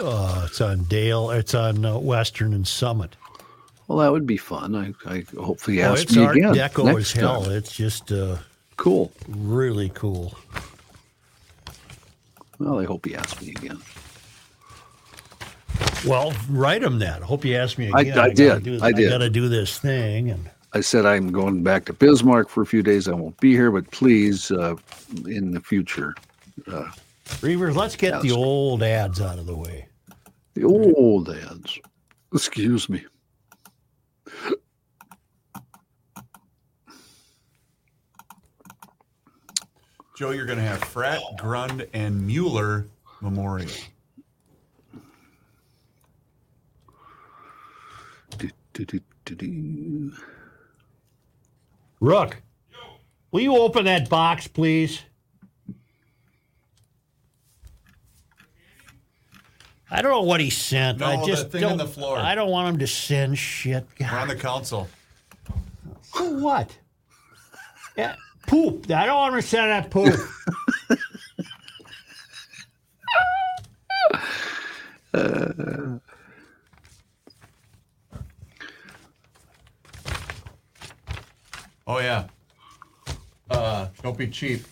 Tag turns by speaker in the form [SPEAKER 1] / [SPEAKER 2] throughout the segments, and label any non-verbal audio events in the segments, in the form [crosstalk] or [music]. [SPEAKER 1] Oh, it's on Dale. It's on uh, Western and Summit.
[SPEAKER 2] Well, that would be fun. I, I hopefully
[SPEAKER 1] Oh,
[SPEAKER 2] ask
[SPEAKER 1] it's
[SPEAKER 2] me
[SPEAKER 1] Art
[SPEAKER 2] again.
[SPEAKER 1] Deco
[SPEAKER 2] next
[SPEAKER 1] as hell.
[SPEAKER 2] Time.
[SPEAKER 1] It's just uh,
[SPEAKER 2] Cool.
[SPEAKER 1] really cool.
[SPEAKER 2] Well, I hope he asks me again.
[SPEAKER 1] Well, write him that. Hope you asked me
[SPEAKER 2] I-
[SPEAKER 1] again.
[SPEAKER 2] I
[SPEAKER 1] gotta
[SPEAKER 2] did.
[SPEAKER 1] do-
[SPEAKER 2] I did.
[SPEAKER 1] got to do this thing, and
[SPEAKER 2] I said I'm going back to Bismarck for a few days. I won't be here, but please, uh, in the future.
[SPEAKER 1] Reavers, let's get the
[SPEAKER 2] Yes.
[SPEAKER 1] old ads out of the way.
[SPEAKER 2] The old ads. Excuse me.
[SPEAKER 3] Joe, you're going to have Frat, Grund, and Mueller Memorial.
[SPEAKER 2] Do, do, do, do, do.
[SPEAKER 1] Rook, will you open that box, please? I don't know what he sent.
[SPEAKER 3] No,
[SPEAKER 1] I
[SPEAKER 3] the
[SPEAKER 1] just
[SPEAKER 3] thing
[SPEAKER 1] don't,
[SPEAKER 3] on the floor.
[SPEAKER 1] I don't want him to send shit.
[SPEAKER 3] We're
[SPEAKER 1] God,
[SPEAKER 3] on the council.
[SPEAKER 1] so what? Yeah, poop. I don't want him to send that poop.
[SPEAKER 3] Oh, yeah. Uh, don't be cheap.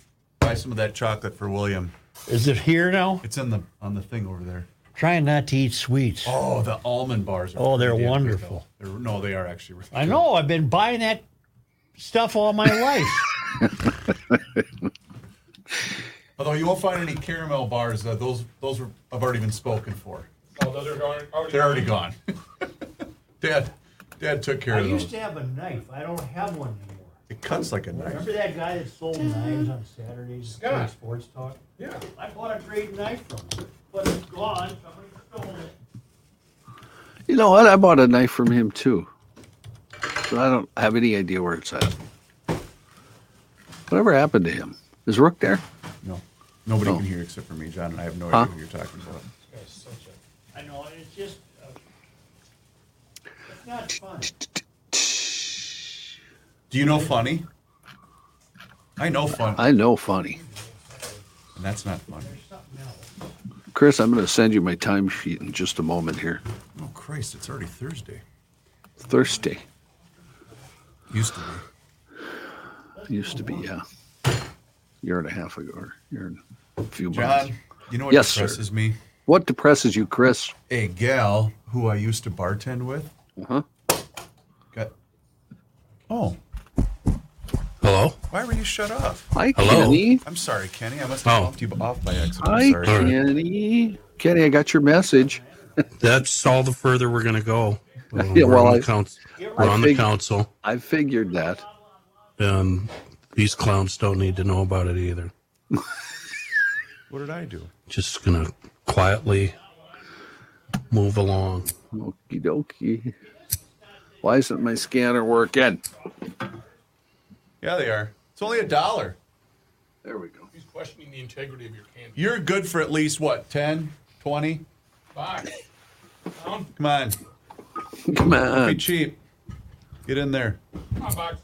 [SPEAKER 3] Buy some of that chocolate for William.
[SPEAKER 1] Is it here now?
[SPEAKER 3] It's in the on the thing over there.
[SPEAKER 1] Trying not to eat sweets.
[SPEAKER 3] Oh, the almond bars. Are
[SPEAKER 1] Oh, they're
[SPEAKER 3] pretty damn good,
[SPEAKER 1] wonderful.
[SPEAKER 3] though. They're, no, they are actually. Really
[SPEAKER 1] I
[SPEAKER 3] good.
[SPEAKER 1] know. I've been buying that stuff all my
[SPEAKER 4] [laughs]
[SPEAKER 1] life.
[SPEAKER 3] Although you won't find any caramel bars. Uh, those those were, I've already been spoken for.
[SPEAKER 4] Oh, those are gone- already.
[SPEAKER 3] They're already gone. [laughs] Dad, Dad took care
[SPEAKER 1] I
[SPEAKER 3] of
[SPEAKER 1] used
[SPEAKER 3] those.
[SPEAKER 1] to have a knife. I don't have one anymore.
[SPEAKER 3] It cuts like a knife.
[SPEAKER 1] Remember that guy that sold knives on Saturdays at
[SPEAKER 4] Scott.
[SPEAKER 1] Sports Talk?
[SPEAKER 4] Yeah.
[SPEAKER 1] I bought a great knife from him, but it's gone. Somebody stole it.
[SPEAKER 2] You know what? I bought a knife from him too. So I don't have any idea where it's at. Whatever happened to him? Is Rook there?
[SPEAKER 3] No, nobody
[SPEAKER 2] Oh.
[SPEAKER 3] can hear except for me, John, and I have no
[SPEAKER 2] Huh?
[SPEAKER 3] idea who you're talking about.
[SPEAKER 4] This guy's such a-
[SPEAKER 1] I know, it's just. Uh, it's not fun.
[SPEAKER 3] Do you know funny? I know funny,
[SPEAKER 2] I know funny.
[SPEAKER 3] and that's not funny.
[SPEAKER 1] Something else.
[SPEAKER 2] Chris, I'm going to send you my timesheet in just a moment here.
[SPEAKER 3] Oh Christ, it's already Thursday.
[SPEAKER 2] Thursday.
[SPEAKER 3] Used to be.
[SPEAKER 2] Used to be, yeah. Year and a half ago or year and a few months.
[SPEAKER 3] John, you know what
[SPEAKER 2] Yes, sir.
[SPEAKER 3] depresses me?
[SPEAKER 2] What depresses you, Chris?
[SPEAKER 3] A gal who I used to bartend with
[SPEAKER 2] Huh?
[SPEAKER 3] got. Oh,
[SPEAKER 5] Hello?
[SPEAKER 3] why were you shut off?
[SPEAKER 2] Hi,
[SPEAKER 5] Hello?
[SPEAKER 2] Kenny.
[SPEAKER 3] I'm sorry, Kenny. I must have
[SPEAKER 5] Oh.
[SPEAKER 3] bumped you off by accident.
[SPEAKER 2] Hi,
[SPEAKER 3] I'm sorry.
[SPEAKER 5] All right.
[SPEAKER 2] Kenny. Kenny, I got your message.
[SPEAKER 5] That's all the further we're going to go. Uh,
[SPEAKER 2] Yeah,
[SPEAKER 5] we're
[SPEAKER 2] well,
[SPEAKER 5] on,
[SPEAKER 2] I-
[SPEAKER 5] the, council.
[SPEAKER 2] I
[SPEAKER 5] We're on the
[SPEAKER 2] fig-
[SPEAKER 5] council.
[SPEAKER 2] I figured that.
[SPEAKER 5] Um, these clowns don't need to know about it either.
[SPEAKER 3] What did I do?
[SPEAKER 5] Just going to quietly move along.
[SPEAKER 2] Okie dokie. Why isn't my scanner working?
[SPEAKER 3] Yeah, they are. It's only a dollar.
[SPEAKER 2] There we go. [laughs]
[SPEAKER 4] He's questioning the integrity of your candy
[SPEAKER 3] You're good for at least what, 10, 20?
[SPEAKER 4] box. Um,
[SPEAKER 3] Come on,
[SPEAKER 2] Come
[SPEAKER 3] be
[SPEAKER 2] on.
[SPEAKER 3] cheap. Get in there.
[SPEAKER 4] come on, box.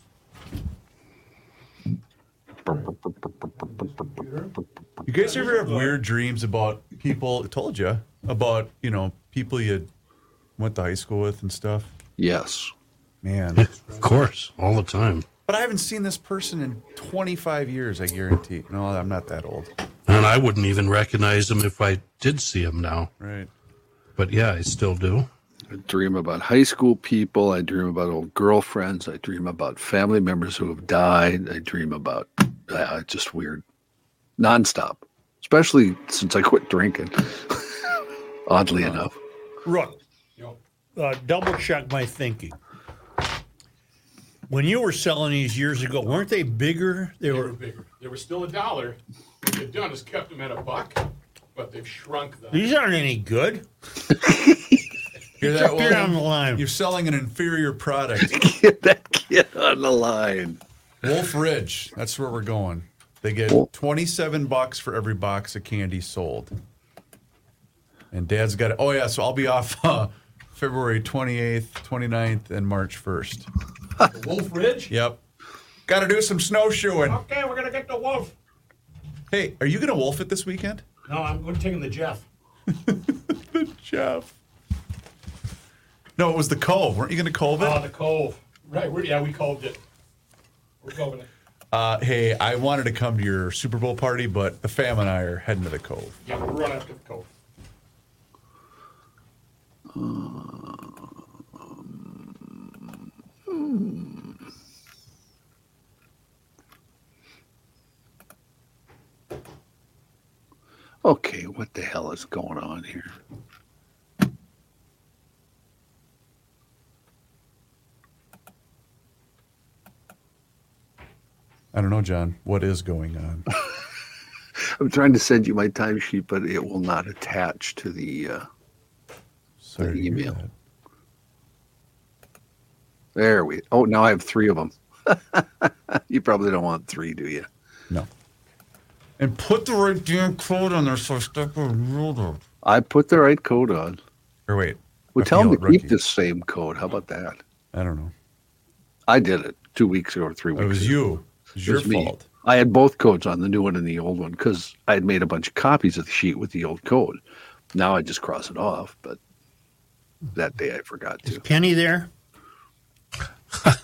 [SPEAKER 3] You guys ever have weird dreams about people? I told you about you know people you went to high school with and stuff.
[SPEAKER 2] Yes.
[SPEAKER 3] Man,
[SPEAKER 5] Of course, all the time.
[SPEAKER 3] but I haven't seen this person in 25 years. I guarantee. No, I'm not that old.
[SPEAKER 5] And I wouldn't even recognize them if I did see them now.
[SPEAKER 3] Right.
[SPEAKER 5] But yeah, I still do. [laughs]
[SPEAKER 2] I dream about high school people. I dream about old girlfriends. I dream about family members who have died. I dream about uh, just weird, nonstop, especially since I quit drinking. [laughs] Oddly enough.
[SPEAKER 1] Rook,
[SPEAKER 4] Yo,
[SPEAKER 1] uh, double check my thinking. When you were selling these years ago, weren't they bigger? They
[SPEAKER 4] they were
[SPEAKER 1] were.
[SPEAKER 4] bigger. They were still a dollar. What they've done is kept them at a buck, but they've shrunk them.
[SPEAKER 1] These aren't any good.
[SPEAKER 3] Hear that?
[SPEAKER 1] Get on the
[SPEAKER 3] William?
[SPEAKER 1] line.
[SPEAKER 3] You're selling an inferior product. [laughs]
[SPEAKER 2] Get that kid on the line.
[SPEAKER 3] Wolf Ridge. That's where we're going. They get 27 bucks for every box of candy sold. And Dad's got it. Oh, yeah. So I'll be off uh, February 28th, 29th, and March 1st.
[SPEAKER 4] Wolf Ridge?
[SPEAKER 3] Yep. Got to do some snowshoeing.
[SPEAKER 4] Okay, we're gonna get the wolf.
[SPEAKER 3] Hey, are you going to wolf it this weekend?
[SPEAKER 4] No, I'm going to take him to Jeff.
[SPEAKER 3] Jeff. No, it was the cove. Weren't you going to Uh, cove it?
[SPEAKER 6] Oh, the cove. Right. We're, yeah, we called it. We're calling it.
[SPEAKER 3] Uh, hey, I wanted to come to your Super Bowl party, but the fam and I are heading to the cove.
[SPEAKER 6] Yeah, we're running up to the cove.
[SPEAKER 2] Okay, what the hell is going on here?
[SPEAKER 3] I don't know, John. What is
[SPEAKER 2] [laughs]
[SPEAKER 3] going on?
[SPEAKER 2] I'm trying to send you my timesheet, but it will not attach to the. Uh,
[SPEAKER 3] Sorry. to hear
[SPEAKER 2] Email.
[SPEAKER 3] that.
[SPEAKER 2] there we. Oh, now I have three of them. [laughs] you probably don't want three, do you?
[SPEAKER 3] No. And put the right damn code on there so I stuck with ruler.
[SPEAKER 2] I put the right code on.
[SPEAKER 3] Or wait.
[SPEAKER 2] Well, tell them to
[SPEAKER 3] Appeal
[SPEAKER 2] keep
[SPEAKER 3] rookie.
[SPEAKER 2] the same code. How about that?
[SPEAKER 3] I don't know.
[SPEAKER 2] I did it two weeks ago or three weeks
[SPEAKER 3] It was
[SPEAKER 2] ago.
[SPEAKER 3] you. It was
[SPEAKER 2] It
[SPEAKER 3] your
[SPEAKER 2] was me.
[SPEAKER 3] fault.
[SPEAKER 2] I had both codes on the new one and the old one because I had made a bunch of copies of the sheet with the old code. Now I just cross it off, but that day I forgot
[SPEAKER 7] Is
[SPEAKER 2] to.
[SPEAKER 7] Penny [laughs] there? huh?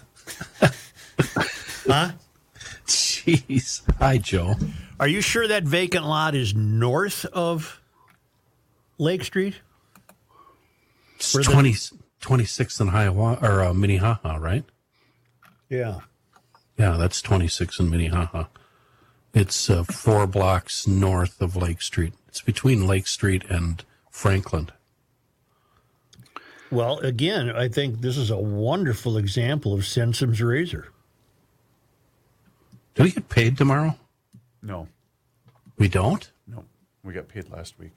[SPEAKER 5] Jeez. Hi, Joe.
[SPEAKER 7] Are you sure that vacant lot is north of Lake Street?
[SPEAKER 5] It's
[SPEAKER 7] Where the-
[SPEAKER 5] 20, 26th and Hiawa or uh, Minnehaha, right?
[SPEAKER 7] Yeah.
[SPEAKER 5] Yeah, that's 26 in Minnehaha. It's uh, four blocks north of Lake Street. It's between Lake Street and Franklin.
[SPEAKER 7] Well, again, I think this is a wonderful example of Sensum's razor.
[SPEAKER 5] Do we get paid tomorrow?
[SPEAKER 3] No.
[SPEAKER 5] We don't?
[SPEAKER 3] No. We got paid last week.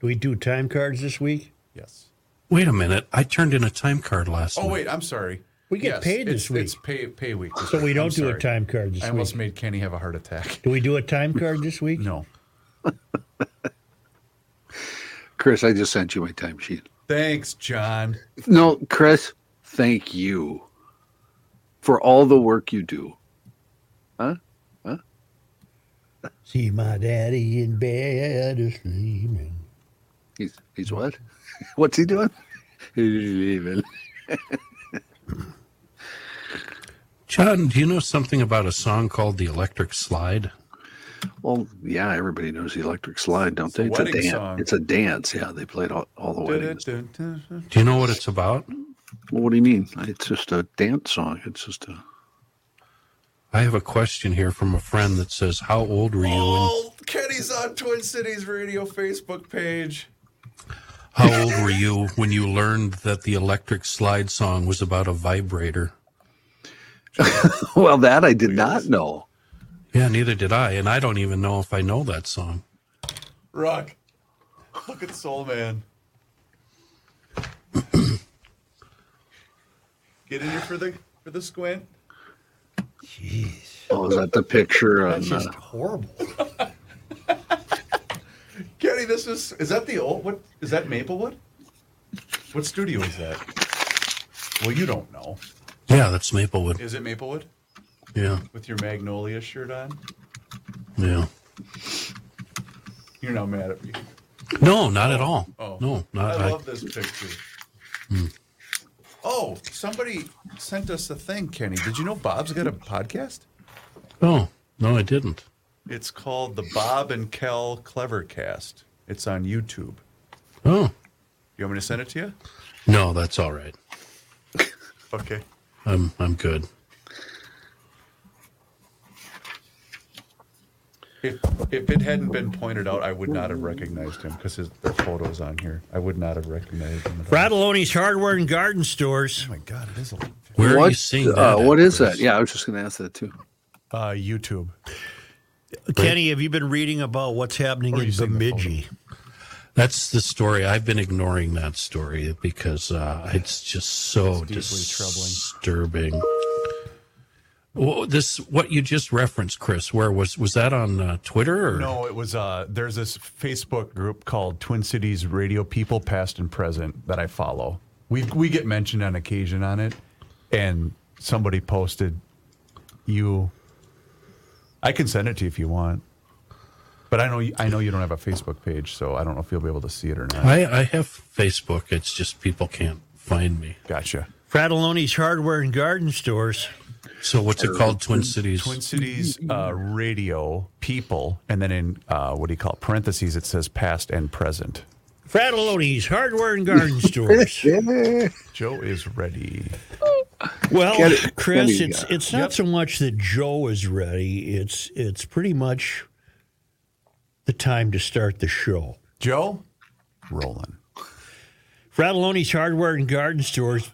[SPEAKER 7] Do we do time cards this week?
[SPEAKER 3] Yes.
[SPEAKER 5] Wait a minute. I turned in a time card last
[SPEAKER 3] Oh
[SPEAKER 5] night.
[SPEAKER 3] wait, I'm sorry.
[SPEAKER 7] We get
[SPEAKER 3] Yes,
[SPEAKER 7] paid
[SPEAKER 3] it's-
[SPEAKER 7] this week.
[SPEAKER 3] It's pay pay week. this
[SPEAKER 7] So
[SPEAKER 3] week.
[SPEAKER 7] we don't
[SPEAKER 3] I'm
[SPEAKER 7] do a
[SPEAKER 3] sorry.
[SPEAKER 7] time card this
[SPEAKER 3] I almost
[SPEAKER 7] week.
[SPEAKER 3] made Kenny have a
[SPEAKER 7] [laughs]
[SPEAKER 3] heart attack.
[SPEAKER 7] Do we do a time card this week?
[SPEAKER 3] No.
[SPEAKER 2] Chris, I just sent you my timesheet.
[SPEAKER 3] Thanks,
[SPEAKER 7] [laughs]
[SPEAKER 3] John.
[SPEAKER 2] No, Chris, thank you for all the work you do.
[SPEAKER 7] See my daddy in bed sleeping.
[SPEAKER 2] He's he's what? [laughs] What's he doing? [laughs] He's leaving.
[SPEAKER 5] John, do you know something about a song called The Electric Slide?
[SPEAKER 2] Well, yeah, everybody knows the electric slide, don't they?
[SPEAKER 3] a
[SPEAKER 2] It's a
[SPEAKER 3] wedding
[SPEAKER 2] dance.
[SPEAKER 3] song.
[SPEAKER 2] It's a dance. Yeah, they played all, all the weddings.
[SPEAKER 3] Dun-dun-dun-dun.
[SPEAKER 5] Do you know what it's about?
[SPEAKER 2] Well, what do you mean? It's just a dance song. It's just
[SPEAKER 3] [laughs]
[SPEAKER 2] a.
[SPEAKER 5] I have a question here from a friend that says, How old were you? when-
[SPEAKER 3] Oh, Kenny's on Twin Cities Radio Facebook page.
[SPEAKER 5] how old were you when you learned that the electric slide song was about a vibrator?
[SPEAKER 2] Well, that I did not know.
[SPEAKER 5] Yeah, neither did I, and I don't even know if I know that song.
[SPEAKER 3] Rock. Look at Soul Man. [coughs] Get in here for the for the squint.
[SPEAKER 7] Jeez.
[SPEAKER 2] Oh, is that the
[SPEAKER 3] [laughs]
[SPEAKER 2] picture on?
[SPEAKER 7] That's
[SPEAKER 2] uh,
[SPEAKER 7] just horrible.
[SPEAKER 3] Kenny, this is is that the old what is that Maplewood? What studio is that? Well, you don't know.
[SPEAKER 5] Yeah, that's Maplewood.
[SPEAKER 3] Is it Maplewood?
[SPEAKER 5] Yeah,
[SPEAKER 3] With your Magnolia shirt on?
[SPEAKER 5] yeah.
[SPEAKER 3] You're not mad at me.
[SPEAKER 5] No, not at all.
[SPEAKER 3] Oh.
[SPEAKER 5] No, not
[SPEAKER 3] I
[SPEAKER 5] I. Mm.
[SPEAKER 3] love this picture. Oh, somebody sent us a thing, Kenny. Did you know Bob's got a podcast?
[SPEAKER 5] No, Oh, no, I didn't.
[SPEAKER 3] It's called the Bob and Kel Clevercast. It's on YouTube.
[SPEAKER 5] Oh,
[SPEAKER 3] You want me to send it to you?
[SPEAKER 5] no, that's all right.
[SPEAKER 3] Okay.
[SPEAKER 5] I'm I'm good.
[SPEAKER 3] If, if it hadn't been pointed out, I would not have recognized him because the photo's on here. I would not have recognized him. At all.
[SPEAKER 7] Bradalone's Hardware and Garden Stores.
[SPEAKER 3] Oh my God, it is a
[SPEAKER 5] Where
[SPEAKER 2] what,
[SPEAKER 5] are you seeing that?
[SPEAKER 2] uh,
[SPEAKER 5] at,
[SPEAKER 2] what is
[SPEAKER 5] Chris?
[SPEAKER 2] that? Yeah, I was just going to ask that too.
[SPEAKER 3] uh, YouTube.
[SPEAKER 7] Kenny, have you been reading about what's happening
[SPEAKER 3] Or
[SPEAKER 7] in
[SPEAKER 3] you seen the
[SPEAKER 7] Bemidji?
[SPEAKER 5] That's the story. I've been ignoring that story because uh, it's just so disturbing. Well, this what you just referenced, Chris. Where was was that on uh, Twitter? Or?
[SPEAKER 3] No, it was. Uh, there's this Facebook group called Twin Cities Radio People, Past and Present, that I follow. We we get mentioned on occasion on it, and somebody posted you. I can send it to you if you want. But I know you, I know you don't have a Facebook page, so I don't know if you'll be able to see it or not.
[SPEAKER 5] I, I have Facebook. It's just people can't find me.
[SPEAKER 3] Gotcha.
[SPEAKER 1] Fratelloni's Hardware and Garden Stores.
[SPEAKER 5] So what's it called? Twin Cities.
[SPEAKER 3] Twin Cities uh, radio people, and then in uh, what do you call it? parentheses it says past and present.
[SPEAKER 1] Fratelloni's Hardware and Garden Stores.
[SPEAKER 3] Joe is ready.
[SPEAKER 1] Well,
[SPEAKER 2] Get it.
[SPEAKER 1] Chris,
[SPEAKER 2] Get it,
[SPEAKER 1] it's
[SPEAKER 2] yeah.
[SPEAKER 1] it's not so much that Joe is ready. It's it's pretty much the time to start the show.
[SPEAKER 3] Joe, rolling.
[SPEAKER 1] Fratelloni's Hardware and Garden Stores.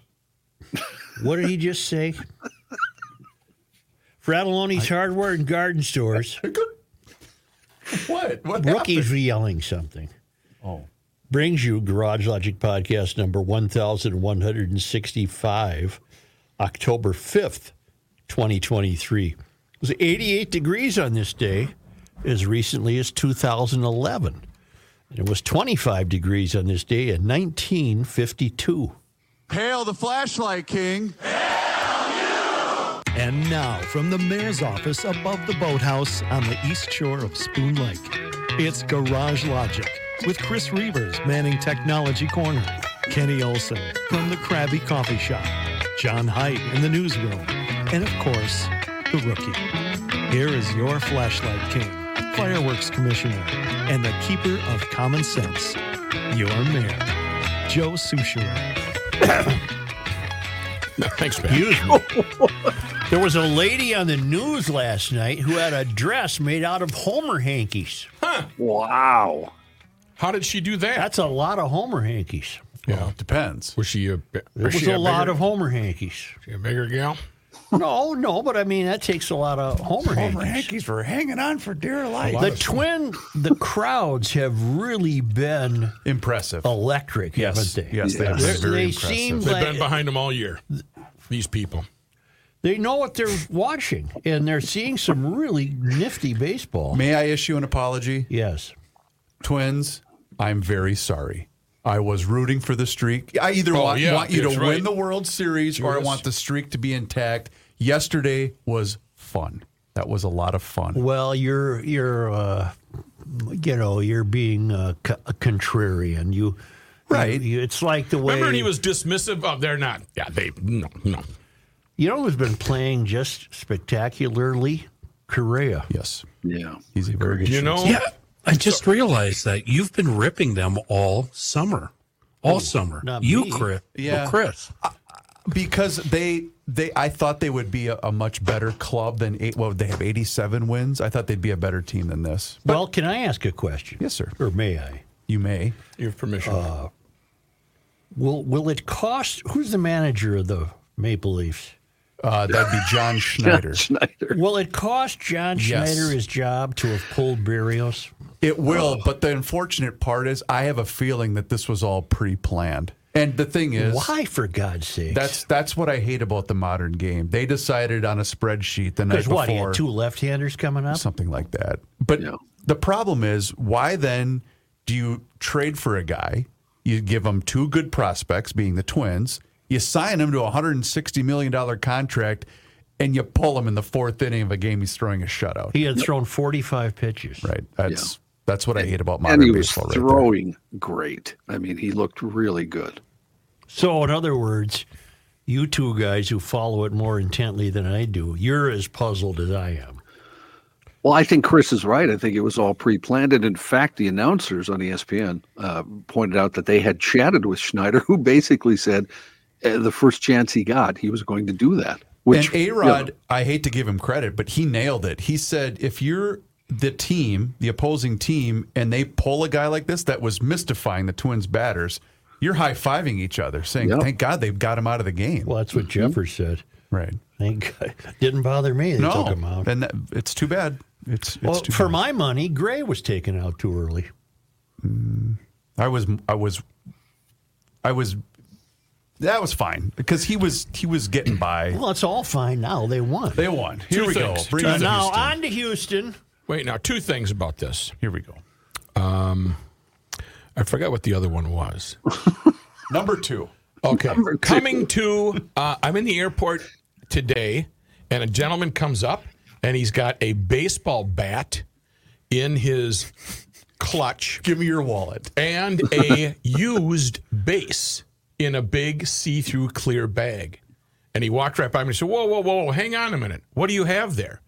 [SPEAKER 1] What did he just say? Fratelloni's Hardware and Garden Stores.
[SPEAKER 3] What? What?
[SPEAKER 1] Rookies were yelling something.
[SPEAKER 3] Oh.
[SPEAKER 1] Brings you Garage Logic Podcast number 1165, October 5th, 2023. It was 88 degrees on this day as recently as 2011. And it was 25 degrees on this day in 1952.
[SPEAKER 8] Hail the flashlight king.
[SPEAKER 9] And now, from the mayor's office above the boathouse on the east shore of Spoon Lake, it's Garage Logic with Chris Reavers manning Technology Corner, Kenny Olson from the Krabby Coffee Shop, John Height in the newsroom, and of course, the rookie. Here is your flashlight king, fireworks commissioner, and the keeper of common sense, your mayor, Joe Souchere.
[SPEAKER 5] Thanks, man.
[SPEAKER 1] Excuse me. there was a lady on the news last night who had a dress made out of Homer hankies.
[SPEAKER 2] Wow.
[SPEAKER 6] How did she do that?
[SPEAKER 1] That's a lot of Homer hankies.
[SPEAKER 3] Well, it depends.
[SPEAKER 6] Was she a? bi-
[SPEAKER 1] It was
[SPEAKER 6] she
[SPEAKER 1] a lot
[SPEAKER 6] bigger,
[SPEAKER 1] of Homer hankies.
[SPEAKER 6] she a bigger gal?
[SPEAKER 1] No, no, but I mean that takes a lot of Homer, hankies.
[SPEAKER 3] Yankees were hanging on for dear life.
[SPEAKER 1] The twin, the crowds have really been
[SPEAKER 3] Impressive.
[SPEAKER 1] electric,
[SPEAKER 3] yes.
[SPEAKER 1] haven't they?
[SPEAKER 3] Yes, they have
[SPEAKER 1] They-
[SPEAKER 3] been very
[SPEAKER 1] they
[SPEAKER 3] impressive.
[SPEAKER 1] seem
[SPEAKER 6] They've
[SPEAKER 1] like
[SPEAKER 6] been behind them all year. These people.
[SPEAKER 1] they know what they're watching, and they're seeing some really nifty baseball.
[SPEAKER 3] May I issue an apology?
[SPEAKER 1] Yes.
[SPEAKER 3] Twins, I'm very sorry. I was rooting for the streak. I either
[SPEAKER 6] Oh,
[SPEAKER 3] want,
[SPEAKER 6] yeah,
[SPEAKER 3] want you to
[SPEAKER 6] that's
[SPEAKER 3] win
[SPEAKER 6] right.
[SPEAKER 3] the World Series or I want the streak to be intact. Yesterday was fun. That was a lot of fun.
[SPEAKER 1] Well, you're you're uh, you know you're being uh, c- a contrarian. You
[SPEAKER 3] Right.
[SPEAKER 1] you- it's like the way
[SPEAKER 6] Remember, he was dismissive of they're not. Yeah, they no no.
[SPEAKER 1] You know who's been playing just spectacularly? Korea.
[SPEAKER 3] Yes.
[SPEAKER 2] Yeah. [laughs]
[SPEAKER 3] He's a very good
[SPEAKER 6] You know.
[SPEAKER 5] Yeah, I just realized that you've been ripping them all summer, all summer.
[SPEAKER 1] not
[SPEAKER 5] you,
[SPEAKER 1] me.
[SPEAKER 5] Chris.
[SPEAKER 3] Yeah.
[SPEAKER 5] Well, Chris.
[SPEAKER 3] because they they I thought they would be a, a much better club than eight. Well, they have eighty seven wins. I thought they'd be a better team than this.
[SPEAKER 1] Well, can I ask a question?
[SPEAKER 3] Yes, sir.
[SPEAKER 1] Or may I?
[SPEAKER 3] You may.
[SPEAKER 6] You have permission.
[SPEAKER 1] Will Will it cost? Who's the manager of the Maple Leafs?
[SPEAKER 3] Uh, that'd be
[SPEAKER 6] [laughs]
[SPEAKER 3] John Schneider.
[SPEAKER 2] Schneider.
[SPEAKER 1] Will it cost John
[SPEAKER 3] Yes.
[SPEAKER 1] Schneider his job to have pulled Barrios?
[SPEAKER 3] It will, but the unfortunate part is I have a feeling that this was all pre planned. And the thing is
[SPEAKER 1] Why, for God's sake?
[SPEAKER 3] that's that's what I hate about the modern game. They decided on a spreadsheet the night
[SPEAKER 1] because
[SPEAKER 3] before.
[SPEAKER 1] what? He had two left-handers coming up.
[SPEAKER 3] something like that. But
[SPEAKER 2] Yeah.
[SPEAKER 3] the problem is, why then do you trade for a guy? You give him two good prospects, being the Twins. You sign him to a hundred and sixty million dollar contract, and you pull him in the fourth inning of a game he's throwing a shutout.
[SPEAKER 1] He had thrown forty-five pitches.
[SPEAKER 3] right? That's that's what I hate about modern
[SPEAKER 2] And he was
[SPEAKER 3] baseball. right there.
[SPEAKER 2] throwing great. I mean, he looked really good.
[SPEAKER 1] So, in other words, you two guys who follow it more intently than I do, you're as puzzled as I am.
[SPEAKER 2] Well, I think Chris is right. I think it was all pre-planned, and in fact, the announcers on ESPN uh, pointed out that they had chatted with Schneider, who basically said uh, the first chance he got, he was going to do that. Which
[SPEAKER 3] and A Rod, I hate to give him credit, but he nailed it. He said, if you're the team, the opposing team, and they pull a guy like this that was mystifying the Twins batters, you're high fiving each other, saying,
[SPEAKER 2] Yep.
[SPEAKER 3] thank God they've got him out of the game.
[SPEAKER 1] Well, that's what
[SPEAKER 3] Mm-hmm.
[SPEAKER 1] Jeffers said.
[SPEAKER 3] right.
[SPEAKER 1] Thank God. [laughs] Didn't bother me. They
[SPEAKER 3] No.
[SPEAKER 1] took him out.
[SPEAKER 3] And that, it's too bad. It's, it's
[SPEAKER 1] Well,
[SPEAKER 3] too
[SPEAKER 1] for
[SPEAKER 3] bad.
[SPEAKER 1] my money, Gray was taken out too early.
[SPEAKER 3] I was, I was, I was, that was fine because he was, he was getting by.
[SPEAKER 1] Well, it's all fine now. They won.
[SPEAKER 3] They won. Here
[SPEAKER 6] Two
[SPEAKER 3] we
[SPEAKER 6] things.
[SPEAKER 3] go. Bring
[SPEAKER 6] Two
[SPEAKER 3] it
[SPEAKER 1] Uh,
[SPEAKER 3] to
[SPEAKER 1] now
[SPEAKER 3] Houston.
[SPEAKER 1] on to Houston.
[SPEAKER 6] Wait, now two things about this.
[SPEAKER 3] Here we go.
[SPEAKER 6] I forgot what the other one was.
[SPEAKER 3] Number two.
[SPEAKER 6] Okay. Coming to, uh, I'm in the airport today, and a gentleman comes up, and he's got a baseball bat
[SPEAKER 4] in his clutch
[SPEAKER 3] Give me your wallet.
[SPEAKER 4] and
[SPEAKER 3] [laughs]
[SPEAKER 4] a used base in a big see-through clear bag. And he walked right by me and said, "Whoa, whoa, whoa! Hang on a minute. What do you have there?"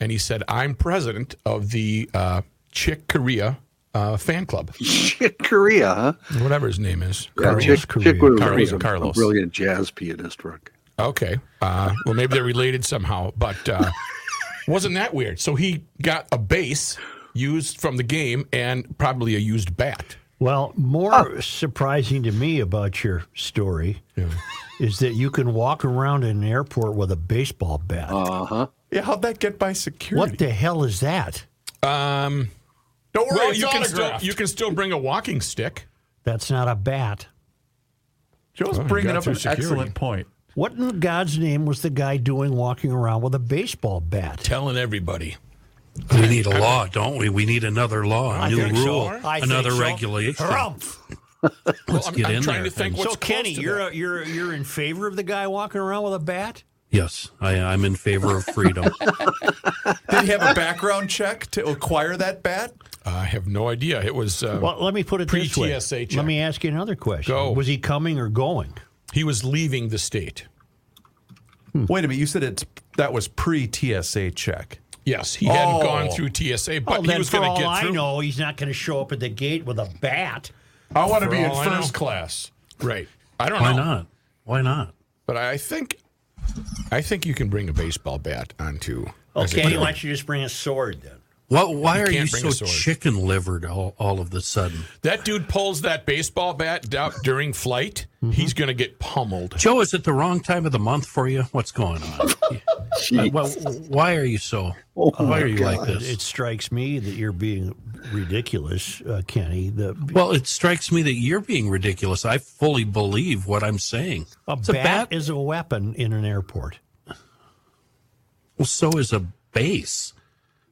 [SPEAKER 4] And he said, "I'm president of the uh, Chick Korea uh, fan club,
[SPEAKER 2] Shit, Korea, huh?
[SPEAKER 4] whatever his name is."
[SPEAKER 2] Yeah, Chick, Chick was,
[SPEAKER 4] Carlos,
[SPEAKER 2] was a
[SPEAKER 4] Carlos.
[SPEAKER 2] brilliant jazz pianist, Rick.
[SPEAKER 4] Okay. Uh, well, maybe they're related somehow, but uh, [laughs] wasn't that weird? So he got a base used from the game and probably a used bat.
[SPEAKER 1] Well, more
[SPEAKER 4] Oh.
[SPEAKER 1] surprising to me about your story is that you can walk around an airport with a baseball bat.
[SPEAKER 4] Uh,
[SPEAKER 3] Yeah, how'd that get by security?
[SPEAKER 1] what the hell is that?
[SPEAKER 4] Um,
[SPEAKER 3] Don't worry,
[SPEAKER 4] well,
[SPEAKER 3] it's
[SPEAKER 4] you can, still,
[SPEAKER 3] autographed.
[SPEAKER 4] you can still bring a walking stick.
[SPEAKER 1] That's not a bat.
[SPEAKER 3] Joe's
[SPEAKER 4] Oh, you
[SPEAKER 3] bringing
[SPEAKER 4] got
[SPEAKER 3] up
[SPEAKER 4] through
[SPEAKER 3] an
[SPEAKER 4] security.
[SPEAKER 3] excellent point.
[SPEAKER 1] What in God's name was the guy doing walking around with a baseball bat?
[SPEAKER 4] Telling everybody.
[SPEAKER 5] We need a law, don't we? We need another law, a new
[SPEAKER 1] think so.
[SPEAKER 5] rule,
[SPEAKER 1] I think
[SPEAKER 5] another
[SPEAKER 1] so.
[SPEAKER 5] regulation.
[SPEAKER 1] Rumpf.
[SPEAKER 4] Well, I'm,
[SPEAKER 5] get
[SPEAKER 4] I'm
[SPEAKER 5] in
[SPEAKER 4] trying
[SPEAKER 5] there
[SPEAKER 4] to think
[SPEAKER 5] and-
[SPEAKER 4] what's
[SPEAKER 1] So
[SPEAKER 4] close
[SPEAKER 1] Kenny,
[SPEAKER 4] to
[SPEAKER 1] you're
[SPEAKER 4] that.
[SPEAKER 1] a, you're you're in favor of the guy walking around with a bat?
[SPEAKER 5] Yes, I, I'm in favor of freedom.
[SPEAKER 3] Did he have a background check to acquire that bat?
[SPEAKER 4] I have no idea. It was uh,
[SPEAKER 1] Well, let me put it this way.
[SPEAKER 4] Pre-TSA check.
[SPEAKER 1] Let me ask you another question.
[SPEAKER 4] Go.
[SPEAKER 1] Was he coming or going?
[SPEAKER 4] he was leaving the state. Hmm.
[SPEAKER 3] Wait a minute, you said it's that was pre TSA check.
[SPEAKER 4] Yes, he
[SPEAKER 3] Oh.
[SPEAKER 4] hadn't gone through TSA, but
[SPEAKER 1] well,
[SPEAKER 4] he
[SPEAKER 1] then
[SPEAKER 4] was
[SPEAKER 1] for
[SPEAKER 4] going
[SPEAKER 1] all
[SPEAKER 4] to get
[SPEAKER 1] I
[SPEAKER 4] through.
[SPEAKER 1] know, he's not going to show up at the gate with a bat.
[SPEAKER 3] I want to
[SPEAKER 4] For
[SPEAKER 3] be in
[SPEAKER 4] all I know.
[SPEAKER 3] first class.
[SPEAKER 4] Right. I don't
[SPEAKER 5] Why
[SPEAKER 4] know.
[SPEAKER 5] not? Why not?
[SPEAKER 4] But I think, I think you can bring a baseball bat onto. as a
[SPEAKER 1] Okay,
[SPEAKER 4] kid.
[SPEAKER 1] why don't you just bring a sword then?
[SPEAKER 5] What, why are you
[SPEAKER 4] can't bring
[SPEAKER 5] so
[SPEAKER 4] a sword.
[SPEAKER 5] chicken livered all, all of the sudden?
[SPEAKER 4] That dude pulls that baseball bat out during flight. He's going to get pummeled.
[SPEAKER 5] Joe, is it the wrong time of the month for you? What's going on? Uh, well, why are you so? why are you like this?
[SPEAKER 1] It strikes me that you're being ridiculous, uh, Kenny. The
[SPEAKER 5] well, it strikes me that you're being ridiculous. I fully believe what I'm saying.
[SPEAKER 1] a
[SPEAKER 5] It's
[SPEAKER 1] bat, is a weapon in an airport.
[SPEAKER 5] Well, so is a base.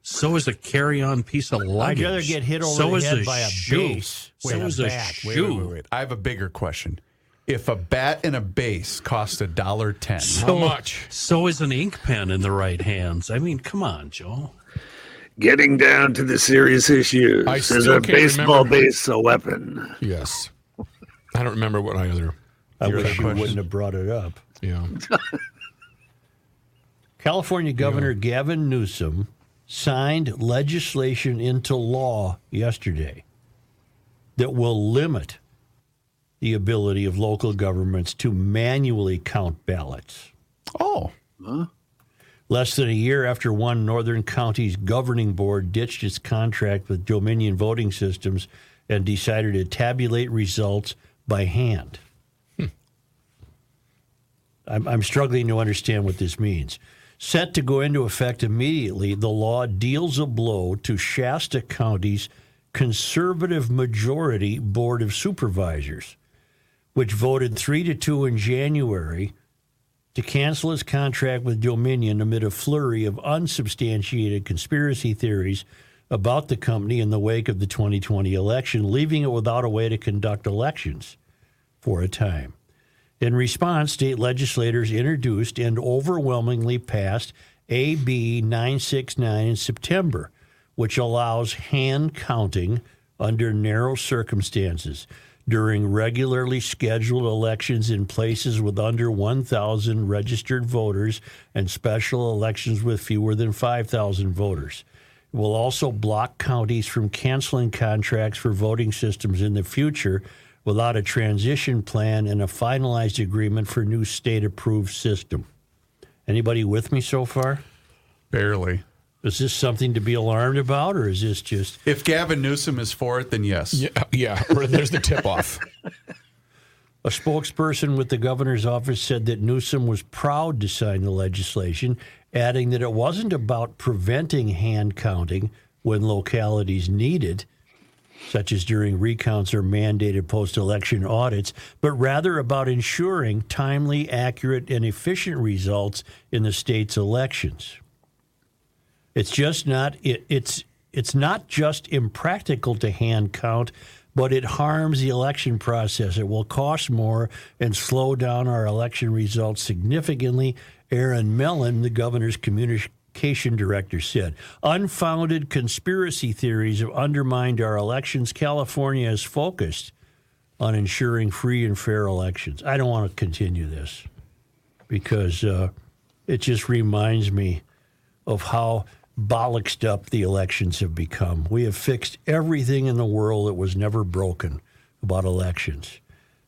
[SPEAKER 5] So is a carry-on piece of luggage.
[SPEAKER 1] I'd rather get hit over
[SPEAKER 5] so
[SPEAKER 1] the
[SPEAKER 5] is
[SPEAKER 1] head
[SPEAKER 5] a
[SPEAKER 1] by a
[SPEAKER 5] shoe.
[SPEAKER 1] base
[SPEAKER 5] So
[SPEAKER 1] than a
[SPEAKER 5] is a,
[SPEAKER 1] bat.
[SPEAKER 5] shoe.
[SPEAKER 1] Wait,
[SPEAKER 3] Wait, wait, wait. I have a bigger question. If a bat and a base cost a dollar ten,
[SPEAKER 4] How much?
[SPEAKER 5] So is an ink pen in the right hands. I mean, come on, Joe.
[SPEAKER 2] Getting down to the serious issues.
[SPEAKER 4] I
[SPEAKER 2] Is
[SPEAKER 4] still
[SPEAKER 2] a
[SPEAKER 4] can't
[SPEAKER 2] baseball
[SPEAKER 4] remember-
[SPEAKER 2] base a weapon?
[SPEAKER 4] Yes. I don't remember what I other.
[SPEAKER 1] I
[SPEAKER 3] Your
[SPEAKER 1] wish you
[SPEAKER 3] question.
[SPEAKER 1] wouldn't have brought it up.
[SPEAKER 4] Yeah.
[SPEAKER 1] California Governor Gavin Newsom signed legislation into law yesterday that will limit the ability of local governments to manually count ballots.
[SPEAKER 3] oh,
[SPEAKER 1] Less than a year after one northern county's governing board ditched its contract with Dominion Voting Systems and decided to tabulate results by hand. Hmm. I'm, I'm struggling to understand what this means. Set to go into effect immediately, the law deals a blow to Shasta County's conservative majority board of supervisors, which voted three to two in January to cancel his contract with Dominion amid a flurry of unsubstantiated conspiracy theories about the company in the wake of the 2020 election, leaving it without a way to conduct elections for a time. In response, state legislators introduced and overwhelmingly passed AB 969 in September, which allows hand counting under narrow circumstances during regularly scheduled elections in places with under 1,000 registered voters and special elections with fewer than 5,000 voters. It will also block counties from canceling contracts for voting systems in the future without a transition plan and a finalized agreement for new state approved system. Anybody with me so far?
[SPEAKER 3] barely.
[SPEAKER 1] Is this something to be alarmed about or is this just
[SPEAKER 3] If Gavin Newsom is for it, then yes.
[SPEAKER 4] Yeah. Yeah. Or there's the tip off.
[SPEAKER 1] A spokesperson with the governor's office said that Newsom was proud to sign the legislation, adding that it wasn't about preventing hand counting when localities need it, such as during recounts or mandated post election audits, but rather about ensuring timely, accurate, and efficient results in the state's elections. It's just not it, it's it's not just impractical to hand count, but it harms the election process. It will cost more and slow down our election results significantly. Aaron Mellon, the governor's communi- Communication director said unfounded conspiracy theories have undermined our elections. California is focused on ensuring free and fair elections. I don't want to continue this because uh, it just reminds me of how bollocksed up the elections have become. We have fixed everything in the world that was never broken about elections.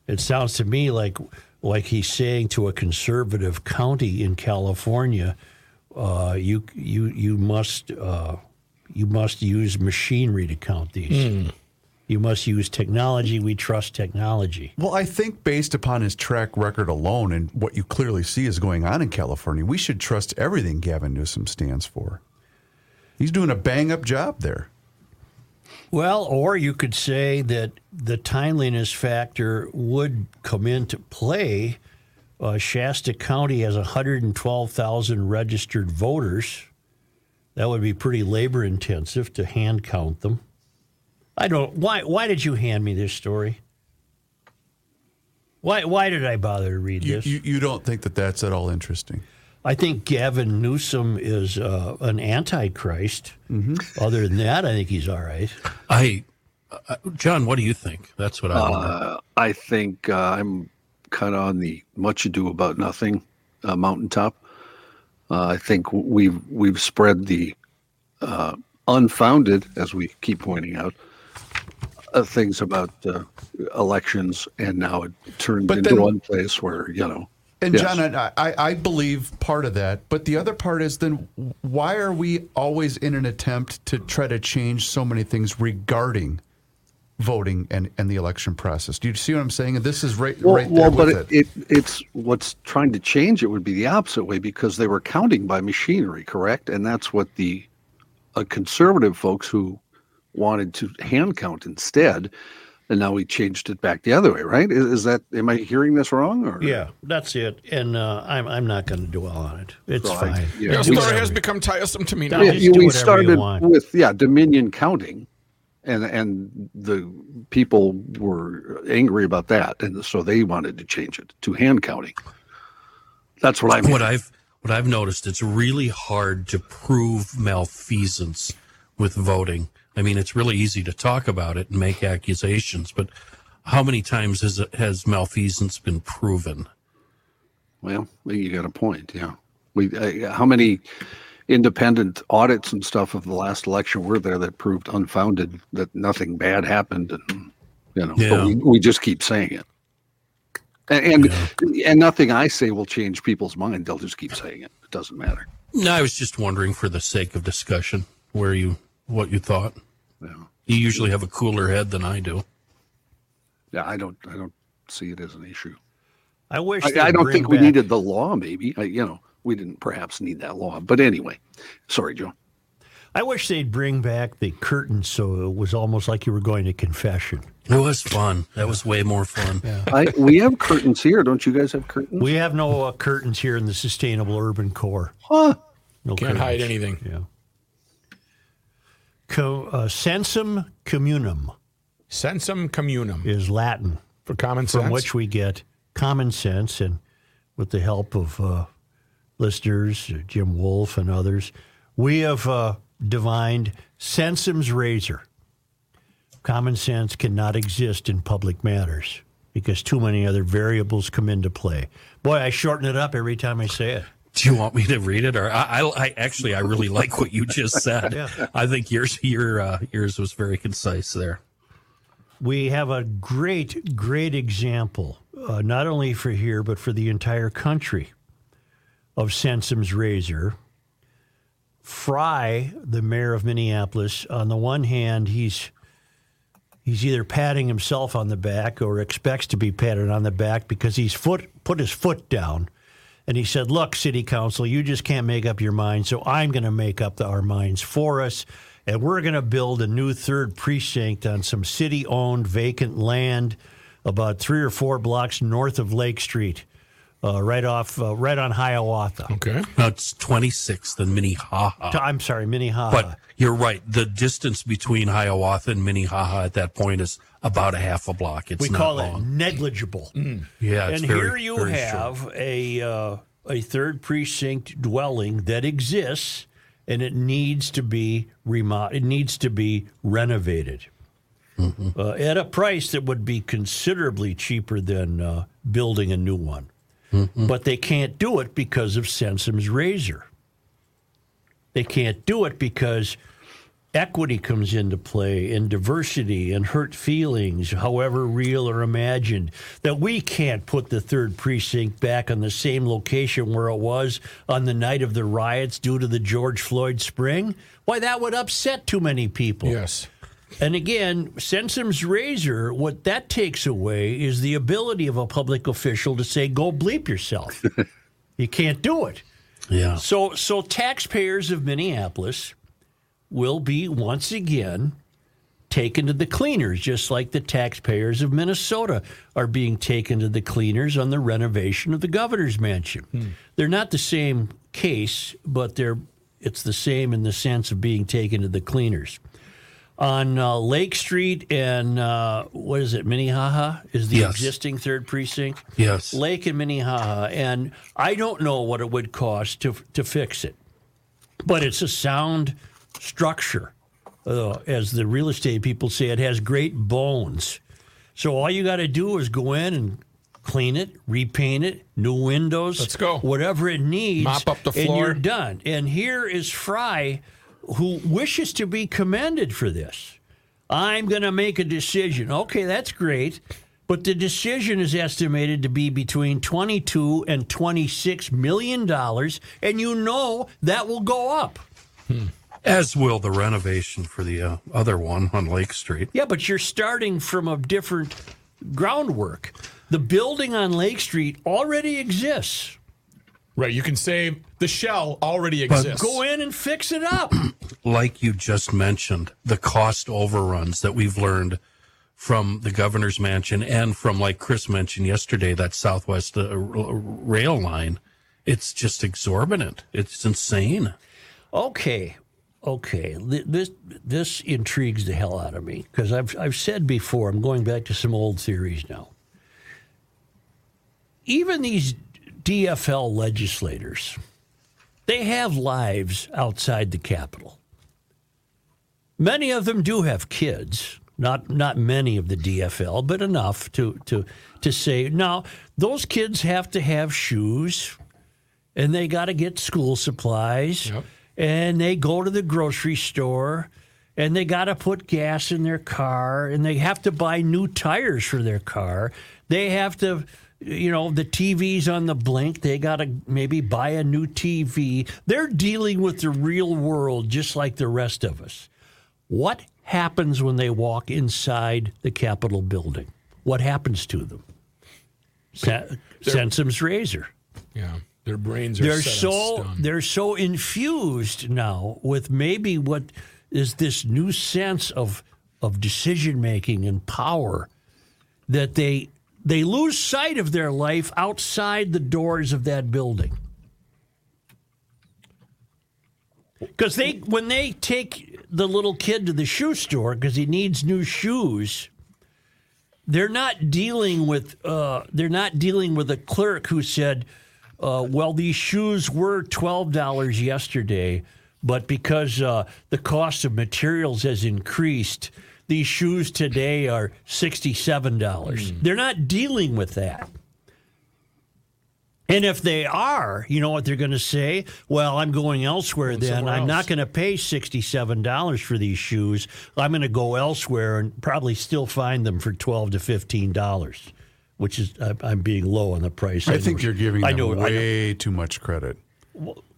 [SPEAKER 1] It sounds to me like like he's saying to a conservative county in California, uh, you you you must uh, you must use machinery to count these. You must use technology. We trust technology.
[SPEAKER 3] Well, I think based upon his track record alone and what you clearly see is going on in California, we should trust everything Gavin Newsom stands for. He's doing a bang up job there.
[SPEAKER 1] Well, or you could say that the timeliness factor would come into play. Uh, Shasta County has 112,000 registered voters. That would be pretty labor intensive to hand count them. I don't. Why? Why did you hand me this story? Why? Why did I bother to read
[SPEAKER 3] You,
[SPEAKER 1] this?
[SPEAKER 3] you, you don't think that that's at all interesting.
[SPEAKER 1] I think Gavin Newsom is uh, an antichrist.
[SPEAKER 3] Mm-hmm.
[SPEAKER 1] Other than that, I think he's all right.
[SPEAKER 5] I, uh, John, what do you think? That's what I want. to
[SPEAKER 2] Uh, I think uh, I'm kind of on the much ado about nothing uh, mountaintop. Uh, I think w- we've we've spread the uh, unfounded, as we keep pointing out, uh, things about uh, elections, and now it turned
[SPEAKER 3] But
[SPEAKER 2] into
[SPEAKER 3] then-
[SPEAKER 2] one place where you know.
[SPEAKER 3] And
[SPEAKER 2] yes.
[SPEAKER 3] John, I, I, I believe part of that, but the other part is then why are we always in an attempt to try to change so many things regarding voting and, and the election process? Do you see what I'm saying? And this is right
[SPEAKER 2] well,
[SPEAKER 3] right
[SPEAKER 2] well,
[SPEAKER 3] there
[SPEAKER 2] but
[SPEAKER 3] with
[SPEAKER 2] it, it, it's what's trying to change it would be the opposite way because they were counting by machinery, correct? And that's what the uh, conservative folks who wanted to hand count instead, and now we changed it back the other way, right? Is, is that am I hearing this wrong? Or
[SPEAKER 1] Yeah, that's it. And uh, I'm I'm not going to dwell on it. It's
[SPEAKER 2] Well, I-
[SPEAKER 1] fine.
[SPEAKER 2] yeah.
[SPEAKER 4] Your
[SPEAKER 2] Your
[SPEAKER 4] story has become tiresome to me now.
[SPEAKER 1] Yeah.
[SPEAKER 2] Yeah,
[SPEAKER 1] just do whatever
[SPEAKER 2] we
[SPEAKER 1] you
[SPEAKER 2] started
[SPEAKER 1] want.
[SPEAKER 2] with yeah Dominion counting, and and the people were angry about that, and so they wanted to change it to hand counting. That's what I mean.
[SPEAKER 5] what I've what I've noticed it's really hard to prove malfeasance with voting. I mean, it's really easy to talk about it and make accusations, but how many times has has malfeasance been proven?
[SPEAKER 2] Well, you got a point. Yeah. We uh, how many independent audits and stuff of the last election were there that proved unfounded that nothing bad happened and you know
[SPEAKER 5] Yeah.
[SPEAKER 2] but we, we just keep saying it. And and, and nothing I say will change people's mind. They'll just keep saying it. It doesn't matter.
[SPEAKER 5] No, I was just wondering for the sake of discussion where you what you thought.
[SPEAKER 2] Yeah.
[SPEAKER 5] You usually have a cooler head than I do.
[SPEAKER 2] Yeah, I don't I don't see it as an issue.
[SPEAKER 1] I wish.
[SPEAKER 2] I,
[SPEAKER 1] they'd
[SPEAKER 2] I don't
[SPEAKER 1] bring
[SPEAKER 2] think we
[SPEAKER 1] back-
[SPEAKER 2] needed the law maybe. I, you know, we didn't perhaps need that law. But anyway, sorry, Joe.
[SPEAKER 1] I wish they'd bring back the curtain, so it was almost like you were going to confession.
[SPEAKER 5] It was fun. That was way more fun.
[SPEAKER 2] I, we have curtains here. Don't you guys have curtains?
[SPEAKER 1] We have no uh, curtains here in the Sustainable Urban Core.
[SPEAKER 2] Huh.
[SPEAKER 1] No
[SPEAKER 4] Can't
[SPEAKER 1] curtains.
[SPEAKER 4] hide anything.
[SPEAKER 1] Yeah. Co- uh, sensum communum
[SPEAKER 4] Sensum communum
[SPEAKER 1] is Latin,
[SPEAKER 4] for common sense.
[SPEAKER 1] from which we get common sense, and with the help of uh, listeners, uh, Jim Wolfe and others, we have uh, divined sensum's razor. Common sense cannot exist in public matters because too many other variables come into play. Boy, I shorten it up every time I say it.
[SPEAKER 5] Do you want me to read it, or I, I, I actually I really like what you just said. I think yours your uh, yours was very concise there.
[SPEAKER 1] we have a great, great example, uh, not only for here, but for the entire country, of Sensum's razor. Fry, the mayor of Minneapolis, on the one hand, he's he's either patting himself on the back or expects to be patted on the back because he's foot put his foot down. And he said, Look, city council, you just can't make up your mind, so I'm going to make up the, our minds for us. And we're going to build a new third precinct on some city owned vacant land about three or four blocks north of Lake Street, uh, right off, uh, right on Hiawatha.
[SPEAKER 4] okay.
[SPEAKER 5] No, it's twenty sixth and Minnehaha.
[SPEAKER 1] T- I'm sorry, Minnehaha.
[SPEAKER 5] But you're right. The distance between Hiawatha and Minnehaha at that point is about a half a block. It's
[SPEAKER 1] we
[SPEAKER 5] not
[SPEAKER 1] call
[SPEAKER 5] long.
[SPEAKER 1] it negligible.
[SPEAKER 5] Yeah, it's
[SPEAKER 1] and
[SPEAKER 5] very-
[SPEAKER 1] here you
[SPEAKER 5] very short.
[SPEAKER 1] have a uh, a third precinct dwelling that exists and it needs to be remo- It needs to be renovated
[SPEAKER 5] Mm-hmm.
[SPEAKER 1] uh, at a price that would be considerably cheaper than uh, building a new one.
[SPEAKER 5] Mm-hmm.
[SPEAKER 1] But they can't do it because of Sensum's razor. They can't do it because equity comes into play and diversity and hurt feelings, however real or imagined, that we can't put the third precinct back on the same location where it was on the night of the riots due to the George Floyd spring. Why, that would upset too many people.
[SPEAKER 4] Yes.
[SPEAKER 1] And again, Sensum's razor, what that takes away is the ability of a public official to say, go bleep yourself. you can't do it.
[SPEAKER 5] Yeah.
[SPEAKER 1] So, so taxpayers of Minneapolis will be once again taken to the cleaners, just like the taxpayers of Minnesota are being taken to the cleaners on the renovation of the governor's mansion.
[SPEAKER 5] Hmm.
[SPEAKER 1] They're not the same case, but they're it's the same in the sense of being taken to the cleaners. On uh, Lake Street and uh, what is it, Minnehaha is the
[SPEAKER 5] Yes.
[SPEAKER 1] existing third precinct.
[SPEAKER 5] Yes.
[SPEAKER 1] Lake and Minnehaha, and I don't know what it would cost to to fix it, but it's a sound structure, uh, as the real estate people say. It has great bones, so all you got to do is go in and clean it, repaint it, new windows.
[SPEAKER 4] Let's go.
[SPEAKER 1] Whatever it needs,
[SPEAKER 4] Mop up the
[SPEAKER 1] and you're
[SPEAKER 4] floor.
[SPEAKER 1] done. And here is Fry, who wishes to be commended for this. I'm going to make a decision. Okay, that's great. But the decision is estimated to be between 22 and 26 million dollars, and you know that will go up.
[SPEAKER 5] As will the renovation for the uh, other one on Lake Street.
[SPEAKER 1] Yeah, but you're starting from a different groundwork. The building on Lake Street already exists.
[SPEAKER 4] Right. You can say the shell already
[SPEAKER 5] But
[SPEAKER 4] exists.
[SPEAKER 1] Go in and fix it up.
[SPEAKER 5] Like you just mentioned, the cost overruns that we've learned from the governor's mansion and from, like Chris mentioned yesterday, that Southwest uh, r- r- rail line. It's just exorbitant. It's insane.
[SPEAKER 1] Okay, okay. Th- This this intrigues the hell out of me because I've I've said before. I'm going back to some old theories now. Even these DFL legislators, they have lives outside the Capitol. Many of them do have kids. Not not many of the DFL, but enough to to to say now those kids have to have shoes and they got to get school supplies and they go to the grocery store and they got to put gas in their car and they have to buy new tires for their car they have to you know the TV's on the blink they got to maybe buy a new TV they're dealing with the real world just like the rest of us what happens when they walk inside the capitol building what happens to them Sa- Sensum's razor
[SPEAKER 4] yeah. Their brains are
[SPEAKER 1] they're
[SPEAKER 4] set in
[SPEAKER 1] so
[SPEAKER 4] stone.
[SPEAKER 1] they're so infused now with maybe what is this new sense of of decision making and power that they they lose sight of their life outside the doors of that building because they when they take the little kid to the shoe store because he needs new shoes they're not dealing with uh, they're not dealing with a clerk who said, uh, "Well, these shoes were twelve dollars yesterday, but because uh, the cost of materials has increased, these shoes today are sixty-seven dollars." They're not dealing with that. And if they are, you know what they're going to say? Well, I'm going elsewhere then. I'm not going to pay $67 for these shoes. I'm going to go elsewhere and probably still find them for 12 to $15, which is, I- I'm being low on the price.
[SPEAKER 3] I think
[SPEAKER 1] know-
[SPEAKER 3] you're giving them
[SPEAKER 1] I know, I know.
[SPEAKER 3] way too much credit.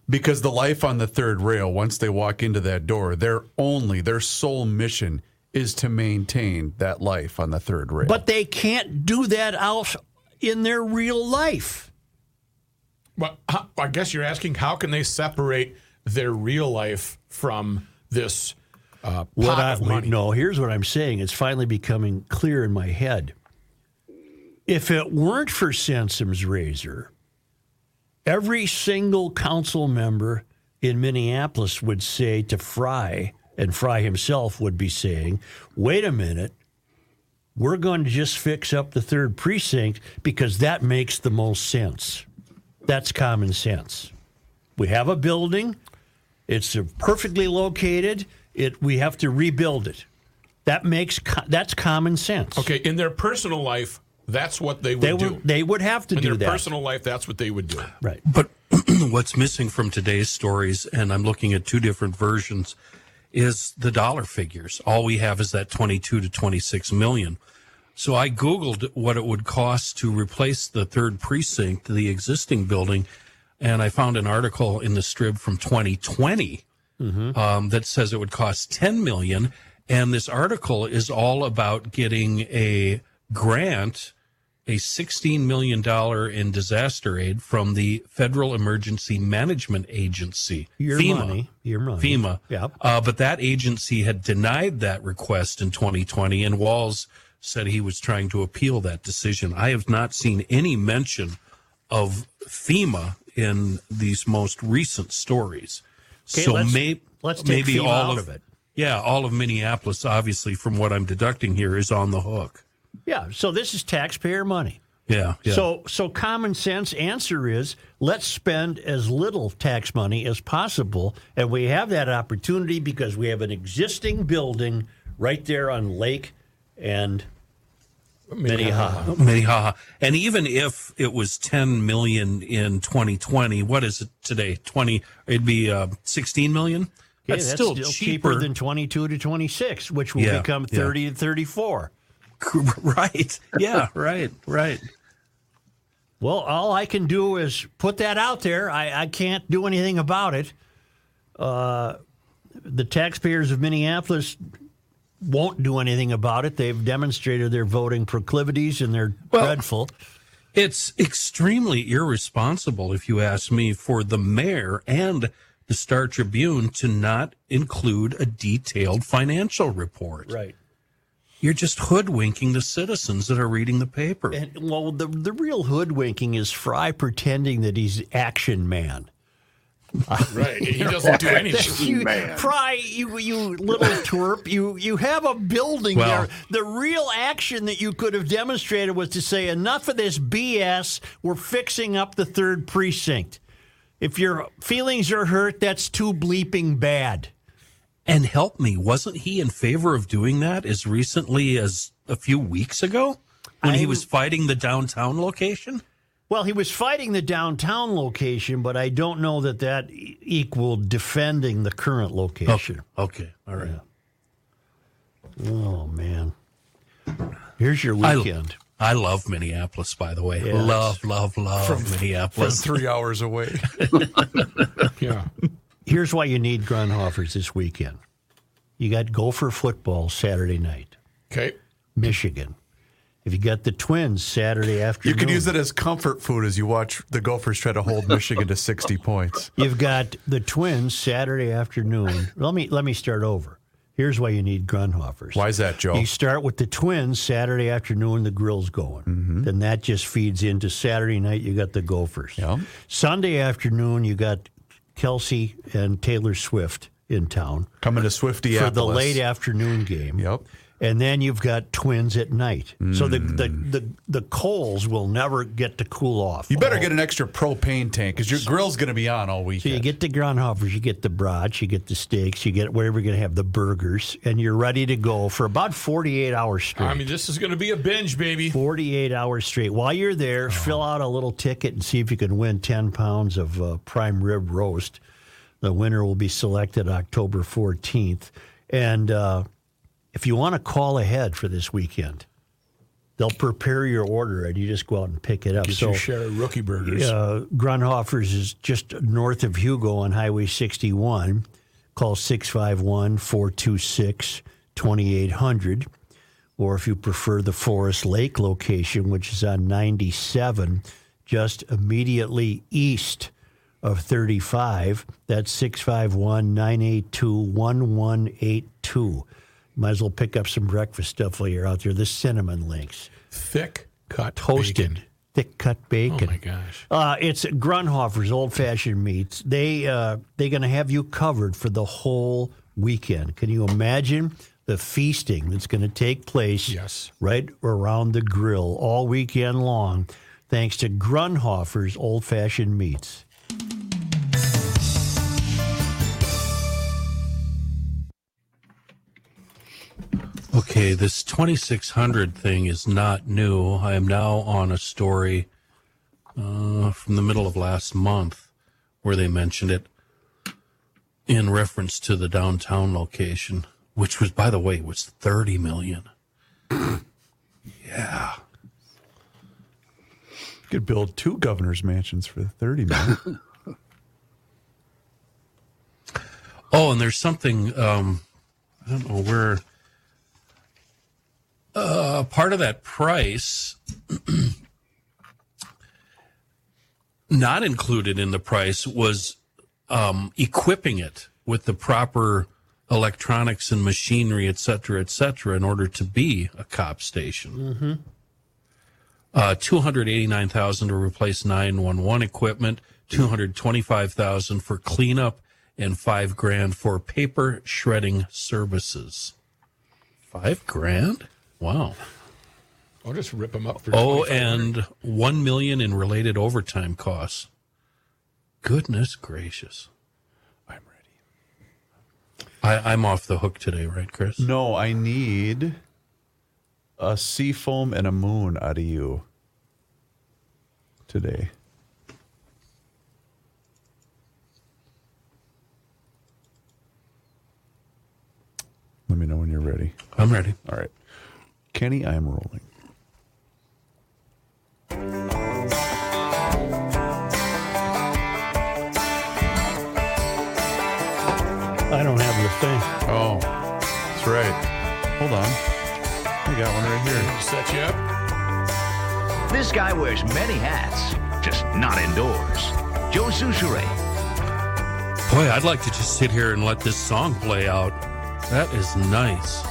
[SPEAKER 3] Because the life on the third rail, once they walk into that door, their only, their sole mission is to maintain that life on the third rail.
[SPEAKER 1] But they can't do that out in their real life.
[SPEAKER 4] But how- I guess you're asking how can they separate their real life from this uh, pot
[SPEAKER 1] What I,
[SPEAKER 4] of money?
[SPEAKER 1] No, here's what I'm saying. It's finally becoming clear in my head. If it weren't for Sansom's razor, every single council member in Minneapolis would say to Fry, and Fry himself would be saying, wait a minute, we're going to just fix up the third precinct because that makes the most sense. That's common sense. We have a building, It's perfectly located. It we have to rebuild it. That makes co- that's common sense.
[SPEAKER 4] Okay, in their personal life, that's what they would
[SPEAKER 1] they
[SPEAKER 4] do.
[SPEAKER 1] would they would have to
[SPEAKER 4] in
[SPEAKER 1] do
[SPEAKER 4] their
[SPEAKER 1] that.
[SPEAKER 4] personal life, that's what they would do.
[SPEAKER 1] right.
[SPEAKER 5] But [clears throat] what's missing from today's stories, and I'm looking at two different versions, is the dollar figures. All we have is that 22 to 26 million. So I Googled what it would cost to replace the third precinct, the existing building, and I found an article in the Strib from 2020
[SPEAKER 1] Mm-hmm.
[SPEAKER 5] um, that says it would cost 10 million. And this article is all about getting a grant a $16 million in disaster aid from the Federal Emergency Management Agency,
[SPEAKER 1] Your
[SPEAKER 5] FEMA.
[SPEAKER 1] money. Your money.
[SPEAKER 5] FEMA.
[SPEAKER 1] Yep.
[SPEAKER 5] Uh, but that agency had denied that request in 2020, and Walls said he was trying to appeal that decision. I have not seen any mention of FEMA in these most recent stories.
[SPEAKER 1] Okay,
[SPEAKER 5] so
[SPEAKER 1] let's-
[SPEAKER 5] may,
[SPEAKER 1] let's take
[SPEAKER 5] maybe
[SPEAKER 1] FEMA
[SPEAKER 5] all
[SPEAKER 1] out
[SPEAKER 5] of
[SPEAKER 1] of it.
[SPEAKER 5] Yeah, all of Minneapolis, obviously, from what I'm deducting here, is on the hook.
[SPEAKER 1] Yeah. So this is taxpayer money.
[SPEAKER 5] Yeah. yeah.
[SPEAKER 1] So so common sense answer is let's spend as little tax money as possible and we have that opportunity because we have an existing building right there on Lake and Minnehaha.
[SPEAKER 5] Minnehaha. And even if it was 10 million in 2020, what is it today? 20, it'd be uh, 16 million.
[SPEAKER 1] Okay, that's still, cheaper. than 22 to 26, which will
[SPEAKER 5] Yeah,
[SPEAKER 1] become
[SPEAKER 5] yeah.
[SPEAKER 1] 30 to 34.
[SPEAKER 5] [laughs] right. Yeah, right, right.
[SPEAKER 1] Well, all I can do is put that out there. I, I can't do anything about it. Uh, the taxpayers of Minneapolis won't do anything about it. They've demonstrated their voting proclivities and they're
[SPEAKER 5] Well-
[SPEAKER 1] dreadful.
[SPEAKER 5] It's extremely irresponsible, if you ask me, for the mayor and the Star Tribune to not include a detailed financial report.
[SPEAKER 1] Right.
[SPEAKER 5] You're just hoodwinking the citizens that are reading the paper.
[SPEAKER 1] And well, the the real hoodwinking is Fry pretending that he's action man.
[SPEAKER 4] Right. He doesn't do anything.
[SPEAKER 1] [laughs] You, Fry, you you
[SPEAKER 5] [laughs]
[SPEAKER 1] little twerp, you you have a building
[SPEAKER 5] Well-
[SPEAKER 1] there. The real action that you could have demonstrated was to say enough of this BS. We're fixing up the third precinct. If your feelings are hurt, that's too bleeping bad.
[SPEAKER 5] And help me, wasn't he in favor of doing that as recently as a few weeks ago when he
[SPEAKER 1] I'm-
[SPEAKER 5] was fighting the downtown location?
[SPEAKER 1] Well, he was fighting the downtown location, but I don't know that that e- equaled defending the current location.
[SPEAKER 5] Okay. All right.
[SPEAKER 1] Oh man. Here's your
[SPEAKER 5] I-
[SPEAKER 1] weekend.
[SPEAKER 5] I love Minneapolis, by the way.
[SPEAKER 1] Yes.
[SPEAKER 5] Love, love, love
[SPEAKER 3] From
[SPEAKER 5] Minneapolis.
[SPEAKER 3] three hours away.
[SPEAKER 4] Yeah.
[SPEAKER 1] Here's why you need Grunhoffers this weekend. You got Gopher football Saturday night,
[SPEAKER 4] Okay.
[SPEAKER 1] Michigan. If you got the Twins Saturday
[SPEAKER 3] You
[SPEAKER 1] afternoon,
[SPEAKER 3] could use it as comfort food as you watch the Gophers try to hold Michigan to 60 points.
[SPEAKER 1] You've got the Twins Saturday afternoon. let me let me start over. Here's why you need Grunhoffers.
[SPEAKER 3] Why is that, Joe?
[SPEAKER 1] You start with the Twins Saturday afternoon, the grill's going.
[SPEAKER 3] Mm-hmm.
[SPEAKER 1] Then that just feeds into Saturday night. You got the Gophers. Sunday afternoon, you got Kelsey and Taylor Swift in town
[SPEAKER 3] Coming to Swifty
[SPEAKER 1] for the late afternoon game.
[SPEAKER 3] Yep.
[SPEAKER 1] And then you've got twins at night. So the, the, the, the coals will never get to cool off.
[SPEAKER 3] Mm. You better get an extra propane tank because your grill's going to be on all
[SPEAKER 1] Oh. So you
[SPEAKER 3] weekend.
[SPEAKER 1] get the Grunhoffers, you get the brats, you get the steaks, you get whatever you're going to have, the burgers, and you're ready to go for about 48 hours straight.
[SPEAKER 4] I mean, this is going to be a binge, baby.
[SPEAKER 1] 48 hours straight. While you're
[SPEAKER 4] Oh.
[SPEAKER 1] there, fill out a little ticket and see if you can win 10 pounds of uh, prime rib roast. The winner will be selected October 14th. And uh, if you want to call ahead for this weekend, they'll prepare your order and you just go out and pick it up.
[SPEAKER 4] Get
[SPEAKER 1] so
[SPEAKER 4] your share of rookie burgers.
[SPEAKER 1] uh, Grunhofer's is just north of Hugo on Highway 61. Call 651 426 2800. Or if you prefer the Forest Lake location, which is on 97, just immediately east of 35, that's 651 982 1182. Might as well pick up some breakfast stuff while you're out there. The cinnamon links,
[SPEAKER 4] Thick cut.
[SPEAKER 1] toasted,
[SPEAKER 4] bacon.
[SPEAKER 1] thick cut bacon.
[SPEAKER 4] Oh, my gosh.
[SPEAKER 1] Uh, it's Grunhofer's Old Fashioned Meats. They uh, they're going to have you covered for the whole weekend. Can you imagine the feasting that's going to take place?
[SPEAKER 4] Yes.
[SPEAKER 1] right around the grill all weekend long, thanks to Grunhofer's Old Fashioned Meats.
[SPEAKER 5] Okay, this 2600 thing is not new. I am now on a story uh, from the middle of last month where they mentioned it in reference to the downtown location, which was, by the way, was 30 million. yeah.
[SPEAKER 3] You could build two governor's mansions for the 30 million.
[SPEAKER 5] Oh, and there's something um, I don't know where. Uh, part of that price, [clears throat] not included in the price, was um, equipping it with the proper electronics and machinery, et cetera, et cetera, in order to be a cop station. Uh, 289,000 to replace 911 equipment, 225,000 for cleanup and 5 grand for paper shredding services. 5 grand? Wow.
[SPEAKER 4] I'll just rip them up for
[SPEAKER 5] Oh, and 1 million in related overtime costs. Goodness gracious.
[SPEAKER 3] I'm ready.
[SPEAKER 5] I, I'm off the hook today, right, Chris?
[SPEAKER 3] [laughs] No, I need a sea foam and a moon out of you today. Let me know when you're ready.
[SPEAKER 5] I'm ready.
[SPEAKER 3] All right. Kenny, I am rolling.
[SPEAKER 1] I don't have the thing.
[SPEAKER 3] Oh, that's right. Hold on. I got one right here.
[SPEAKER 4] set you up.
[SPEAKER 10] This guy wears many hats, just not indoors. Joe Souchere.
[SPEAKER 5] Boy, I'd like to just sit here and let this song play out. That is nice.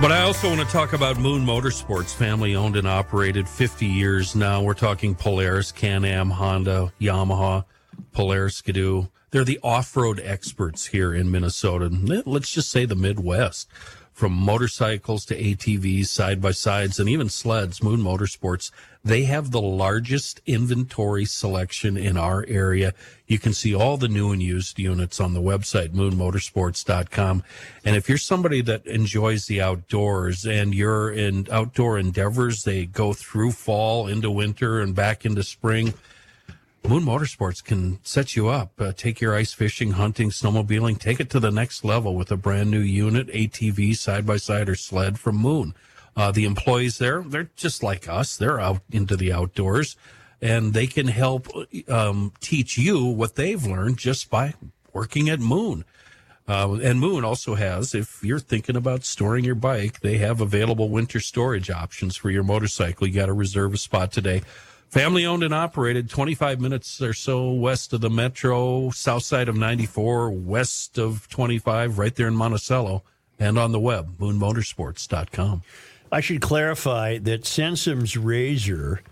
[SPEAKER 5] But I also want to talk about Moon Motorsports, family owned and operated 50 years now. We're talking Polaris, Can Am, Honda, Yamaha, Polaris, Skidoo. They're the off road experts here in Minnesota. Let's just say the Midwest. From motorcycles to ATVs, side by sides, and even sleds, Moon Motorsports, they have the largest inventory selection in our area. You can see all the new and used units on the website, moonmotorsports.com. And if you're somebody that enjoys the outdoors and you're in outdoor endeavors, they go through fall into winter and back into spring. Moon Motorsports can set you up. Uh, take your ice fishing, hunting, snowmobiling, take it to the next level with a brand new unit, ATV, side by side, or sled from Moon. Uh, the employees there, they're just like us. They're out into the outdoors and they can help um, teach you what they've learned just by working at Moon. Uh, and Moon also has, if you're thinking about storing your bike, they have available winter storage options for your motorcycle. You got to reserve a spot today. Family owned and operated, 25 minutes or so west of the metro, south side of 94, west of 25, right there in Monticello, and on the web, moonmotorsports.com.
[SPEAKER 1] I should clarify that Sensum's razor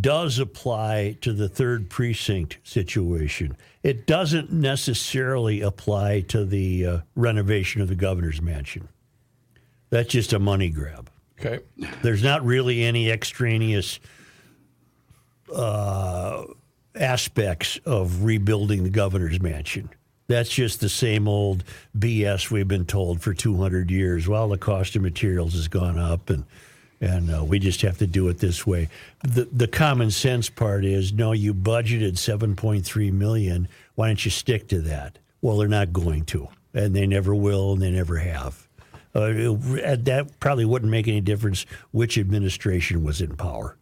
[SPEAKER 1] does apply to the third precinct situation. It doesn't necessarily apply to the uh, renovation of the governor's mansion. That's just a money grab.
[SPEAKER 4] Okay.
[SPEAKER 1] There's not really any extraneous uh, aspects of rebuilding the governor's mansion. That's just the same old BS we've been told for 200 years. Well, the cost of materials has gone up, and and uh, we just have to do it this way. The the common sense part is no, you budgeted 7.3 million. Why don't you stick to that? Well, they're not going to, and they never will, and they never have. Uh, it- that probably wouldn't make any difference which administration was in power.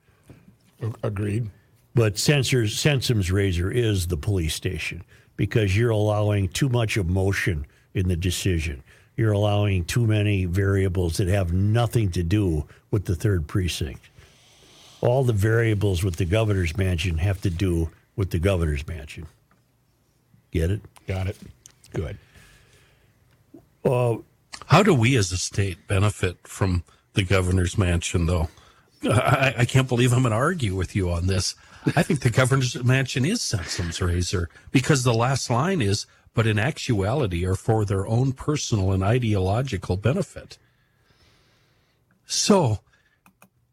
[SPEAKER 4] A- Agreed.
[SPEAKER 1] But Sensors, Sensum's razor is the police station because you're allowing too much emotion in the decision. You're allowing too many variables that have nothing to do with the third precinct. All the variables with the governor's mansion have to do with the governor's mansion. Get it?
[SPEAKER 4] Got it. Good.
[SPEAKER 5] How do we as a state benefit from the governor's mansion, though? I, I can't believe I'm going to argue with you on this. I think the governor's mansion is Sensum's razor because the last line is, but in actuality are for their own personal and ideological benefit. So,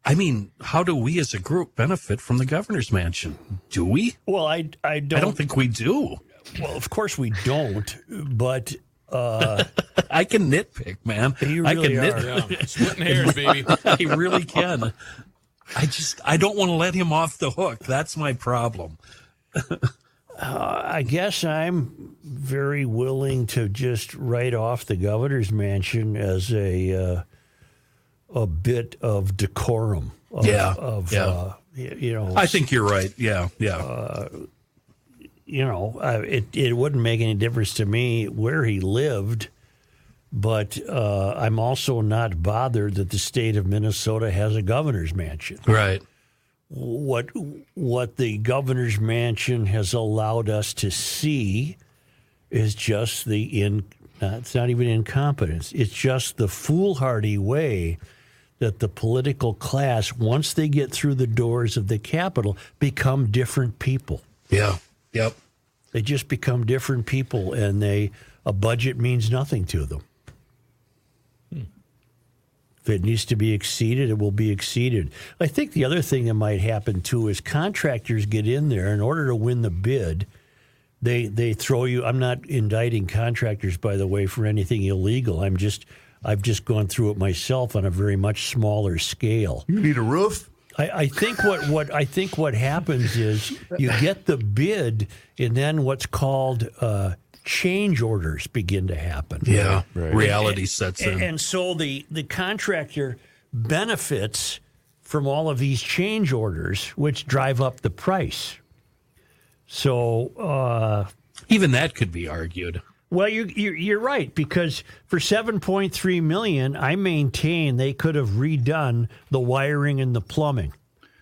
[SPEAKER 5] I mean, how do we as a group benefit from the governor's mansion? Do we?
[SPEAKER 1] Well, I, I
[SPEAKER 5] I don't think we do.
[SPEAKER 1] Well, of course we don't, but
[SPEAKER 5] Uh, [laughs] I can nitpick, man.
[SPEAKER 4] You
[SPEAKER 5] I can
[SPEAKER 4] really are.
[SPEAKER 5] nitpick.
[SPEAKER 4] Yeah. Splitting [laughs] hairs, baby.
[SPEAKER 5] [laughs] I really can. I just I don't want to let him off the hook. That's my problem.
[SPEAKER 1] Uh, I guess I'm very willing to just write off the governor's mansion as a uh, a bit of decorum. Of,
[SPEAKER 5] Yeah,
[SPEAKER 1] Of,
[SPEAKER 5] yeah.
[SPEAKER 1] Uh, y- you know.
[SPEAKER 5] I think you're right. Yeah, yeah.
[SPEAKER 1] you know, I, it it wouldn't make any difference to me where he lived, but uh, I'm also not bothered that the state of Minnesota has a governor's mansion.
[SPEAKER 5] Right.
[SPEAKER 1] What what the governor's mansion has allowed us to see is just the in. Not, it's not even incompetence. It's just the foolhardy way that the political class, once they get through the doors of the Capitol, become different people.
[SPEAKER 5] Yeah. Yep.
[SPEAKER 1] They just become different people, and they a budget means nothing to them. If it needs to be exceeded, it will be exceeded. I think the other thing that might happen too is contractors get in there in order to win the bid. They they throw you. I'm not indicting contractors, by the way, for anything illegal. I'm just I've just gone through it myself on a very much smaller scale.
[SPEAKER 3] You need a roof?
[SPEAKER 1] I, I think what, what I think what happens is you get the bid, and then what's called uh, change orders begin to happen.
[SPEAKER 5] Yeah. Reality sets
[SPEAKER 1] And,
[SPEAKER 5] in.
[SPEAKER 1] and so the the contractor benefits from all of these change orders, which drive up the price. So uh,
[SPEAKER 5] even that could be argued.
[SPEAKER 1] Well, you, you you're right because for 7.3 million, I maintain they could have redone the wiring and the plumbing,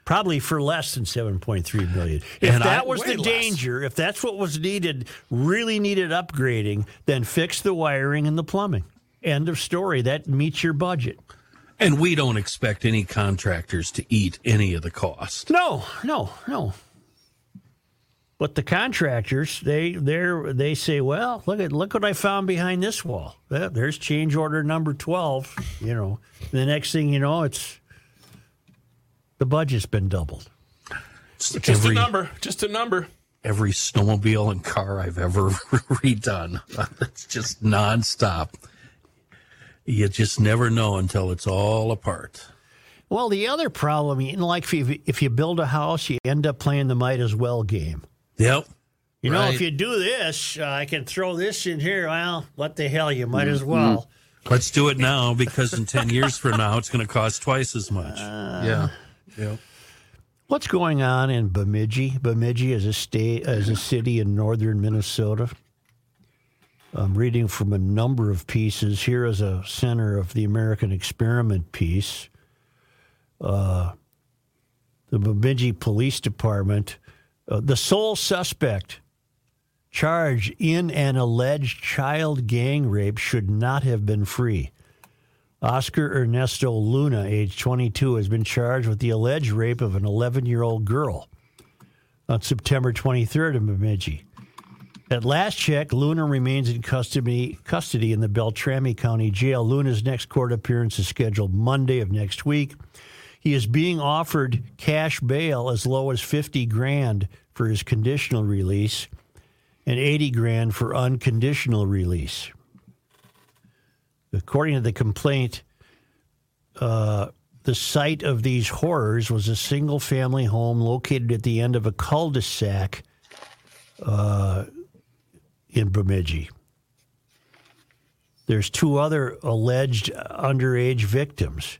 [SPEAKER 1] probably for less than 7.3 million. If
[SPEAKER 5] And I-
[SPEAKER 1] that was
[SPEAKER 5] way
[SPEAKER 1] the
[SPEAKER 5] less.
[SPEAKER 1] danger, if that's what was needed, really needed upgrading, then fix the wiring and the plumbing. End of story. That meets your budget.
[SPEAKER 5] And we don't expect any contractors to eat any of the cost.
[SPEAKER 1] No, no, no. But the contractors, they they they say, well, look at look what I found behind this wall. Well, There's change order number twelve. You know, the next thing you know, it's the budget's been doubled.
[SPEAKER 4] Just a number. Just a number.
[SPEAKER 5] every snowmobile and car I've ever [laughs] redone. [laughs] it's just nonstop. You just never know until it's all apart.
[SPEAKER 1] Well, the other problem, you know, like if you, if you build a house, you end up playing the might as well game.
[SPEAKER 5] Yep.
[SPEAKER 1] You know,
[SPEAKER 5] Right.
[SPEAKER 1] if you do this, uh, I can throw this in here. Well, what the hell, you might as well.
[SPEAKER 5] Let's do it now because in 10 years from now, it's going to cost twice as much. yeah. Yeah.
[SPEAKER 1] What's going on in Bemidji? Bemidji is a state, is a city in northern Minnesota. I'm reading from a number of pieces. Here is a center of the American experiment piece. Uh, the Bemidji Police Department, uh, the sole suspect charged in an alleged child gang rape should not have been free. Oscar Ernesto Luna, age 22, has been charged with the alleged rape of an 11 year old girl on September 23rd in Bemidji. At last check, Luna remains in custody, custody in the Beltrami County Jail. Luna's next court appearance is scheduled Monday of next week. He is being offered cash bail as low as 50 grand for his conditional release and 80 grand for unconditional release according to the complaint, uh, the site of these horrors was a single family home located at the end of a cul de sac uh, in Bemidji. There's two other alleged underage victims.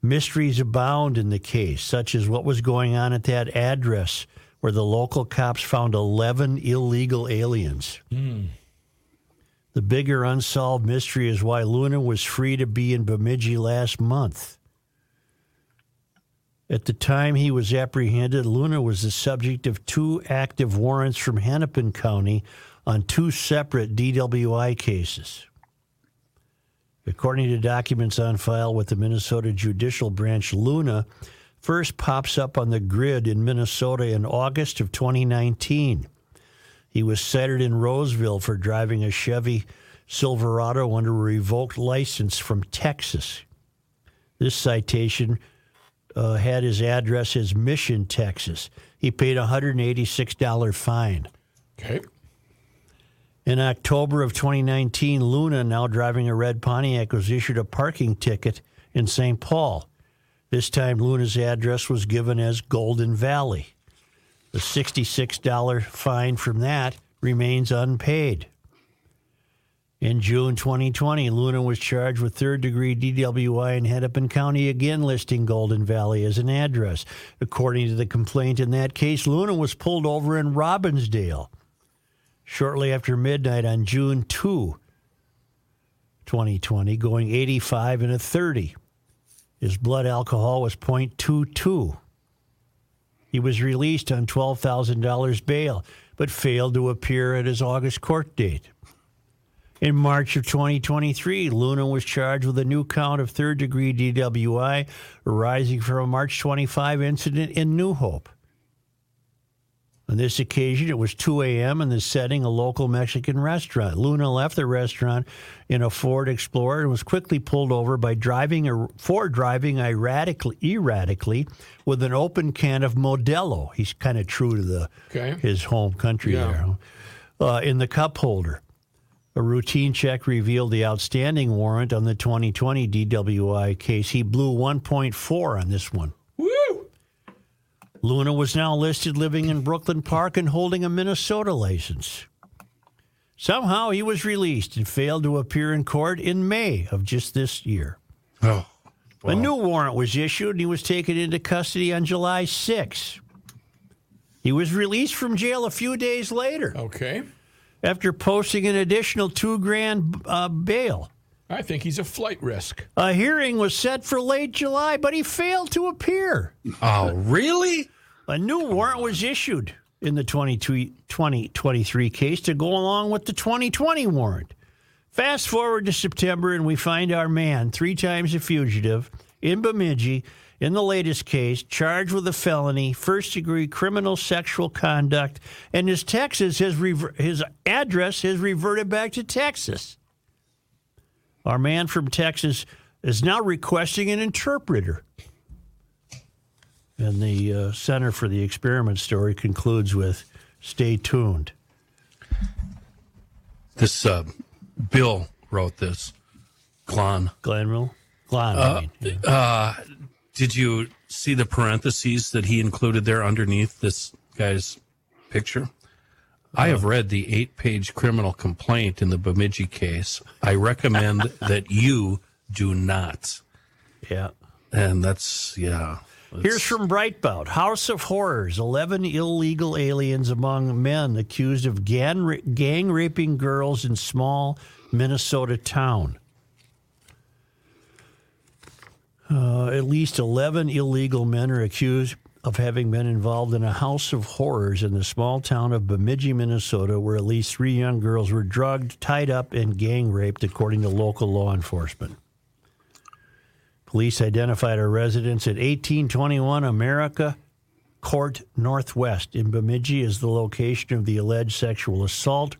[SPEAKER 1] Mysteries abound in the case, such as what was going on at that address where the local cops found 11 illegal aliens. The bigger unsolved mystery is why Luna was free to be in Bemidji last month. At the time he was apprehended, Luna was the subject of two active warrants from Hennepin County on two separate DWI cases. According to documents on file with the Minnesota Judicial Branch, Luna first pops up on the grid in Minnesota in August of 2019. He was cited in Roseville for driving a Chevy Silverado under a revoked license from Texas. This citation uh, had his address as Mission, Texas. He paid a $186 fine.
[SPEAKER 4] Okay.
[SPEAKER 1] In October of 2019, Luna, now driving a red Pontiac, was issued a parking ticket in St. Paul. This time, Luna's address was given as Golden Valley. The $66 fine from that remains unpaid. In June 2020, Luna was charged with third degree DWI in Hennepin County, again listing Golden Valley as an address. According to the complaint in that case, Luna was pulled over in Robbinsdale shortly after midnight on June 2, 2020, going 85 and a 30. His blood alcohol was 0.22. He was released on $12,000 bail, but failed to appear at his August court date. In March of 2023, Luna was charged with a new count of third degree DWI arising from a March 25 incident in New Hope. On this occasion, it was 2 a.m. in the setting, a local Mexican restaurant. Luna left the restaurant in a Ford Explorer and was quickly pulled over by driving er- for driving erratically, erratically with an open can of Modelo. He's kind of true to the
[SPEAKER 4] Okay.
[SPEAKER 1] [laughs] his home country
[SPEAKER 4] Yeah.
[SPEAKER 1] there huh? uh, in the cup holder. A routine check revealed the outstanding warrant on the 2020 DWI case. He blew 1.4 on this one. Luna was now listed living in Brooklyn Park and holding a Minnesota license. Somehow he was released and failed to appear in court in May of just this year.
[SPEAKER 5] Oh,
[SPEAKER 1] A new warrant was issued and he was taken into custody on July 6. He was released from jail a few days later
[SPEAKER 4] Okay.
[SPEAKER 1] after posting an additional two grand uh, bail.
[SPEAKER 4] I think he's a flight risk.
[SPEAKER 1] A hearing was set for late July, but he failed to appear.
[SPEAKER 5] oh, really?
[SPEAKER 1] A new warrant was issued in the 22 2023 case to go along with the 2020 warrant. Fast forward to September, and we find our man, three times a fugitive, in Bemidji, in the latest case, charged with a felony, first degree criminal sexual conduct, and his Texas, his, rever- his address has reverted back to Texas. Our man from Texas is now requesting an interpreter. And the uh, Center for the Experiment story concludes with stay tuned.
[SPEAKER 5] This uh, Bill wrote this. Glon.
[SPEAKER 1] Glenville? Glenn, I
[SPEAKER 5] Uh,
[SPEAKER 1] mean.
[SPEAKER 5] uh, did you see the parentheses that he included there underneath this guy's picture? I have read the eight page criminal complaint in the Bemidji case. I recommend that you do not.
[SPEAKER 1] Yeah.
[SPEAKER 5] And that's, yeah.
[SPEAKER 1] Here's from Brightbout House of Horrors 11 illegal aliens among men accused of gang, ra- gang raping girls in small Minnesota town. Uh, at least 11 illegal men are accused of having been involved in a house of horrors in the small town of Bemidji, Minnesota, where at least three young girls were drugged, tied up, and gang raped, according to local law enforcement. Police identified a residence at 1821 America Court Northwest in Bemidji as the location of the alleged sexual assault.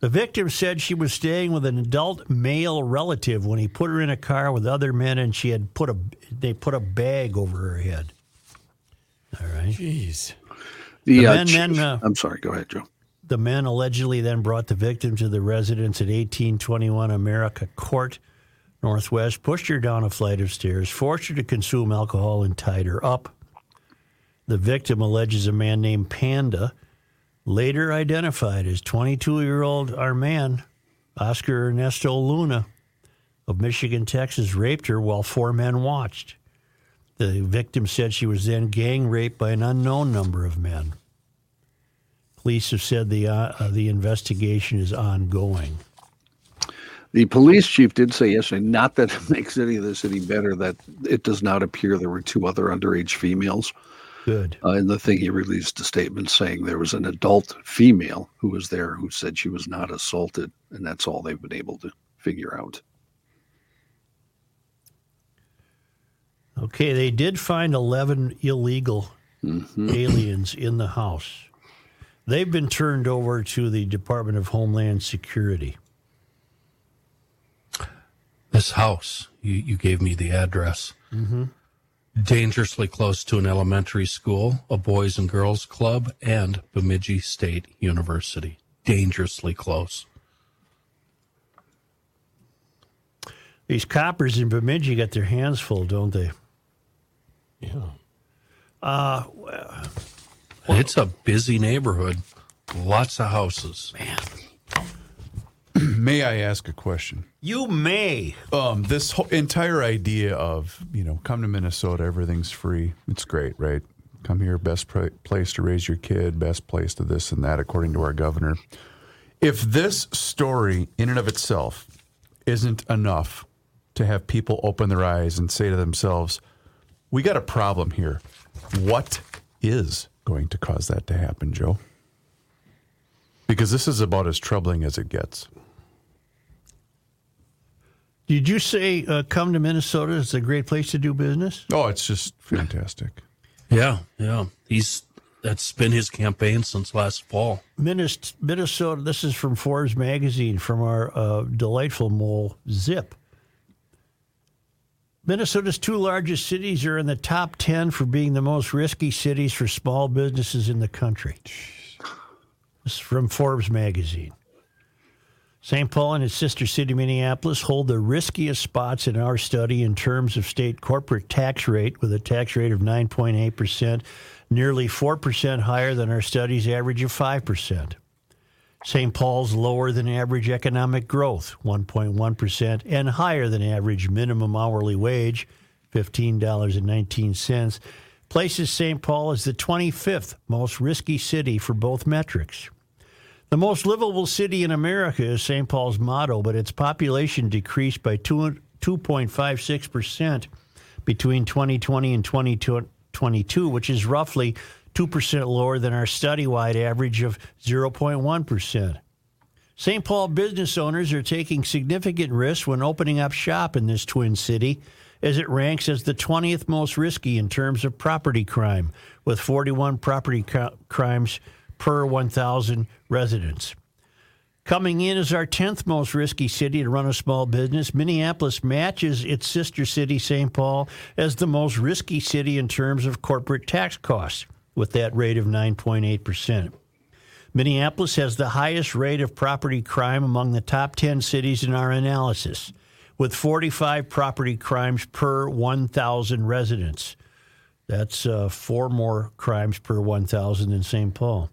[SPEAKER 1] The victim said she was staying with an adult male relative when he put her in a car with other men and she had put a they put a bag over her head. All right.
[SPEAKER 4] Jeez.
[SPEAKER 2] The,
[SPEAKER 1] The
[SPEAKER 2] uh,
[SPEAKER 1] men
[SPEAKER 2] ch-
[SPEAKER 1] then, uh,
[SPEAKER 2] I'm sorry. Go ahead, Joe.
[SPEAKER 1] The men allegedly then brought the victim to the residence at 1821 America Court, Northwest, pushed her down a flight of stairs, forced her to consume alcohol, and tied her up. The victim alleges a man named Panda, later identified as 22 year old our man, Oscar Ernesto Luna of Michigan, Texas, raped her while four men watched. The victim said she was then gang raped by an unknown number of men. Police have said the uh, uh, the investigation is ongoing.
[SPEAKER 2] The police chief did say yesterday, not that it [laughs] makes any of this any better, that it does not appear there were two other underage females.
[SPEAKER 1] Good.
[SPEAKER 2] Uh, and the thing he released a statement saying there was an adult female who was there who said she was not assaulted, and that's all they've been able to figure out.
[SPEAKER 1] Okay, they did find 11 illegal aliens in the house. They've been turned over to the Department of Homeland Security.
[SPEAKER 5] This house, you, you gave me the address. Dangerously close to an elementary school, a boys and girls club, and Bemidji State University. dangerously close.
[SPEAKER 1] These coppers in Bemidji got their hands full, don't they?
[SPEAKER 5] Yeah.
[SPEAKER 1] Uh, well,
[SPEAKER 5] it's a busy neighborhood, lots of houses.
[SPEAKER 3] May I ask a question?
[SPEAKER 1] You may.
[SPEAKER 3] Um, this whole entire idea of you know, come to Minnesota, everything's free. It's great, right? Come here, best pra- place to raise your kid, best place to this and that, according to our governor. If this story, in and of itself, isn't enough to have people open their eyes and say to themselves, "We got a problem here," what is going to cause that to happen, Joe? Because this is about as troubling as it gets.
[SPEAKER 1] did you say uh, come to Minnesota? It's a great place to do business.
[SPEAKER 3] Oh, it's just fantastic.
[SPEAKER 5] Yeah, yeah. He's that's been his campaign since last fall.
[SPEAKER 1] Minnes- Minnesota. This is from Forbes magazine from our uh, delightful mole Zip. Minnesota's two largest cities are in the top ten for being the most risky cities for small businesses in the country. This is from Forbes magazine. St. Paul and its sister city, Minneapolis, hold the riskiest spots in our study in terms of state corporate tax rate, with a tax rate of 9.8%, nearly 4% higher than our study's average of 5%. St. Paul's lower than average economic growth, 1.1%, and higher than average minimum hourly wage, $15.19, places St. Paul as the 25th most risky city for both metrics. The most livable city in America is St. Paul's motto, but its population decreased by 2, 2.56% between 2020 and 2022, which is roughly 2% lower than our study wide average of 0.1%. St. Paul business owners are taking significant risks when opening up shop in this twin city, as it ranks as the 20th most risky in terms of property crime, with 41 property co- crimes per 1,000 residents. Coming in as our 10th most risky city to run a small business, Minneapolis matches its sister city, St. Paul, as the most risky city in terms of corporate tax costs, with that rate of 9.8%. Minneapolis has the highest rate of property crime among the top 10 cities in our analysis, with 45 property crimes per 1,000 residents. That's uh, four more crimes per 1,000 in St. Paul,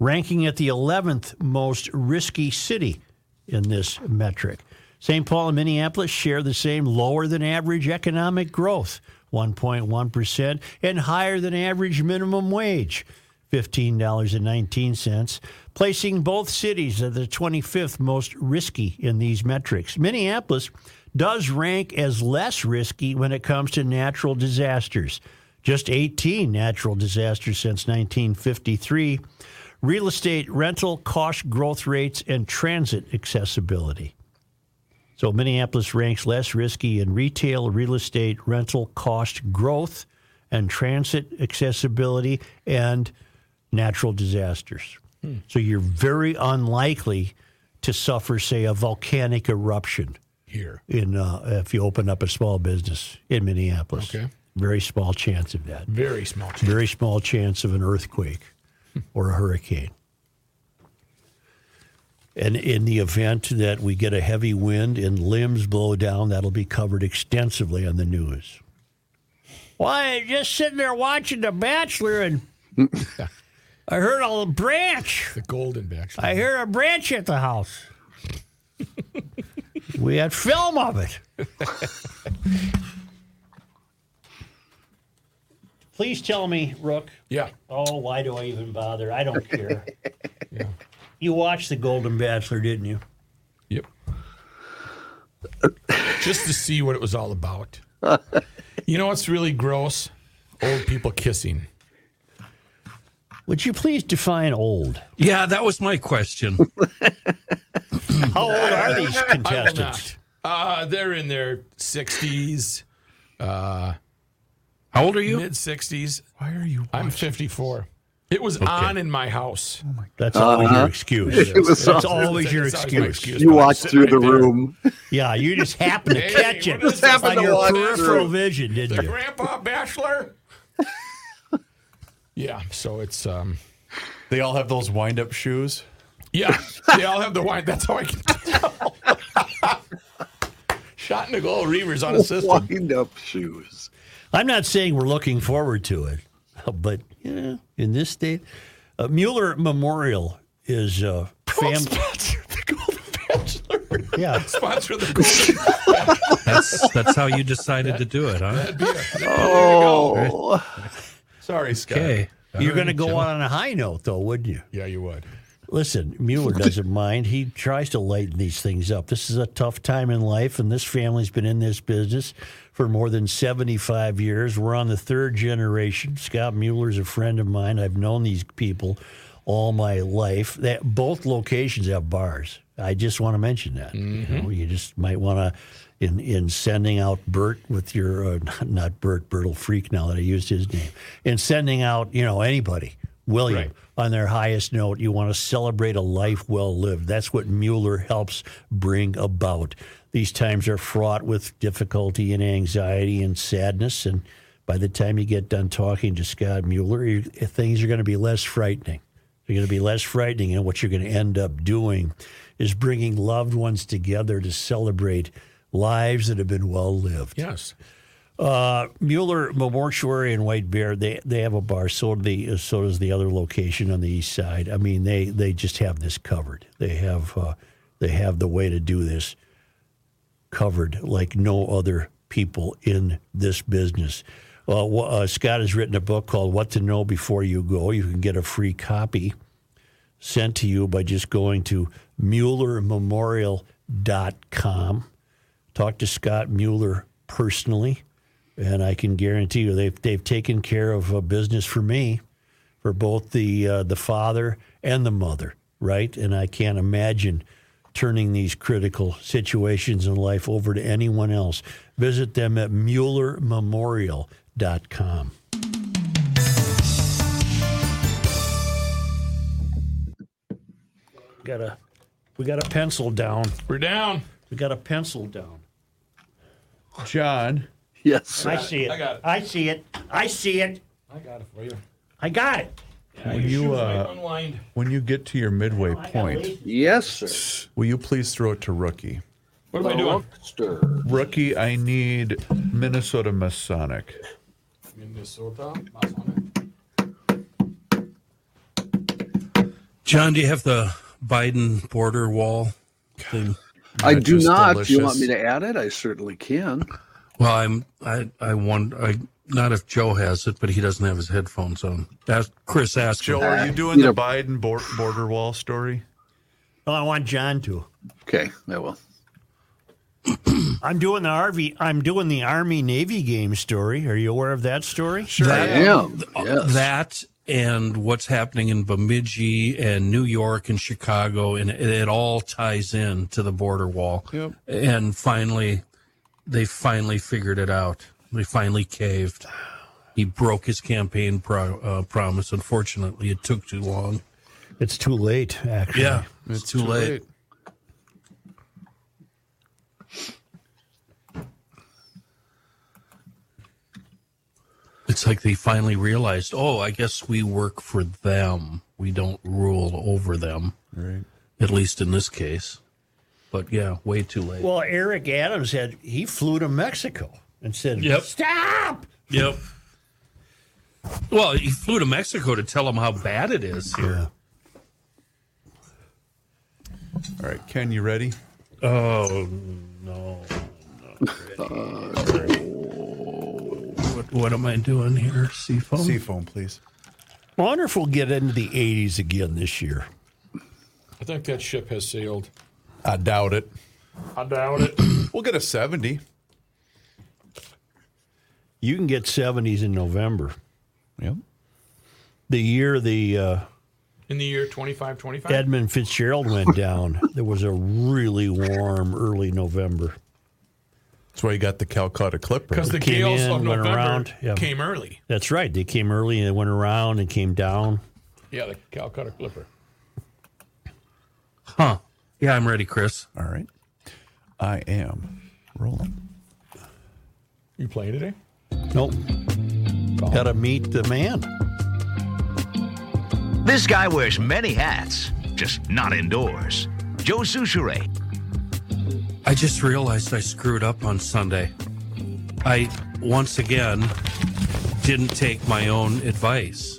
[SPEAKER 1] ranking at the 11th most risky city in this metric. St. Paul and Minneapolis share the same lower than average economic growth, 1.1%, and higher than average minimum wage, $15.19, placing both cities at the 25th most risky in these metrics. Minneapolis does rank as less risky when it comes to natural disasters. Just 18 natural disasters since 1953. Real estate rental cost growth rates and transit accessibility. So Minneapolis ranks less risky in retail, real estate, rental cost growth, and transit accessibility and natural disasters.
[SPEAKER 4] Hmm.
[SPEAKER 1] So you're very unlikely to suffer, say, a volcanic eruption
[SPEAKER 4] Here.
[SPEAKER 1] in uh, if you open up a small business in Minneapolis.
[SPEAKER 4] Okay.
[SPEAKER 1] Very small chance of that.
[SPEAKER 4] Very small. chance.
[SPEAKER 1] Very small chance of an earthquake or a hurricane. And in the event that we get a heavy wind and limbs blow down, that'll be covered extensively on the news. Why, just sitting there watching The Bachelor, [laughs] and I heard a branch.
[SPEAKER 4] The golden bachelor.
[SPEAKER 1] I hear a branch at the house. [laughs] we had film of it. [laughs] Please tell me, Rook.
[SPEAKER 4] yeah.
[SPEAKER 1] Oh, why do I even bother? I
[SPEAKER 4] [laughs]
[SPEAKER 1] don't care. You watched The Golden Bachelor, didn't you?
[SPEAKER 4] Yep. Just to see what it was all about. You know what's really gross? Old people kissing.
[SPEAKER 1] Would you please define old?
[SPEAKER 5] Yeah, that was my question.
[SPEAKER 1] How old are these
[SPEAKER 4] [laughs] I will
[SPEAKER 1] contestants?
[SPEAKER 4] not. Uh, they're in their Uh, 60s,
[SPEAKER 5] How old are you?
[SPEAKER 4] mid 60s.
[SPEAKER 3] Why are you?
[SPEAKER 4] I'm 54. It was on in my house.
[SPEAKER 1] That's always your
[SPEAKER 4] [laughs]
[SPEAKER 1] excuse.
[SPEAKER 2] It was
[SPEAKER 1] That's
[SPEAKER 2] awesome.
[SPEAKER 1] always your
[SPEAKER 4] It's Uh-huh. always my
[SPEAKER 1] excuse.
[SPEAKER 4] excuse.
[SPEAKER 2] You
[SPEAKER 4] but I'm
[SPEAKER 2] walked
[SPEAKER 4] sitting
[SPEAKER 2] through the
[SPEAKER 4] right there.
[SPEAKER 2] room.
[SPEAKER 1] Yeah, you just happened to
[SPEAKER 4] Hey,
[SPEAKER 1] catch it
[SPEAKER 4] what is this?
[SPEAKER 2] Happened
[SPEAKER 1] on
[SPEAKER 2] to
[SPEAKER 1] your
[SPEAKER 2] walk
[SPEAKER 1] peripheral
[SPEAKER 2] through.
[SPEAKER 1] vision, didn't you?
[SPEAKER 4] Grandpa Bachelor. [laughs] yeah, so it's um
[SPEAKER 3] They all have those wind-up shoes.
[SPEAKER 4] [laughs] Yeah, they all have the wine. That's how I can tell. [laughs] Shot in the goal, Reavers on
[SPEAKER 2] [laughs]
[SPEAKER 4] a system.
[SPEAKER 2] Wind up shoes.
[SPEAKER 1] I'm not saying we're looking forward to it, [laughs] but you know, in this state, uh, Mueller Memorial is uh, fam- yeah.
[SPEAKER 4] Sponsor [laughs] the goal.
[SPEAKER 5] That's that's how you decided to do it, [laughs] huh?
[SPEAKER 2] Oh,
[SPEAKER 4] Sorry, Scott.
[SPEAKER 5] Okay.
[SPEAKER 1] You're going to go on a high note, though, wouldn't you?
[SPEAKER 4] Yeah, you would.
[SPEAKER 1] Listen, Mueller doesn't mind. He tries to lighten these things up. This is a tough time in life, and this family's been in this business for more than 75 years. We're on the third generation. Scott Mueller's a friend of mine. I've known these people all my life. That both locations have bars. I just want to mention that. You, know, you just might want to. In, in sending out Bert with your uh, [laughs] not, not Bert Bertle freak now that I used his name, in sending out you know anybody William on their highest note. You want to celebrate a life well lived. That's what Mueller helps bring about. These times are fraught with difficulty and anxiety and sadness. And by the time you get done talking to Scott Mueller, you, things are going to be less frightening. They're going to be less frightening. And what you're going to end up doing is bringing loved ones together to celebrate lives that have been well lived.
[SPEAKER 4] Yes.
[SPEAKER 1] Uh, Mueller Mortuary and White Bear, they they have a bar. So do the so does the other location on the east side. I mean, they they just have this covered. They have uh, they have the way to do this covered like no other people in this business. Uh, wh- uh, Scott has written a book called "What to Know Before You Go." You can get a free copy sent to you by just going to MuellerMemorial.com. Talk to Scott Mueller personally, and I can guarantee you they've they've taken care of a business for me, for both the uh, the father and the mother, right? And I can't imagine turning these critical situations in life over to anyone else. Visit them at MuellerMemorial.com. Got a, we got a pencil down.
[SPEAKER 4] We're down.
[SPEAKER 1] We got a pencil down.
[SPEAKER 3] John,
[SPEAKER 2] yes.
[SPEAKER 1] I see it.
[SPEAKER 4] I got it.
[SPEAKER 1] I see it. I see it.
[SPEAKER 4] I got it for you.
[SPEAKER 1] I got it.
[SPEAKER 3] when you uh,
[SPEAKER 4] Unwind.
[SPEAKER 3] when you get to your midway
[SPEAKER 1] Oh, I got
[SPEAKER 3] point,
[SPEAKER 1] lazy.
[SPEAKER 2] Yes, sir.
[SPEAKER 3] will you please throw it to rookie?
[SPEAKER 4] What am I doing?
[SPEAKER 2] Lobster.
[SPEAKER 3] Rookie, I need Minnesota Masonic.
[SPEAKER 6] Minnesota.
[SPEAKER 5] John, do you have the Biden border wall thing?
[SPEAKER 2] I do
[SPEAKER 3] just
[SPEAKER 2] not. Do you want me
[SPEAKER 3] delicious.
[SPEAKER 2] to add it? I certainly can.
[SPEAKER 5] Well, I'm I I wonder I not if Joe has it, but he doesn't have his headphones on. That's Chris asked
[SPEAKER 3] Joe,
[SPEAKER 5] him.
[SPEAKER 3] are you doing the
[SPEAKER 2] know-
[SPEAKER 3] Biden bor- border wall story?
[SPEAKER 1] Oh, I want John to.
[SPEAKER 2] Okay, I will.
[SPEAKER 1] I'm doing the RV. I'm doing the Army Navy game story. Are you aware of that story? Sure.
[SPEAKER 2] I am. Yes.
[SPEAKER 5] uh, that and what's happening in Bemidji and New York and Chicago, and it, it all ties in to the border wall. Yep. And finally, they finally figured it out. They finally caved. He broke his campaign pro- uh, promise. Unfortunately, it took too long.
[SPEAKER 1] It's too late. Actually.
[SPEAKER 5] Yeah, it's, too, late. It's like they finally realized, oh, I guess we work for them. We don't rule over them,
[SPEAKER 3] Right.
[SPEAKER 5] at least in this case. But yeah, way too late.
[SPEAKER 1] Well, Eric Adams had he flew to Mexico and said,
[SPEAKER 5] Yep.
[SPEAKER 1] "Stop."
[SPEAKER 5] yep. Well, he flew to Mexico to tell them how bad it is here.
[SPEAKER 3] All right, Ken, you ready?
[SPEAKER 5] Oh, no. What, what am I doing here, Seafoam?
[SPEAKER 3] Seafoam, please.
[SPEAKER 1] I wonder if we'll get into the '80s again this year.
[SPEAKER 4] I think that ship has sailed.
[SPEAKER 3] I doubt it.
[SPEAKER 4] I doubt it.
[SPEAKER 3] We'll get a 70.
[SPEAKER 1] You can get '70s in November,
[SPEAKER 3] Yep.
[SPEAKER 1] the year the uh,
[SPEAKER 4] In the year 25, 25? [laughs]
[SPEAKER 1] Edmund Fitzgerald went down. there was a really warm early November.
[SPEAKER 3] That's why you got the Calcutta Clipper.
[SPEAKER 4] Because the
[SPEAKER 1] Came
[SPEAKER 4] gales
[SPEAKER 1] in,
[SPEAKER 4] of
[SPEAKER 1] went
[SPEAKER 4] November
[SPEAKER 1] around, yeah.
[SPEAKER 4] came early.
[SPEAKER 1] That's right. They came early and they went around and came down.
[SPEAKER 4] Yeah, the Calcutta Clipper.
[SPEAKER 5] Huh. Yeah, I'm ready, Chris.
[SPEAKER 3] All right. I am rolling.
[SPEAKER 4] You playing today?
[SPEAKER 1] Nope. Gotta meet the man.
[SPEAKER 10] This guy wears many hats, just not indoors. Joe Souchere.
[SPEAKER 5] I just realized I screwed up on Sunday. I once again didn't take my own advice.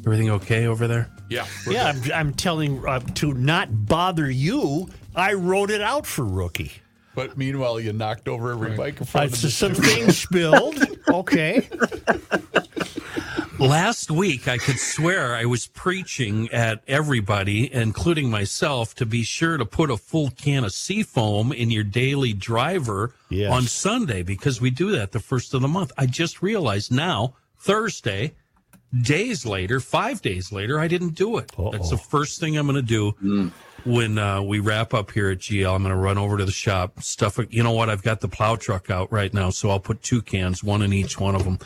[SPEAKER 5] Everything okay over there?
[SPEAKER 4] Yeah.
[SPEAKER 1] Yeah, I'm, I'm telling uh, to not bother you. I wrote it out for rookie.
[SPEAKER 3] But meanwhile, you knocked over every microphone.
[SPEAKER 1] Uh,
[SPEAKER 3] in the
[SPEAKER 1] so some
[SPEAKER 3] studio.
[SPEAKER 1] things spilled. [laughs] Okay.
[SPEAKER 5] Last week, I could swear I was preaching at everybody, including myself, to be sure to put a full can of seafoam in your daily driver
[SPEAKER 1] Yes.
[SPEAKER 5] on Sunday because we do that the first of the month. I just realized now, Thursday, days later, five days later, I didn't do it. That's the first thing I'm going to do when uh, we wrap up here at GL. I'm going to run over to the shop, stuff it. You know what? I've got the plow truck out right now, so I'll put two cans, one in each one of them.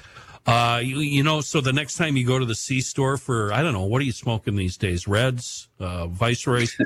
[SPEAKER 5] Uh, you, you know, so the next time you go to the C store for, I don't know, what are you smoking these days? Reds, uh, Viceroy's?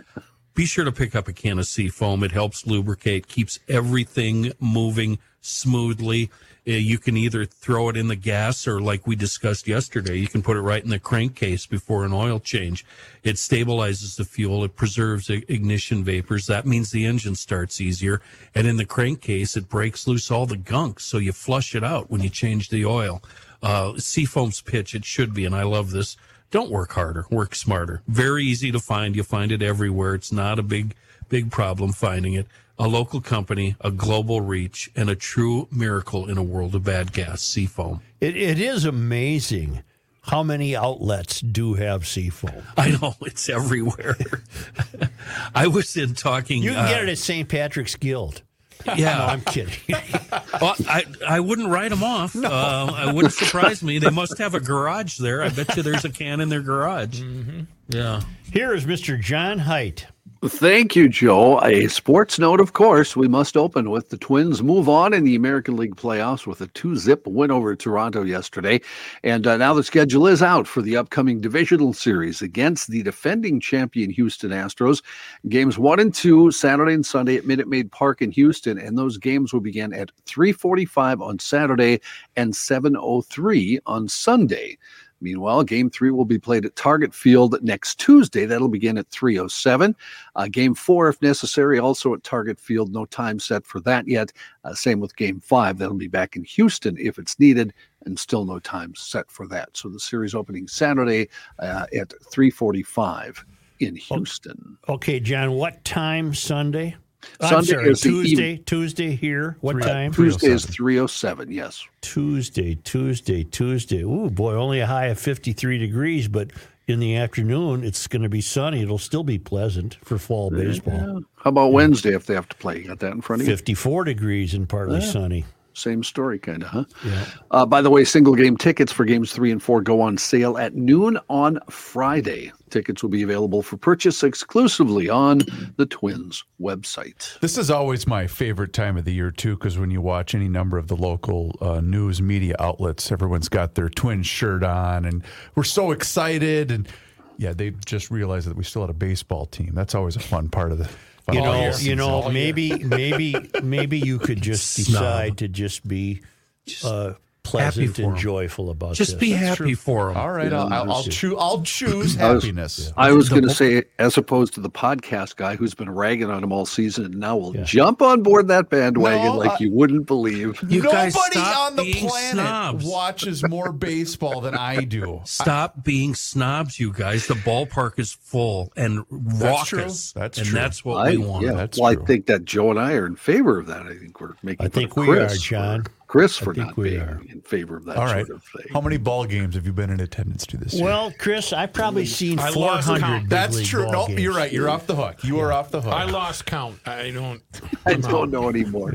[SPEAKER 5] Be sure to pick up a can of seafoam. It helps lubricate, keeps everything moving smoothly. Uh, You can either throw it in the gas or, like we discussed yesterday, you can put it right in the crankcase before an oil change. It stabilizes the fuel, it preserves i- ignition vapors. That means the engine starts easier. And in the crankcase, it breaks loose all the gunk, so you flush it out when you change the oil. Uh, seafoam's pitch, it should be, and I love this don't work harder work smarter very easy to find you find it everywhere it's not a big big problem finding it a local company a global reach and a true miracle in a world of bad gas seafoam
[SPEAKER 1] It, it is amazing how many outlets do have seafoam.
[SPEAKER 5] i know [laughs] it's everywhere i was in talking
[SPEAKER 1] You can
[SPEAKER 5] uh,
[SPEAKER 1] get it at St. Patrick's Guild.
[SPEAKER 5] Yeah.
[SPEAKER 1] [laughs] No, I'm kidding.
[SPEAKER 5] Well, I, I wouldn't write them off. Uh,
[SPEAKER 1] [laughs]
[SPEAKER 5] I wouldn't surprise me. They must have a garage there. I bet you there's a can in their garage.
[SPEAKER 1] Mm-hmm.
[SPEAKER 5] Yeah.
[SPEAKER 1] [laughs] Here is Mr. John Height.
[SPEAKER 2] Thank you, Joe. A sports note, of course. We must open with the Twins move on in the American League playoffs with a two zip win over Toronto yesterday. And uh, now the schedule is out for the upcoming divisional series against the defending champion Houston Astros. Games one and two, Saturday and Sunday at Minute Maid Park in Houston. And those games will begin at 345 on Saturday and 703 on Sunday. Meanwhile, Game Three will be played at Target Field next Tuesday. That'll begin at 3:07. Uh, game Four, if necessary, also at Target Field. No time set for that yet. Uh, same with Game Five. That'll be back in Houston if it's needed, and still no time set for that. So the series opening Saturday uh, at 3:45 in Houston.
[SPEAKER 1] Okay, John, what time Sunday? I'm
[SPEAKER 2] Sunday
[SPEAKER 1] sorry,
[SPEAKER 2] is the eve-
[SPEAKER 1] Tuesday. Tuesday here. What time?
[SPEAKER 2] Tuesday is 3:07. Yes.
[SPEAKER 1] Tuesday, Tuesday, Tuesday. Ooh, boy, only a high of 53 degrees, but in the afternoon, it's going to be sunny. It'll still be pleasant for fall baseball.
[SPEAKER 2] How about Wednesday if they have to play? You got that in front of you?
[SPEAKER 1] 54 degrees and partly sunny.
[SPEAKER 2] Same story, kind of, huh? Uh, by the way, single game tickets for games three and four go on sale at noon on Friday. Tickets will be available for purchase exclusively on the Twins website.
[SPEAKER 3] This is always my favorite time of the year, too, because when you watch any number of the local uh, news media outlets, everyone's got their twin shirt on, and we're so excited. And yeah, they just realized that we still had a baseball team. That's always a fun part of the. fun
[SPEAKER 1] You
[SPEAKER 3] part of
[SPEAKER 1] know,
[SPEAKER 3] the
[SPEAKER 1] you
[SPEAKER 3] season.
[SPEAKER 1] know, maybe, maybe, maybe you could just
[SPEAKER 5] Snob.
[SPEAKER 1] decide to just be uh, pleasant
[SPEAKER 5] for
[SPEAKER 1] and
[SPEAKER 5] 'em.
[SPEAKER 1] joyful about
[SPEAKER 5] Just
[SPEAKER 1] this.
[SPEAKER 5] be happy for them.
[SPEAKER 3] All right, I'll, I'll, I'll, choo- I'll choose
[SPEAKER 2] I was-
[SPEAKER 3] happiness.
[SPEAKER 2] I was
[SPEAKER 5] the
[SPEAKER 2] going to
[SPEAKER 5] book-
[SPEAKER 2] say, as opposed to the podcast guy who's been ragging on him all season and now will jump on board that bandwagon
[SPEAKER 3] No,
[SPEAKER 2] like
[SPEAKER 3] I-
[SPEAKER 2] you wouldn't believe.
[SPEAKER 3] Nobody
[SPEAKER 5] You guys stop
[SPEAKER 3] on the
[SPEAKER 5] being
[SPEAKER 3] planet
[SPEAKER 5] snobs.
[SPEAKER 3] watches more baseball than I do.
[SPEAKER 5] Stop being snobs, you guys. The ballpark is full and
[SPEAKER 3] That's true.
[SPEAKER 5] raucous.
[SPEAKER 3] That's
[SPEAKER 5] and
[SPEAKER 3] true.
[SPEAKER 5] that's what
[SPEAKER 2] I,
[SPEAKER 5] we want.
[SPEAKER 2] yeah,
[SPEAKER 3] That's
[SPEAKER 2] well,
[SPEAKER 3] true.
[SPEAKER 2] I think that Joe and I are in favor of that. I think we're making
[SPEAKER 1] I
[SPEAKER 2] fun
[SPEAKER 1] think
[SPEAKER 2] of
[SPEAKER 1] we
[SPEAKER 2] Chris
[SPEAKER 1] are,
[SPEAKER 2] for-
[SPEAKER 1] John.
[SPEAKER 2] Chris for
[SPEAKER 1] I think
[SPEAKER 2] not
[SPEAKER 1] we
[SPEAKER 2] being
[SPEAKER 1] are.
[SPEAKER 2] in favor of that
[SPEAKER 3] All right.
[SPEAKER 2] sort of thing.
[SPEAKER 3] How many ball games have you been in attendance to this year?
[SPEAKER 1] Well, Chris, I've probably seen
[SPEAKER 4] I lost
[SPEAKER 1] 400.
[SPEAKER 4] count.
[SPEAKER 1] big
[SPEAKER 3] That's
[SPEAKER 1] league
[SPEAKER 3] true.
[SPEAKER 1] ball
[SPEAKER 3] No,
[SPEAKER 1] games.
[SPEAKER 3] you're right. You're off the hook. You are off the hook.
[SPEAKER 4] I lost count. I don't.
[SPEAKER 2] I don't know anymore.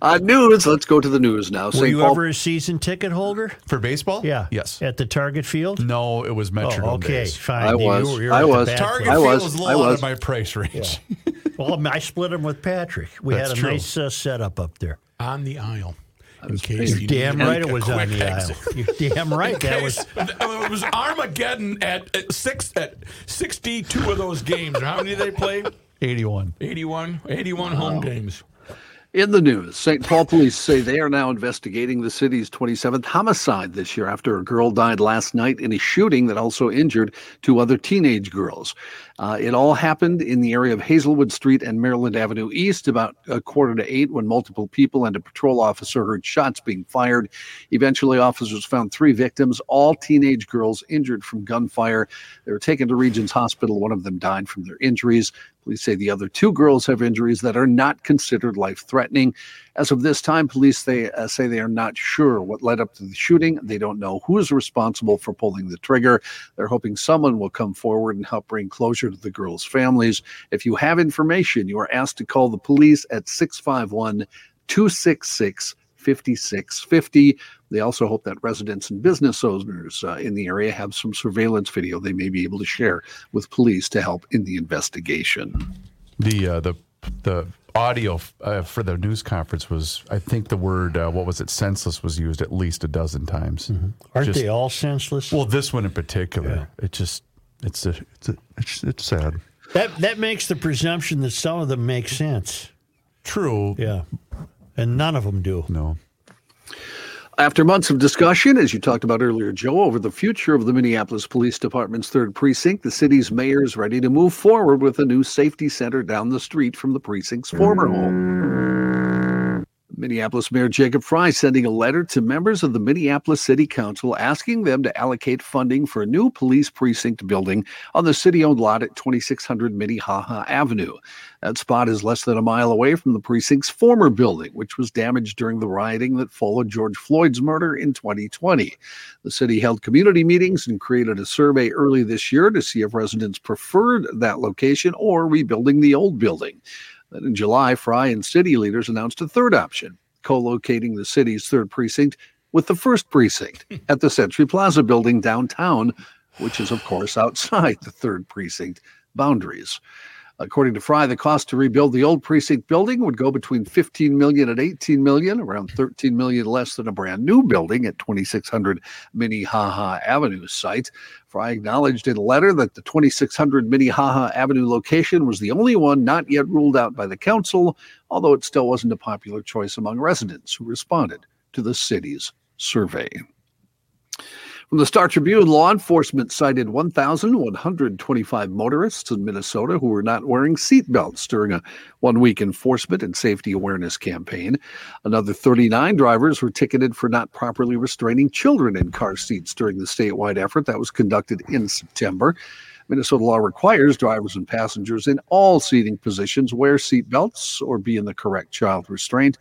[SPEAKER 2] Uh, news. Let's go to the news now.
[SPEAKER 1] Were
[SPEAKER 2] St.
[SPEAKER 1] you
[SPEAKER 2] Paul.
[SPEAKER 1] ever a season ticket holder?
[SPEAKER 3] for baseball.
[SPEAKER 1] Yeah.
[SPEAKER 3] Yes.
[SPEAKER 1] At the Target Field?
[SPEAKER 3] No, it was Metro.
[SPEAKER 1] Oh, okay, fine.
[SPEAKER 2] I
[SPEAKER 1] You
[SPEAKER 2] was.
[SPEAKER 1] were- you were
[SPEAKER 2] I
[SPEAKER 1] at the
[SPEAKER 2] was.
[SPEAKER 1] back
[SPEAKER 3] Target
[SPEAKER 2] I
[SPEAKER 1] row.
[SPEAKER 3] Field
[SPEAKER 2] was.
[SPEAKER 3] was
[SPEAKER 2] I
[SPEAKER 3] low out
[SPEAKER 2] was.
[SPEAKER 3] of my price range.
[SPEAKER 1] Well, I split them with Patrick. We
[SPEAKER 3] That's
[SPEAKER 1] had a
[SPEAKER 3] true.
[SPEAKER 1] nice uh, setup up there.
[SPEAKER 4] On the aisle. In
[SPEAKER 2] paid.
[SPEAKER 4] case
[SPEAKER 2] You're
[SPEAKER 4] you
[SPEAKER 1] Damn
[SPEAKER 4] needed
[SPEAKER 1] right,
[SPEAKER 4] a
[SPEAKER 1] it was on
[SPEAKER 4] quick
[SPEAKER 1] the
[SPEAKER 4] exit. uh,
[SPEAKER 1] aisle. [laughs] You're
[SPEAKER 3] [laughs]
[SPEAKER 1] damn right, that
[SPEAKER 4] [laughs]
[SPEAKER 1] was.
[SPEAKER 4] it was Armageddon at, at six at sixty two of those games. How many did they play?
[SPEAKER 3] Eighty-one.
[SPEAKER 1] [laughs]
[SPEAKER 4] 81, 81 home games.
[SPEAKER 2] In the news, St. Paul police say they are now investigating the city's 27th homicide this year after a girl died last night in a shooting that also injured two other teenage girls. Uh, it all happened in the area of Hazelwood Street and Maryland Avenue East about a quarter to eight when multiple people and a patrol officer heard shots being fired. Eventually, officers found three victims, all teenage girls injured from gunfire. They were taken to Regions Hospital. One of them died from their injuries. Police say the other two girls have injuries that are not considered life threatening. As of this time, police they, uh, say they are not sure what led up to the shooting. They don't know who is responsible for pulling the trigger. They're hoping someone will come forward and help bring closure to the girls' families. If you have information, you are asked to call the police at 651 266 5650. They also hope that residents and business owners uh, in the area have some surveillance video they may be able to share with police to help in the investigation.
[SPEAKER 3] [laughs] The uh, the the audio uh, for the news conference was, I think, the word uh, what was it? Senseless was used at least a dozen times.
[SPEAKER 1] Aren't
[SPEAKER 3] Just-
[SPEAKER 1] they all senseless?
[SPEAKER 3] Well, this one in particular, it just it's a, it's a, it's it's sad.
[SPEAKER 1] That that makes the presumption that some of them make sense.
[SPEAKER 3] True.
[SPEAKER 1] Yeah. And none of them do.
[SPEAKER 3] No.
[SPEAKER 2] After months of discussion, as you talked about earlier, Joe, over the future of the Minneapolis Police Department's third precinct, the city's mayor is ready to move forward with a new safety center down the street from the precinct's former home. Minneapolis Mayor Jacob Fry sending a letter to members of the Minneapolis City Council asking them to allocate funding for a new police precinct building on the city owned lot at 2600 Minnehaha Avenue. That spot is less than a mile away from the precinct's former building, which was damaged during the rioting that followed George Floyd's murder in 2020. The city held community meetings and created a survey early this year to see if residents preferred that location or rebuilding the old building. Then in July, Fry and city leaders announced a third option co locating the city's third precinct with the first precinct at the Century Plaza building downtown, which is, of course, outside the third precinct boundaries. According to Fry, the cost to rebuild the old precinct building would go between 15 million and 18 million, around 13 million less than a brand new building at 2600 Minnehaha Avenue site. Fry acknowledged in a letter that the 2600 Minnehaha Avenue location was the only one not yet ruled out by the council, although it still wasn't a popular choice among residents who responded to the city's survey. From the Star Tribune, law enforcement cited 1,125 motorists in Minnesota who were not wearing seatbelts during a one week enforcement and safety awareness campaign. Another 39 drivers were ticketed for not properly restraining children in car seats during the statewide effort that was conducted in September. Minnesota law requires drivers and passengers in all seating positions wear seatbelts or be in the correct child restraint.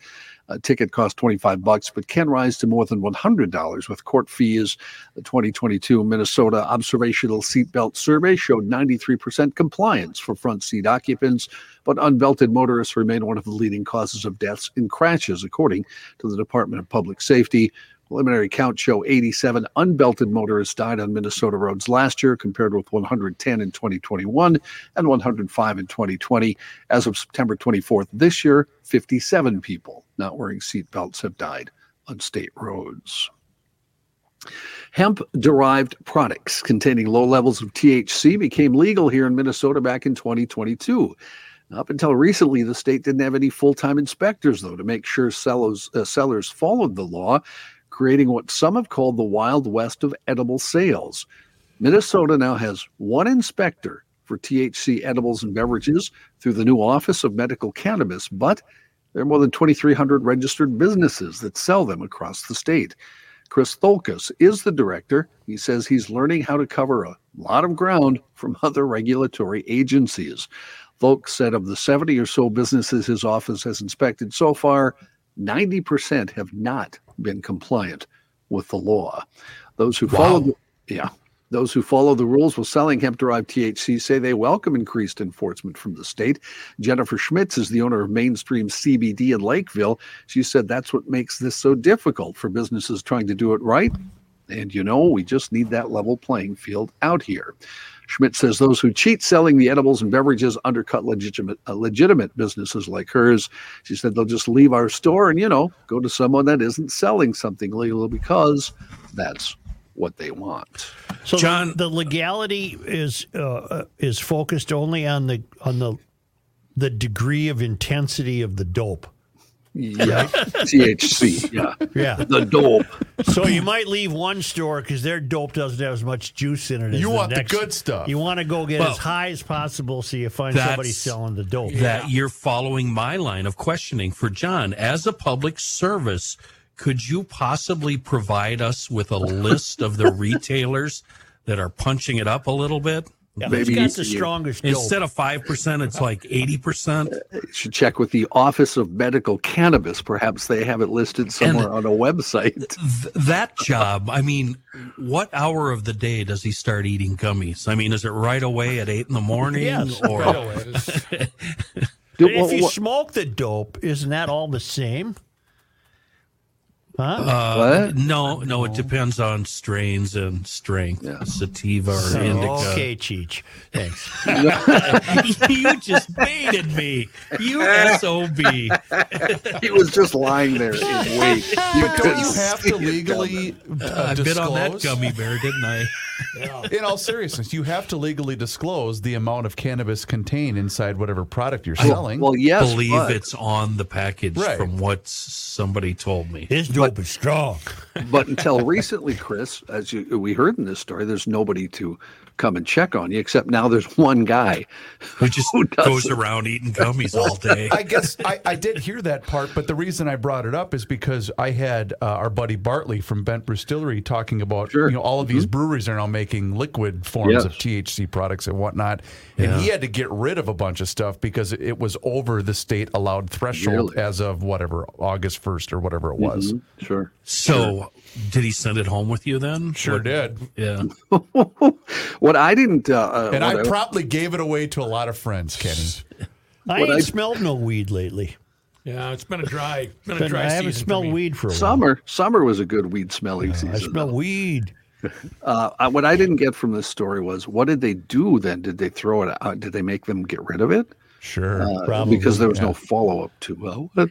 [SPEAKER 2] A ticket costs 25 bucks, but can rise to more than $100 with court fees. The 2022 Minnesota Observational Seatbelt Survey showed 93% compliance for front seat occupants, but unbelted motorists remain one of the leading causes of deaths in crashes, according to the Department of Public Safety. Preliminary counts show 87 unbelted motorists died on Minnesota roads last year, compared with 110 in 2021 and 105 in 2020. As of September 24th this year, 57 people not wearing seatbelts have died on state roads. Hemp derived products containing low levels of THC became legal here in Minnesota back in 2022. Up until recently, the state didn't have any full time inspectors, though, to make sure sellers, uh, sellers followed the law, creating what some have called the Wild West of edible sales. Minnesota now has one inspector for THC edibles and beverages through the new Office of Medical Cannabis, but there are more than 2,300 registered businesses that sell them across the state. Chris Tholkis is the director. He says he's learning how to cover a lot of ground from other regulatory agencies. Tholkis said of the 70 or so businesses his office has inspected so far, 90% have not been compliant with the law. Those who follow the, yeah, those who follow the rules while selling hemp derived THC say they welcome increased enforcement from the state. Jennifer Schmitz is the owner of Mainstream CBD in Lakeville. She said that's what makes this so difficult for businesses trying to do it right. And you know, we just need that level playing field out here. Schmidt says those who cheat selling the edibles and beverages undercut legitimate, uh, legitimate businesses like hers. She said they'll just leave our store and, you know, go to someone that isn't selling something legal because that's what they want.
[SPEAKER 1] So John, the legality is uh, uh, is focused only on the on the the degree of intensity of the dope.
[SPEAKER 2] Yeah. THC.
[SPEAKER 3] [laughs]
[SPEAKER 2] Yeah.
[SPEAKER 1] Yeah.
[SPEAKER 2] The dope.
[SPEAKER 1] So you might leave one store because their dope doesn't have as much juice in it. As
[SPEAKER 3] You
[SPEAKER 1] the
[SPEAKER 3] want the
[SPEAKER 1] next.
[SPEAKER 3] good stuff.
[SPEAKER 1] You want to go get
[SPEAKER 5] Well,
[SPEAKER 1] as high as possible so you find
[SPEAKER 5] that's-
[SPEAKER 1] somebody selling the dope.
[SPEAKER 5] that you're following my line of questioning for John. As a public service, could you possibly provide us with a list
[SPEAKER 3] [laughs]
[SPEAKER 5] of the retailers that are punching it up a little bit?
[SPEAKER 1] Yeah,
[SPEAKER 2] Maybe
[SPEAKER 1] who's got the
[SPEAKER 2] you-
[SPEAKER 1] strongest dope?
[SPEAKER 5] Instead of 5%, it's like 80%.
[SPEAKER 2] You should check with the Office of Medical Cannabis. Perhaps they have it listed somewhere on a
[SPEAKER 3] [laughs]
[SPEAKER 2] website.
[SPEAKER 5] Th- that job, I mean, what hour of the day does he start eating gummies? I mean, is it right away at 8 in the morning?
[SPEAKER 1] Yes.
[SPEAKER 5] Or
[SPEAKER 3] [laughs]
[SPEAKER 2] Do-
[SPEAKER 1] if
[SPEAKER 2] what-
[SPEAKER 1] you
[SPEAKER 2] what-
[SPEAKER 1] smoke the dope, isn't that all the same?
[SPEAKER 5] Uh,
[SPEAKER 2] What?
[SPEAKER 5] No, no, it depends on strains and strength, sativa or indica.
[SPEAKER 1] Oh, Okay, Cheech. Thanks.
[SPEAKER 5] [laughs] you just baited me. You SOB.
[SPEAKER 3] [laughs] Uh,
[SPEAKER 2] he was just lying there in wait. You
[SPEAKER 3] Um, Don't
[SPEAKER 2] couldn't
[SPEAKER 3] you
[SPEAKER 2] [laughs]
[SPEAKER 3] have
[SPEAKER 2] see
[SPEAKER 3] to
[SPEAKER 2] it down there.
[SPEAKER 3] legally uh,
[SPEAKER 5] I bit
[SPEAKER 3] disclose?
[SPEAKER 5] on that gummy bear,
[SPEAKER 2] [laughs]
[SPEAKER 5] didn't I?
[SPEAKER 3] In all seriousness, you have to legally disclose the amount of cannabis contained inside whatever product you're selling.
[SPEAKER 2] Well, yes.
[SPEAKER 5] Believe
[SPEAKER 2] but-
[SPEAKER 5] it's on the package
[SPEAKER 3] Right.
[SPEAKER 5] from what somebody told me.
[SPEAKER 1] His dope is strong.
[SPEAKER 2] but until recently, Chris, as you, we heard in this story, there's nobody to come and check on you, except now there's [laughs] one guy.
[SPEAKER 5] Who just
[SPEAKER 2] Who
[SPEAKER 5] goes
[SPEAKER 2] doesn't?
[SPEAKER 5] around eating gummies
[SPEAKER 2] [laughs]
[SPEAKER 5] all day?
[SPEAKER 3] I guess I, I did hear that part, but the reason I brought it up is because I had uh, our buddy Bartley from Bent Distillery talking about
[SPEAKER 2] Sure. Mm-hmm.
[SPEAKER 3] you know all of these breweries are now making liquid forms
[SPEAKER 2] Yes.
[SPEAKER 3] of THC products and whatnot, and he had to get rid of a bunch of stuff because it was over the state allowed threshold
[SPEAKER 2] Really? Mm-hmm.
[SPEAKER 3] as of whatever August first or whatever it was.
[SPEAKER 2] Sure.
[SPEAKER 5] So, did he send it home with you then?
[SPEAKER 3] Sure
[SPEAKER 5] What-
[SPEAKER 3] did,
[SPEAKER 5] Yeah.
[SPEAKER 2] What I didn't. Uh, uh,
[SPEAKER 3] and I
[SPEAKER 2] what
[SPEAKER 3] promptly gave it away to a lot of friends, Kenny.
[SPEAKER 1] I
[SPEAKER 2] What
[SPEAKER 1] ain't
[SPEAKER 2] I-
[SPEAKER 1] smelled no weed lately.
[SPEAKER 4] Yeah, it's been a dry, been a
[SPEAKER 1] Been-
[SPEAKER 4] dry
[SPEAKER 1] I haven't
[SPEAKER 4] season. for
[SPEAKER 1] smelled
[SPEAKER 4] me.
[SPEAKER 1] weed for a while.
[SPEAKER 2] summer. Summer was a good weed smelling
[SPEAKER 1] I
[SPEAKER 2] season.
[SPEAKER 1] smell weed.
[SPEAKER 2] Uh, what I didn't get from this story was what did they do then? Did they throw it out? Did they make them get rid of it?
[SPEAKER 3] Sure,
[SPEAKER 2] Uh,
[SPEAKER 1] Probably,
[SPEAKER 2] because there was
[SPEAKER 3] yeah.
[SPEAKER 2] no follow up to. Well, [laughs] what-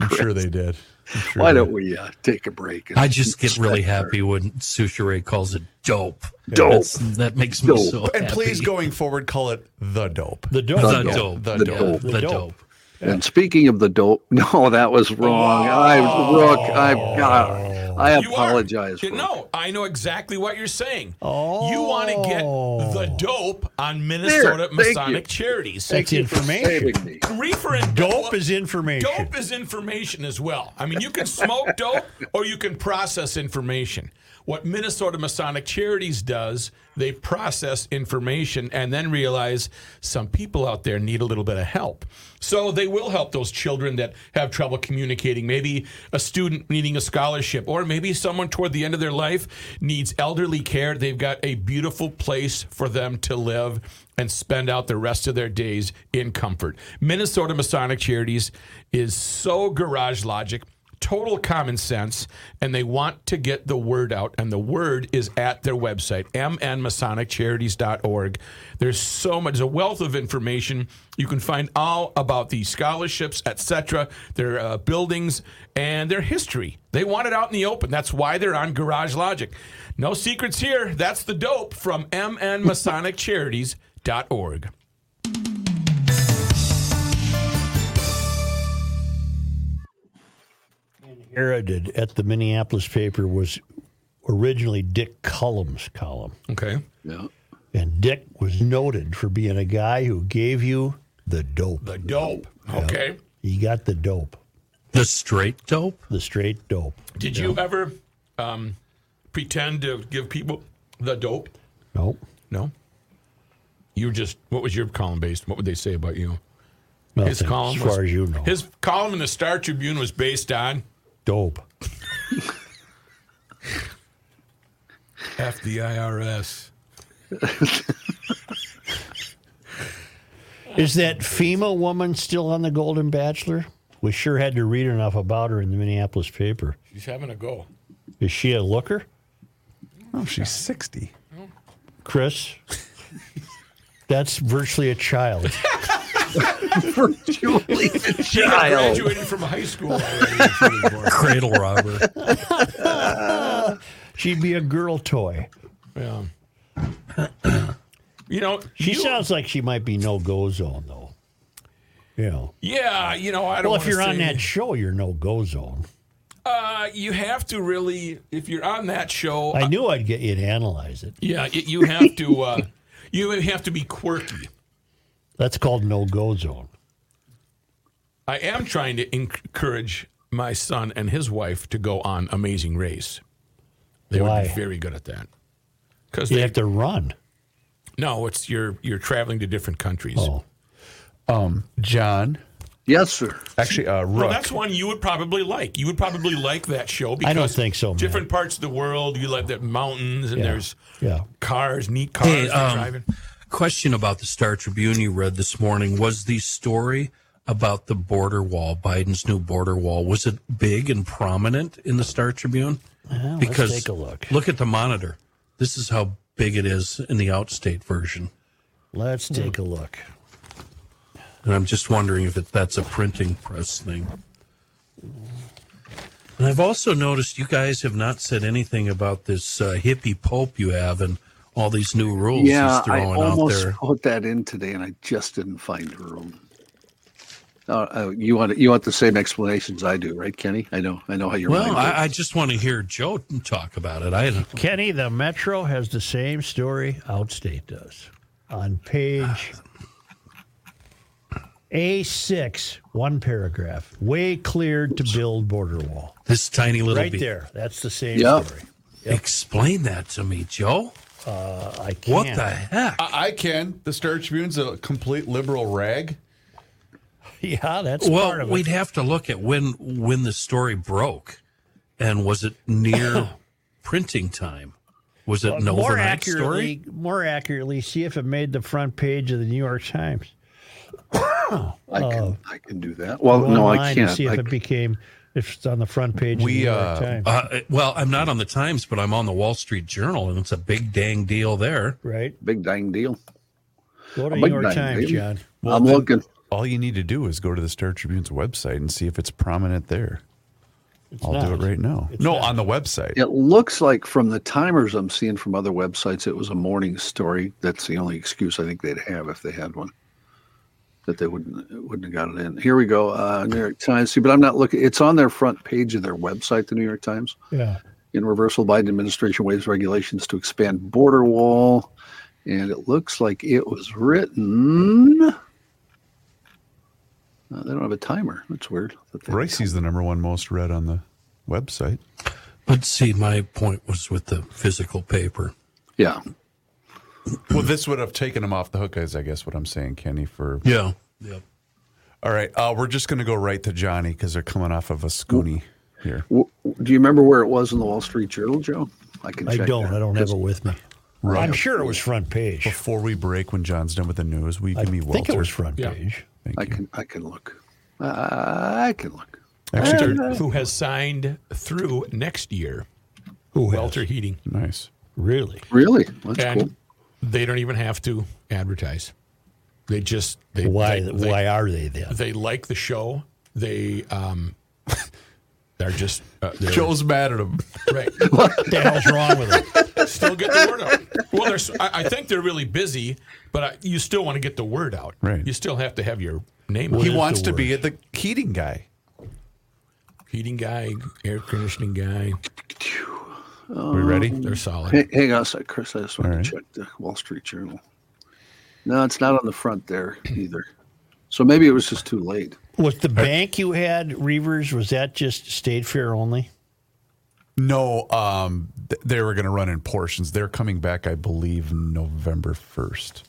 [SPEAKER 3] I'm sure they did. I'm sure
[SPEAKER 2] why
[SPEAKER 3] they
[SPEAKER 2] don't we uh, take a break? and-
[SPEAKER 5] I just
[SPEAKER 2] [laughs]
[SPEAKER 5] get really happy when Sushere calls it dope.
[SPEAKER 2] Dope.
[SPEAKER 5] That's- that makes me
[SPEAKER 2] Dope.
[SPEAKER 5] so
[SPEAKER 3] And please,
[SPEAKER 5] happy.
[SPEAKER 3] going forward, call it the dope.
[SPEAKER 1] The dope.
[SPEAKER 5] The
[SPEAKER 2] dope.
[SPEAKER 5] dope.
[SPEAKER 3] The
[SPEAKER 5] The
[SPEAKER 3] dope.
[SPEAKER 5] dope. The
[SPEAKER 1] The dope.
[SPEAKER 5] dope.
[SPEAKER 2] And speaking of the dope, [laughs] no, that was wrong. I Rook, I've got. I
[SPEAKER 4] You are.
[SPEAKER 2] apologize.
[SPEAKER 4] You-
[SPEAKER 2] Rook.
[SPEAKER 4] No, I know exactly what you're saying. Oh. You want to get
[SPEAKER 1] Oh.
[SPEAKER 4] the dope on Minnesota
[SPEAKER 2] thank you.
[SPEAKER 4] Masonic charities.
[SPEAKER 1] That's information.
[SPEAKER 2] Saving [laughs] me.
[SPEAKER 4] Reefer and
[SPEAKER 1] Dope is information.
[SPEAKER 4] Dope is information as well. I mean, you can smoke [laughs] dope or you can process information. What Minnesota Masonic Charities does, they process information and then realize some people out there need a little bit of help. So they will help those children that have trouble communicating. Maybe a student needing a scholarship, or maybe someone toward the end of their life needs elderly care. They've got a beautiful place for them to live and spend out the rest of their days in comfort. Minnesota Masonic Charities is so garage logic, total common sense, and they want to get the word out. And the word is at their website, mnmasoniccharities.org. There's so much, there's a wealth of information. You can find all about the scholarships, etc., their uh, buildings, and their history. They want it out in the open. That's why they're on Garage Logic. No secrets here. That's the dope from mnmasoniccharities.org.
[SPEAKER 1] Inherited at the Minneapolis paper was originally Dick Cullum's column.
[SPEAKER 4] Okay.
[SPEAKER 2] Yeah.
[SPEAKER 1] And Dick was noted for being a guy who gave you the dope.
[SPEAKER 4] The dope. Okay.
[SPEAKER 1] He got the dope,
[SPEAKER 5] The straight dope?
[SPEAKER 1] the straight dope.
[SPEAKER 4] Did you ever um, pretend to give people the dope?
[SPEAKER 1] Nope.
[SPEAKER 4] No. You just, what was your column based? What would they say about you?
[SPEAKER 1] Nothing,
[SPEAKER 4] His column,
[SPEAKER 1] as
[SPEAKER 4] was-
[SPEAKER 1] far as you know,
[SPEAKER 4] his column in the Star Tribune was based on
[SPEAKER 1] dope.
[SPEAKER 4] F the IRS.
[SPEAKER 1] Is that FEMA woman still on the Golden Bachelor? We sure had to read enough about her in the Minneapolis paper.
[SPEAKER 4] He's having a go.
[SPEAKER 1] Is she a looker,
[SPEAKER 3] Oh, she's 60.
[SPEAKER 1] Chris? [laughs] That's virtually a child.
[SPEAKER 2] Virtually a child.
[SPEAKER 4] Graduated from high school already.
[SPEAKER 5] Cradle robber.
[SPEAKER 1] [laughs] She'd be a girl toy.
[SPEAKER 4] Yeah. You know,
[SPEAKER 1] She
[SPEAKER 4] you,
[SPEAKER 1] [laughs] sounds like she might be no go zone, though. Yeah.
[SPEAKER 4] Yeah, you know, I don't
[SPEAKER 1] Well, if
[SPEAKER 4] wanna
[SPEAKER 1] you're on
[SPEAKER 4] say-
[SPEAKER 1] that show, you're no go zone.
[SPEAKER 4] Uh, you have to really, if you're on that show, uh,
[SPEAKER 1] I knew I'd get you to analyze it.
[SPEAKER 4] yeah, y- you have to, uh, you have to be quirky.
[SPEAKER 1] That's called no go zone.
[SPEAKER 4] I am trying to encourage my son and his wife to go on Amazing Race. They would
[SPEAKER 1] Why?
[SPEAKER 4] be very good at that. Because
[SPEAKER 1] You
[SPEAKER 4] they
[SPEAKER 1] have to run.
[SPEAKER 4] no, it's you're you're traveling to different countries.
[SPEAKER 1] Oh.
[SPEAKER 3] Um, John.
[SPEAKER 2] Yes, sir.
[SPEAKER 3] Actually, uh, Rook.
[SPEAKER 4] Well, that's one you would probably like. You would probably like that show because
[SPEAKER 1] I don't think so, man.
[SPEAKER 4] Different parts of the world, you like the mountains and
[SPEAKER 1] Yeah.
[SPEAKER 4] there's
[SPEAKER 1] Yeah.
[SPEAKER 4] cars, neat cars
[SPEAKER 5] Hey,
[SPEAKER 4] they're
[SPEAKER 5] um,
[SPEAKER 4] driving.
[SPEAKER 5] question about the Star Tribune you read this morning was the story about the border wall, Biden's new border wall. Was it big and prominent in the Star Tribune?
[SPEAKER 1] Well, let's
[SPEAKER 5] because
[SPEAKER 1] take a look.
[SPEAKER 5] Look at the monitor. This is how big it is in the outstate version,
[SPEAKER 1] Let's take a look.
[SPEAKER 5] and I'm just wondering if it, that's a printing press thing. And I've also noticed you guys have not said anything about this uh, hippie pope you have and all these new rules
[SPEAKER 2] Yeah,
[SPEAKER 5] he's
[SPEAKER 2] I
[SPEAKER 5] throwing out
[SPEAKER 2] almost
[SPEAKER 5] there.
[SPEAKER 2] put that in today, and I just didn't find room. Uh, uh, you want you want the same explanations I do, right, Kenny? I know, I know how your
[SPEAKER 5] Well,
[SPEAKER 2] mind
[SPEAKER 5] I, I just want to hear Joe talk about it. I don't.
[SPEAKER 1] Kenny, the Metro has the same story Outstate does. On page A6, one paragraph. Way cleared to build border wall.
[SPEAKER 5] This tiny little
[SPEAKER 1] Right
[SPEAKER 5] bee.
[SPEAKER 1] there. That's the same
[SPEAKER 2] Yep.
[SPEAKER 1] story.
[SPEAKER 5] Explain that to me, Joe.
[SPEAKER 1] I can't.
[SPEAKER 5] What the heck?
[SPEAKER 1] Uh,
[SPEAKER 3] I, I can. The Star Tribune's a complete liberal rag.
[SPEAKER 1] [laughs] Yeah, that's part
[SPEAKER 5] well,
[SPEAKER 1] of
[SPEAKER 5] we'd
[SPEAKER 1] it.
[SPEAKER 5] have to look at when when the story broke, and was it
[SPEAKER 1] [coughs]
[SPEAKER 5] near printing time? Was it an
[SPEAKER 1] more
[SPEAKER 5] overnight
[SPEAKER 1] accurately,
[SPEAKER 5] story?
[SPEAKER 1] more accurately, see if it made the front page of the New York Times.
[SPEAKER 2] I can
[SPEAKER 1] Oh.
[SPEAKER 2] I can do that. Well,
[SPEAKER 1] Go
[SPEAKER 2] no,
[SPEAKER 1] online
[SPEAKER 2] I
[SPEAKER 1] and
[SPEAKER 2] can't.
[SPEAKER 1] See if
[SPEAKER 2] I-
[SPEAKER 1] it became if it's on the front page.
[SPEAKER 3] We,
[SPEAKER 1] of the New
[SPEAKER 3] uh,
[SPEAKER 1] York Times,
[SPEAKER 5] Uh, well, I'm not on the Times, but I'm on the Wall Street Journal, and it's a big dang deal there.
[SPEAKER 1] right?
[SPEAKER 2] big dang deal.
[SPEAKER 1] Go to
[SPEAKER 2] a
[SPEAKER 1] New
[SPEAKER 2] big
[SPEAKER 1] York
[SPEAKER 2] dang
[SPEAKER 1] Times,
[SPEAKER 2] deal.
[SPEAKER 1] John.
[SPEAKER 2] I'm looking.
[SPEAKER 3] All you need to do is go to the Star Tribune's website and see if it's prominent there. I'll do
[SPEAKER 1] not.
[SPEAKER 3] it right now. no, on the website.
[SPEAKER 2] It looks like from the timers I'm seeing from other websites, it was a morning story. That's the only excuse I think they'd have if they had one. That they wouldn't wouldn't have got it in. Here we go, uh, New York Times. See, but I'm not looking. It's on their front page of their website, the New York Times.
[SPEAKER 1] Yeah.
[SPEAKER 2] In reversal, Biden administration waives regulations to expand border wall, and it looks like it was written. Uh, they don't have a timer. That's weird. That they-
[SPEAKER 3] Ricey's the number one most read on the website.
[SPEAKER 5] But see, my point was with the physical paper.
[SPEAKER 2] Yeah,
[SPEAKER 3] Well, this would have taken him off the hook, is I guess what I'm saying, Kenny. For
[SPEAKER 5] Yeah. Yep.
[SPEAKER 3] all right, uh, we're just going to go right to Johnny because they're coming off of a scoony here.
[SPEAKER 2] W- w- Do you remember where it was in the Wall Street Journal, Joe? I can.
[SPEAKER 1] I
[SPEAKER 2] check
[SPEAKER 1] don't.
[SPEAKER 2] that.
[SPEAKER 1] I don't have it with me.
[SPEAKER 3] Right.
[SPEAKER 1] I'm sure it was front page.
[SPEAKER 3] Before we break, when John's done with the news, will you
[SPEAKER 1] I
[SPEAKER 3] give me
[SPEAKER 1] think
[SPEAKER 3] Walter?
[SPEAKER 1] it was front
[SPEAKER 4] Yeah.
[SPEAKER 1] page.
[SPEAKER 3] Thank
[SPEAKER 2] I
[SPEAKER 3] you.
[SPEAKER 2] can. I can look. I I can look.
[SPEAKER 3] Actually,
[SPEAKER 4] Walter, who has signed through next year.
[SPEAKER 1] Who has?
[SPEAKER 4] Welter Heating.
[SPEAKER 3] nice.
[SPEAKER 1] Really?
[SPEAKER 2] Really? That's
[SPEAKER 4] and
[SPEAKER 2] cool.
[SPEAKER 4] they don't even have to advertise. They just they
[SPEAKER 1] Why?
[SPEAKER 4] they,
[SPEAKER 1] why are they then?
[SPEAKER 4] they like the show. They um [laughs] they're just uh, they're,
[SPEAKER 3] Joe's mad at him.
[SPEAKER 4] right.
[SPEAKER 1] What the hell's wrong with it?
[SPEAKER 4] Still get the word out. Well, there's I, I think they're really busy, but I, you still want to get the word out.
[SPEAKER 3] Right.
[SPEAKER 4] You still have to have your name.
[SPEAKER 3] he
[SPEAKER 4] on it.
[SPEAKER 3] wants to be the heating guy.
[SPEAKER 4] heating guy, air conditioning guy.
[SPEAKER 3] Are we ready?
[SPEAKER 4] They're solid.
[SPEAKER 2] Hey, hang on a sec, Chris. I just wanted
[SPEAKER 3] All
[SPEAKER 2] to check the Wall Street Journal. No, it's not on the front there either. So maybe it was just too late.
[SPEAKER 1] Was the bank you had, Reavers, was that just state fair only?
[SPEAKER 3] No, um, th- they were going to run in portions. They're coming back, I believe, November first.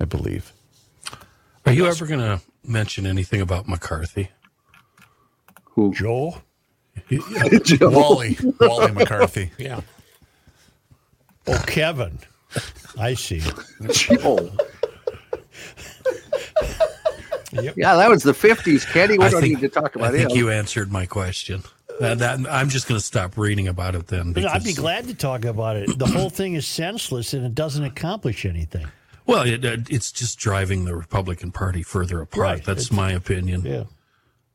[SPEAKER 3] I believe.
[SPEAKER 5] Are you ever going to mention anything about McCarthy?
[SPEAKER 2] Who?
[SPEAKER 1] Joel?
[SPEAKER 2] [laughs]
[SPEAKER 3] Wally, Wally McCarthy.
[SPEAKER 4] Yeah.
[SPEAKER 1] Oh, [laughs] Kevin. I [laughs] see.
[SPEAKER 2] Joe. Yeah, that was the '50s, Kenny. We
[SPEAKER 5] I
[SPEAKER 2] don't
[SPEAKER 5] think,
[SPEAKER 2] need to talk about
[SPEAKER 5] I think
[SPEAKER 2] it.
[SPEAKER 5] you answered my question. That- that- I'm just going to stop reading about it then.
[SPEAKER 1] No, I'd be
[SPEAKER 5] because-
[SPEAKER 1] glad to talk about it. The whole thing is senseless and it doesn't accomplish anything.
[SPEAKER 5] Well, it, it- it's just driving the Republican Party further apart.
[SPEAKER 1] Right.
[SPEAKER 5] That's
[SPEAKER 1] It's-
[SPEAKER 5] my opinion.
[SPEAKER 1] Yeah.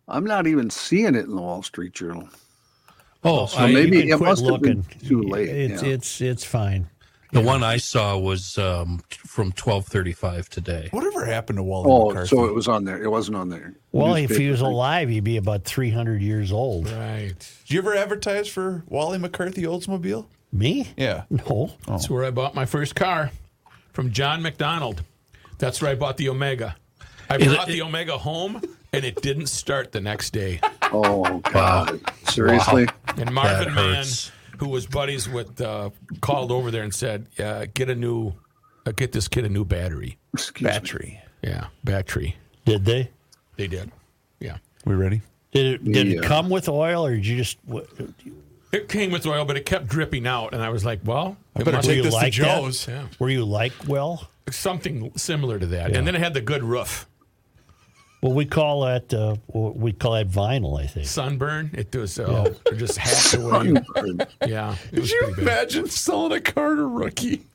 [SPEAKER 2] I'm not even seeing it in the Wall Street Journal.
[SPEAKER 5] Oh,
[SPEAKER 2] So maybe
[SPEAKER 1] You can
[SPEAKER 2] it
[SPEAKER 1] quit
[SPEAKER 2] must have been
[SPEAKER 1] looking.
[SPEAKER 2] too late.
[SPEAKER 1] It's
[SPEAKER 2] yeah.
[SPEAKER 1] it's it's fine.
[SPEAKER 5] The one I saw was um, t- from 1235 today.
[SPEAKER 3] Whatever happened to Wally
[SPEAKER 2] Oh, so it was on there. It wasn't on there.
[SPEAKER 1] Well, if he
[SPEAKER 2] Newspaper
[SPEAKER 1] was
[SPEAKER 2] thing.
[SPEAKER 1] alive, he'd be about 300 years old.
[SPEAKER 4] Right.
[SPEAKER 3] Did you ever advertise for Wally McCarthy Oldsmobile?
[SPEAKER 1] Me?
[SPEAKER 3] Yeah.
[SPEAKER 1] No.
[SPEAKER 4] That's where I bought my first car from John McDonald. That's where I bought the Omega. I
[SPEAKER 5] Is it-
[SPEAKER 4] brought the Omega home and it didn't start the next day.
[SPEAKER 2] Oh God! Seriously?
[SPEAKER 4] And
[SPEAKER 5] That
[SPEAKER 4] Marvin Mann,
[SPEAKER 5] hurts.
[SPEAKER 4] who was buddies with, uh, called over there and said, uh, "Get a new, uh, get this kid a new battery."
[SPEAKER 2] Excuse me.
[SPEAKER 3] Tree.
[SPEAKER 4] Yeah, battery.
[SPEAKER 1] Did they?
[SPEAKER 4] They did. Yeah.
[SPEAKER 3] We ready?
[SPEAKER 1] Did it, did it
[SPEAKER 2] Yeah.
[SPEAKER 1] come with oil, or did you just? What,
[SPEAKER 4] It came with oil, but it kept dripping out, and I was like, "Well, I
[SPEAKER 3] better
[SPEAKER 1] were
[SPEAKER 3] take
[SPEAKER 1] you
[SPEAKER 3] this to
[SPEAKER 1] like that?
[SPEAKER 3] Joe's.
[SPEAKER 4] Yeah.
[SPEAKER 1] Were you like well?
[SPEAKER 4] something similar to that." And then it had the good roof,
[SPEAKER 1] Well, we call that uh, we call that vinyl, I think.
[SPEAKER 4] sunburn. It was uh, just half the
[SPEAKER 2] [laughs]
[SPEAKER 4] way. Yeah, it was pretty bad.
[SPEAKER 3] imagine selling a car to rookie?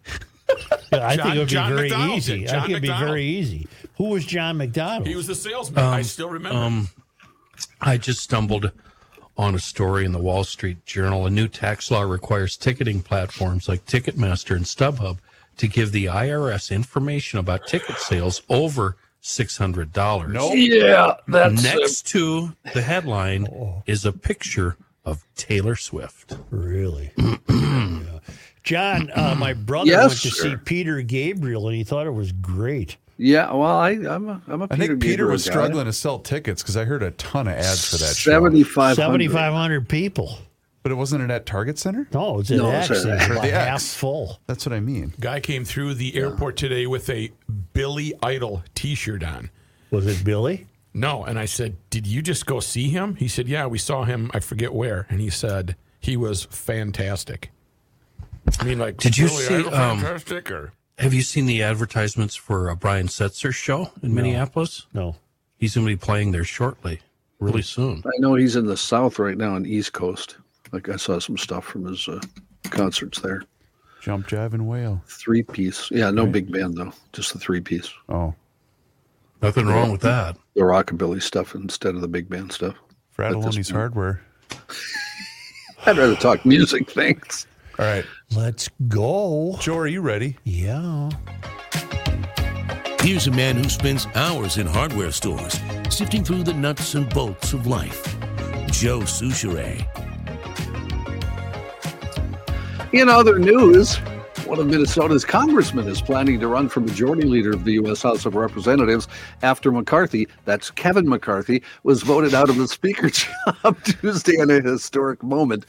[SPEAKER 1] Yeah, I think
[SPEAKER 4] John-
[SPEAKER 1] it would be
[SPEAKER 4] John
[SPEAKER 1] very
[SPEAKER 4] McDonald
[SPEAKER 1] easy.
[SPEAKER 4] did.
[SPEAKER 1] I
[SPEAKER 4] John
[SPEAKER 1] think it'd be
[SPEAKER 4] McDonald.
[SPEAKER 1] very easy. Who was John McDonald?
[SPEAKER 4] He was the salesman.
[SPEAKER 3] Um,
[SPEAKER 4] I still remember.
[SPEAKER 5] I just stumbled on a story in the Wall Street Journal. A new tax law requires ticketing platforms like Ticketmaster and StubHub to give the IRS information about ticket sales over $600.
[SPEAKER 3] No.
[SPEAKER 2] Yeah, that's
[SPEAKER 5] Next to the headline is a picture of Taylor Swift.
[SPEAKER 1] Really? [clears throat] Yeah. John, uh, my brother
[SPEAKER 2] Yes,
[SPEAKER 1] went to see
[SPEAKER 2] sir.
[SPEAKER 1] Peter Gabriel, and he thought it was great.
[SPEAKER 2] yeah. Well, I, I'm a, I'm a
[SPEAKER 3] I
[SPEAKER 2] Peter
[SPEAKER 3] think Peter
[SPEAKER 2] Gabriel
[SPEAKER 3] was
[SPEAKER 2] guy.
[SPEAKER 3] struggling to sell tickets because I heard a ton of ads for that show.
[SPEAKER 2] Seventy-five.
[SPEAKER 1] 7,500 people.
[SPEAKER 3] But it wasn't it at Target Center?
[SPEAKER 1] No, it's an
[SPEAKER 2] No,
[SPEAKER 1] X.
[SPEAKER 2] it's
[SPEAKER 1] It's
[SPEAKER 2] an X.
[SPEAKER 1] about
[SPEAKER 3] The
[SPEAKER 1] half
[SPEAKER 3] X.
[SPEAKER 1] full.
[SPEAKER 3] That's what I mean.
[SPEAKER 4] Guy came through the airport today with a Billy Idol T-shirt on.
[SPEAKER 1] Was it Billy?
[SPEAKER 4] No, and I said, "Did you just go see him?" He said, "Yeah, we saw him. I forget where." And he said he was fantastic. I mean, like,
[SPEAKER 5] Did you
[SPEAKER 4] really,
[SPEAKER 5] see,
[SPEAKER 4] I don't
[SPEAKER 5] um,
[SPEAKER 4] fantastic or
[SPEAKER 5] Have you seen the advertisements for uh, Brian Setzer's show in Minneapolis?
[SPEAKER 1] No.
[SPEAKER 5] He's going to be playing there shortly, really soon.
[SPEAKER 2] I know he's in the South right now, on the East Coast. Like I saw some stuff from his uh, concerts there.
[SPEAKER 3] Jump, jive, and whale.
[SPEAKER 2] Three piece. Yeah, no big band though. Just the three piece.
[SPEAKER 3] Oh,
[SPEAKER 5] Nothing wrong with that.
[SPEAKER 2] The rockabilly stuff instead of the big band stuff. point.
[SPEAKER 3] Fratelloni's Hardware.
[SPEAKER 2] I'd rather talk music. [laughs] Thanks.
[SPEAKER 3] All right.
[SPEAKER 1] Let's go.
[SPEAKER 3] Joe, are you ready?
[SPEAKER 1] Yeah.
[SPEAKER 11] Here's a man who spends hours in hardware stores sifting through the nuts and bolts of life. Joe Souchere.
[SPEAKER 2] In other news, one of Minnesota's congressmen is planning to run for majority leader of the U.S. House of Representatives after McCarthy, that's Kevin McCarthy, was voted out of the speaker [laughs] job Tuesday in a historic moment.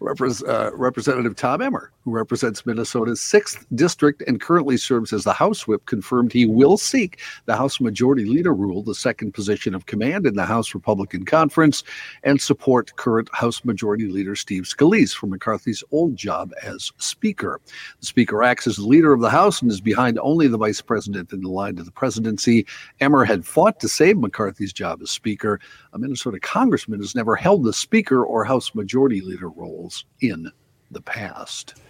[SPEAKER 2] Repres- uh, Representative Tom Emmer, who represents Minnesota's 6th District and currently serves as the House Whip, confirmed he will seek the House Majority Leader rule, the second position of command in the House Republican Conference, and support current House Majority Leader Steve Scalise for McCarthy's old job as Speaker. The Speaker acts as the leader of the House and is behind only the Vice President in the line to the presidency. Emmer had fought to save McCarthy's job as Speaker. A Minnesota congressman has never held the Speaker or House Majority Leader roles in the past.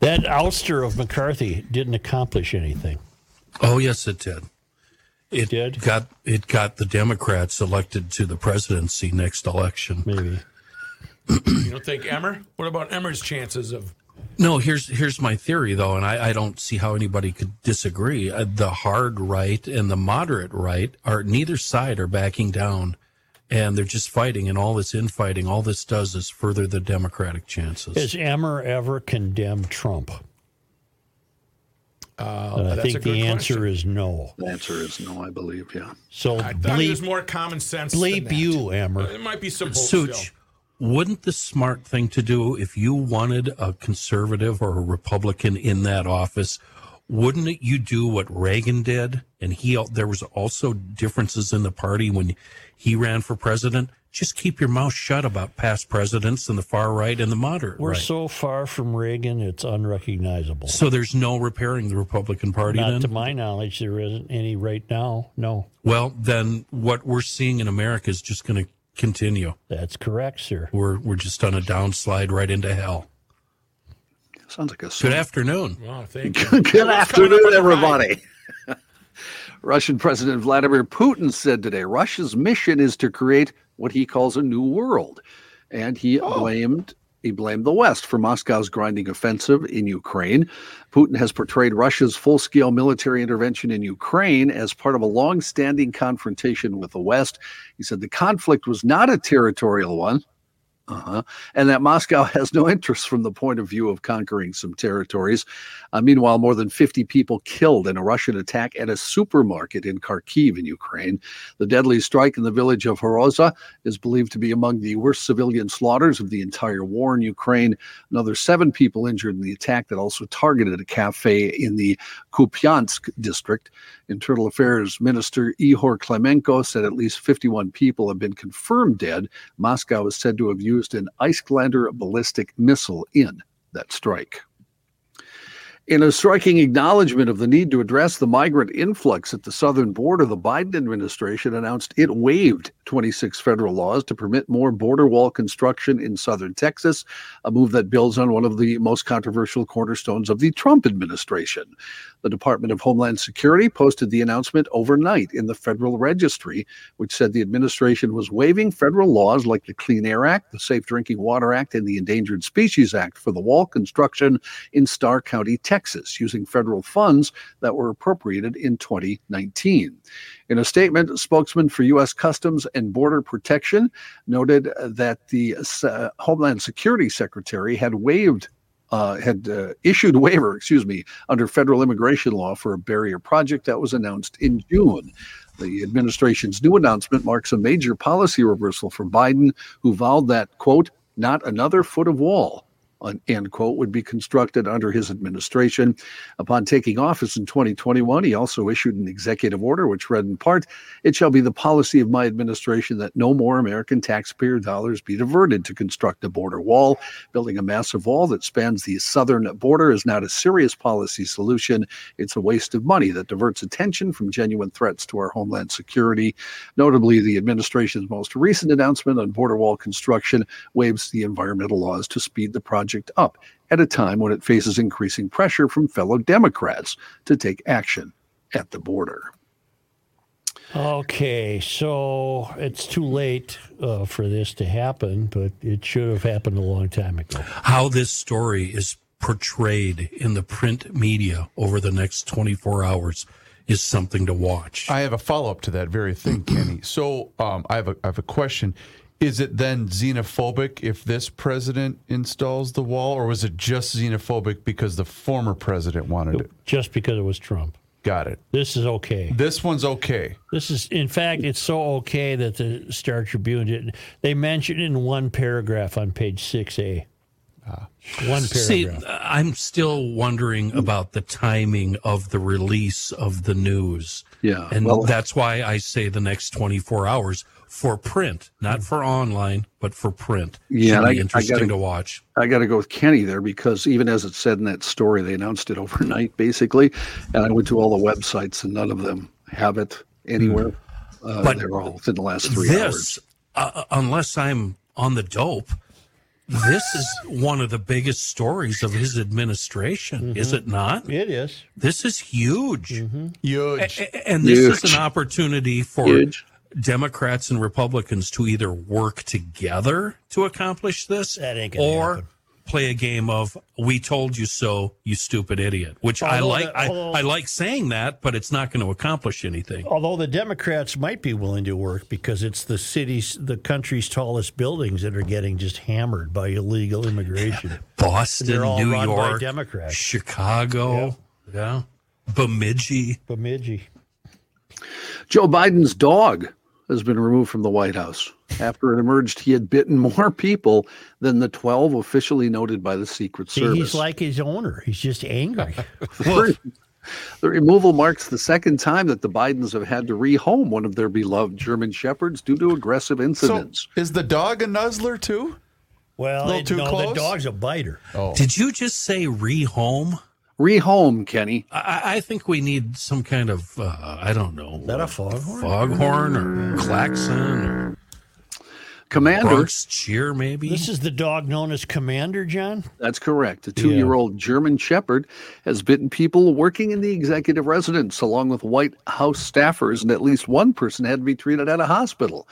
[SPEAKER 1] That ouster of McCarthy didn't accomplish anything.
[SPEAKER 5] Oh yes, it did. It
[SPEAKER 1] did?
[SPEAKER 5] got it got the Democrats elected to the presidency next election.
[SPEAKER 1] Maybe.
[SPEAKER 4] you don't think Emmer? What about Emmer's chances of?
[SPEAKER 5] No, here's here's my theory though, and I, I don't see how anybody could disagree. Uh, the hard right and the moderate right are neither side are backing down, and they're just fighting. And all this infighting, all this does is further the Democratic chances.
[SPEAKER 1] Has Emmer ever condemned Trump?
[SPEAKER 4] Uh,
[SPEAKER 1] And I
[SPEAKER 4] that's a
[SPEAKER 1] think
[SPEAKER 4] good
[SPEAKER 1] the answer
[SPEAKER 4] question.
[SPEAKER 1] is no.
[SPEAKER 2] The answer is no, I believe, yeah.
[SPEAKER 1] So
[SPEAKER 4] I thought it was
[SPEAKER 1] bleep,
[SPEAKER 4] more common sense. than
[SPEAKER 1] bleep
[SPEAKER 4] that.
[SPEAKER 1] you, Emmer.
[SPEAKER 4] It might be some hope still.
[SPEAKER 5] Such, wouldn't the smart thing to do if you wanted a conservative or a Republican in that office? Wouldn't you do what Reagan did? And he there was also differences in the party when he ran for president. Just keep your mouth shut about past presidents and the far right and the moderate
[SPEAKER 1] We're
[SPEAKER 5] right.
[SPEAKER 1] so far from Reagan, it's unrecognizable.
[SPEAKER 5] So there's no repairing the Republican Party
[SPEAKER 1] Not
[SPEAKER 5] then.
[SPEAKER 1] to my knowledge, there isn't any right now. No,
[SPEAKER 5] well, then what we're seeing in America is just going to continue.
[SPEAKER 1] that's correct, sir.
[SPEAKER 5] We're we're just on a downslide right into hell.
[SPEAKER 2] Sounds like a
[SPEAKER 5] Good afternoon.
[SPEAKER 4] Wow, thank you.
[SPEAKER 2] [laughs] Good afternoon,
[SPEAKER 4] up on the
[SPEAKER 2] everybody. [laughs] Russian President Vladimir Putin said today Oh. Russia's mission is to create what he calls a new world. And he blamed He blamed the West for Moscow's grinding offensive in Ukraine. Putin has portrayed Russia's full scale military intervention in Ukraine as part of a long standing confrontation with the West. He said the conflict was not a territorial one. Uh-huh. And that Moscow [laughs] has no interest from the point of view of conquering some territories. Uh, meanwhile, more than 50 people killed in a Russian attack at a supermarket in Kharkiv in Ukraine. The deadly strike in the village of Horoza is believed to be among the worst civilian slaughters of the entire war in Ukraine. Another seven people injured in the attack that also targeted a cafe in the Kupiansk district. Internal Affairs Minister Ihor Klemenko said at least 51 people have been confirmed dead. Moscow is said to have used an Icelander ballistic missile in that strike. In a striking acknowledgement of the need to address the migrant influx at the southern border, the Biden administration announced it waived 26 federal laws to permit more border wall construction in southern Texas, a move that builds on one of the most controversial cornerstones of the Trump administration. The Department of Homeland Security posted the announcement overnight in the Federal Registry, which said the administration was waiving federal laws like the Clean Air Act, the Safe Drinking Water Act, and the Endangered Species Act for the wall construction in Starr County, Texas, using federal funds that were appropriated in 2019. In a statement, a spokesman for U.S. Customs and Border Protection noted that the uh, Homeland Security Secretary had waived uh, had uh, issued waiver, excuse me, under federal immigration law for a barrier project that was announced in June. The administration's new announcement marks a major policy reversal for Biden, who vowed that, quote, not another foot of wall an end quote, would be constructed under his administration. Upon taking office in 2021, he also issued an executive order which read in part, It shall be the policy of my administration that no more American taxpayer dollars be diverted to construct a border wall. Building a massive wall that spans the southern border is not a serious policy solution. It's a waste of money that diverts attention from genuine threats to our homeland security. Notably, the administration's most recent announcement on border wall construction waives the environmental laws to speed the project up at a time when it faces increasing pressure from fellow Democrats to take action at the border.
[SPEAKER 1] Okay, so it's too late uh, for this to happen, but it should have happened a long time ago.
[SPEAKER 5] How this story is portrayed in the print media over the next 24 hours is something to watch.
[SPEAKER 3] I have a follow up to that very [clears throat] thing, Kenny. So um, I, have a, I have a question. Is it then xenophobic if this president installs the wall, or was it just xenophobic because the former president wanted it?
[SPEAKER 1] Just because it was Trump.
[SPEAKER 3] Got it.
[SPEAKER 1] This is okay.
[SPEAKER 3] This one's okay.
[SPEAKER 1] This is, in fact, it's so okay that the Star Tribune did. They mentioned in one paragraph on page six A. Ah. One paragraph.
[SPEAKER 5] See, I'm still wondering about the timing of the release of the news.
[SPEAKER 2] Yeah.
[SPEAKER 5] And well, that's why I say the next 24 hours for print, not for online, but for print.
[SPEAKER 2] Yeah,
[SPEAKER 5] Should be Mm. I, interesting I gotta, to watch.
[SPEAKER 2] I got to go with Kenny there because even as it said in that story, they announced it [laughs] overnight, basically, and I went to all the websites and none of them have it anywhere. Uh, but they're all within the last three
[SPEAKER 5] this,
[SPEAKER 2] hours.
[SPEAKER 5] Uh, unless I'm on the dope, this is one of the biggest stories of his administration, mm-hmm. is it not?
[SPEAKER 1] It is.
[SPEAKER 5] This is huge. Mm-hmm.
[SPEAKER 3] Huge.
[SPEAKER 5] A- and this huge. is an opportunity for. Huge. Democrats and Republicans to either work together to accomplish this or
[SPEAKER 1] happen.
[SPEAKER 5] play a game of we told you so, you stupid idiot, which although I like the, although, I, I like saying that, but it's not going to accomplish anything.
[SPEAKER 1] Although the Democrats might be willing to work because it's the city's the country's tallest buildings that are getting just hammered by illegal immigration.
[SPEAKER 5] Boston, New York,
[SPEAKER 1] Democrats.
[SPEAKER 5] Chicago, yeah. yeah. Bemidji.
[SPEAKER 1] Bemidji.
[SPEAKER 2] Joe Biden's dog has been removed from the White House after it emerged he had bitten more people than the 12 officially noted by the Secret
[SPEAKER 1] See,
[SPEAKER 2] Service.
[SPEAKER 1] He's like his owner, he's just angry.
[SPEAKER 2] The removal marks the second time that the Bidens have had to rehome one of their beloved German Shepherds due to aggressive incidents.
[SPEAKER 3] So is the dog a nuzzler too?
[SPEAKER 1] Well, it, no, close? the dog's a biter.
[SPEAKER 5] Oh. Did you just say rehome?
[SPEAKER 2] rehome, Kenny.
[SPEAKER 5] I, I, think we need some kind of uh, I don't know.
[SPEAKER 1] Is that a foghorn?
[SPEAKER 5] Foghorn
[SPEAKER 1] Mm.
[SPEAKER 5] or klaxon or
[SPEAKER 2] commander
[SPEAKER 5] Bronx cheer maybe.
[SPEAKER 1] This is the dog known as Commander John.
[SPEAKER 2] That's correct. A two-year-old yeah. German Shepherd has bitten people working in the executive residence, along with White House staffers, and at least one person had to be treated at a hospital.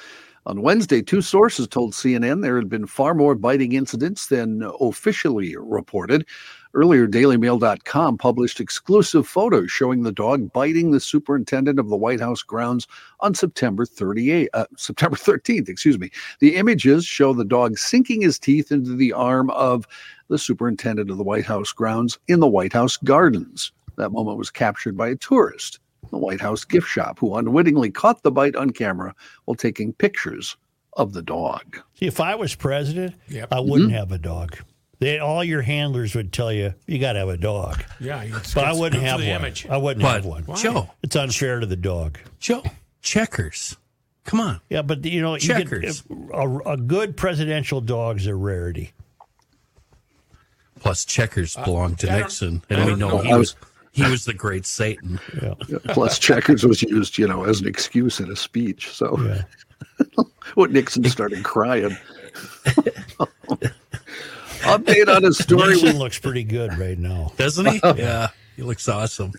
[SPEAKER 2] On Wednesday, two sources told CNN there had been far more biting incidents than officially reported. Earlier, DailyMail.com published exclusive photos showing the dog biting the superintendent of the White House grounds on September 38, uh, September 13th. Excuse me. The images show the dog sinking his teeth into the arm of the superintendent of the White House grounds in the White House gardens. That moment was captured by a tourist, in the White House gift shop, who unwittingly caught the bite on camera while taking pictures of the dog.
[SPEAKER 1] See, if I was president, I wouldn't have a dog. They, all your handlers would tell you you got to have a dog.
[SPEAKER 4] Yeah, you-
[SPEAKER 1] but I
[SPEAKER 4] it's
[SPEAKER 1] wouldn't
[SPEAKER 4] good for
[SPEAKER 1] have
[SPEAKER 4] the
[SPEAKER 1] one.
[SPEAKER 4] image.
[SPEAKER 1] I wouldn't
[SPEAKER 4] But,
[SPEAKER 1] have one.
[SPEAKER 4] Why? Joe.
[SPEAKER 1] it's unfair to the dog.
[SPEAKER 5] Joe, checkers. Come on.
[SPEAKER 1] Yeah, but you know, you get-
[SPEAKER 5] Checkers.
[SPEAKER 1] a, a good presidential dog's a rarity.
[SPEAKER 5] Plus, checkers belonged to
[SPEAKER 1] I don't-
[SPEAKER 5] Nixon,
[SPEAKER 1] Uh, I
[SPEAKER 5] and we
[SPEAKER 1] don't
[SPEAKER 5] know
[SPEAKER 1] know.
[SPEAKER 5] he was he was the great Satan.
[SPEAKER 4] [laughs]
[SPEAKER 2] Plus, checkers was used, you know, as an excuse in a speech. So, [laughs] what Nixon started crying. [laughs] Update on
[SPEAKER 1] [laughs]
[SPEAKER 2] a story.
[SPEAKER 1] Nixon
[SPEAKER 2] we-
[SPEAKER 1] looks pretty good right now, [laughs]
[SPEAKER 5] doesn't he? yeah, he looks awesome.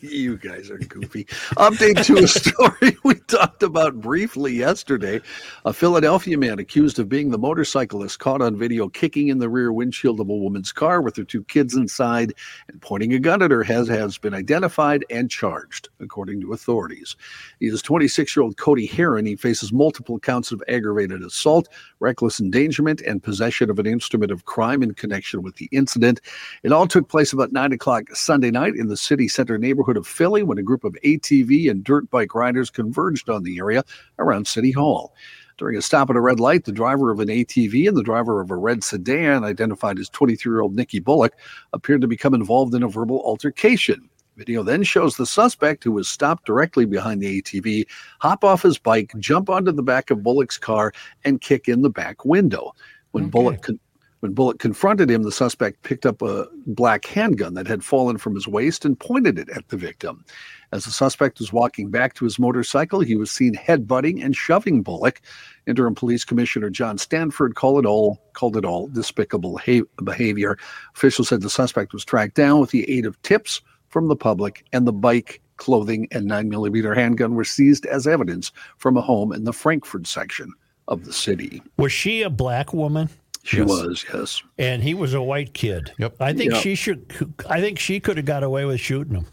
[SPEAKER 2] you guys are goofy. Update to a story we talked about briefly yesterday. A Philadelphia man accused of being the motorcyclist caught on video kicking in the rear windshield of a woman's car with her two kids inside and pointing a gun at her has, has been identified and charged, according to authorities. He is 26 year old Cody Heron. He faces multiple counts of aggravated assault, reckless endangerment, and possession of an instrument of crime in connection with the incident. It all took place about 9 o'clock Sunday night in the city center neighborhood of Philly when a group of ATV and dirt bike riders converged on the area around City Hall. During a stop at a red light, the driver of an ATV and the driver of a red sedan, identified as 23 year old Nikki Bullock, appeared to become involved in a verbal altercation. Video then shows the suspect, who was stopped directly behind the ATV, hop off his bike, jump onto the back of Bullock's car, and kick in the back window. When Bullock con- when Bullock confronted him, the suspect picked up a black handgun that had fallen from his waist and pointed it at the victim. As the suspect was walking back to his motorcycle, he was seen headbutting and shoving Bullock. Interim Police Commissioner John Stanford called it all called it all despicable ha- behavior. Officials said the suspect was tracked down with the aid of tips from the public, and the bike, clothing, and 9mm handgun were seized as evidence from a home in the Frankfurt section of the city.
[SPEAKER 1] Was she a black woman?
[SPEAKER 2] She was, yes.
[SPEAKER 1] and he was a white kid. Yep. I think
[SPEAKER 2] Yeah.
[SPEAKER 1] she should. I think she could have got away with shooting him.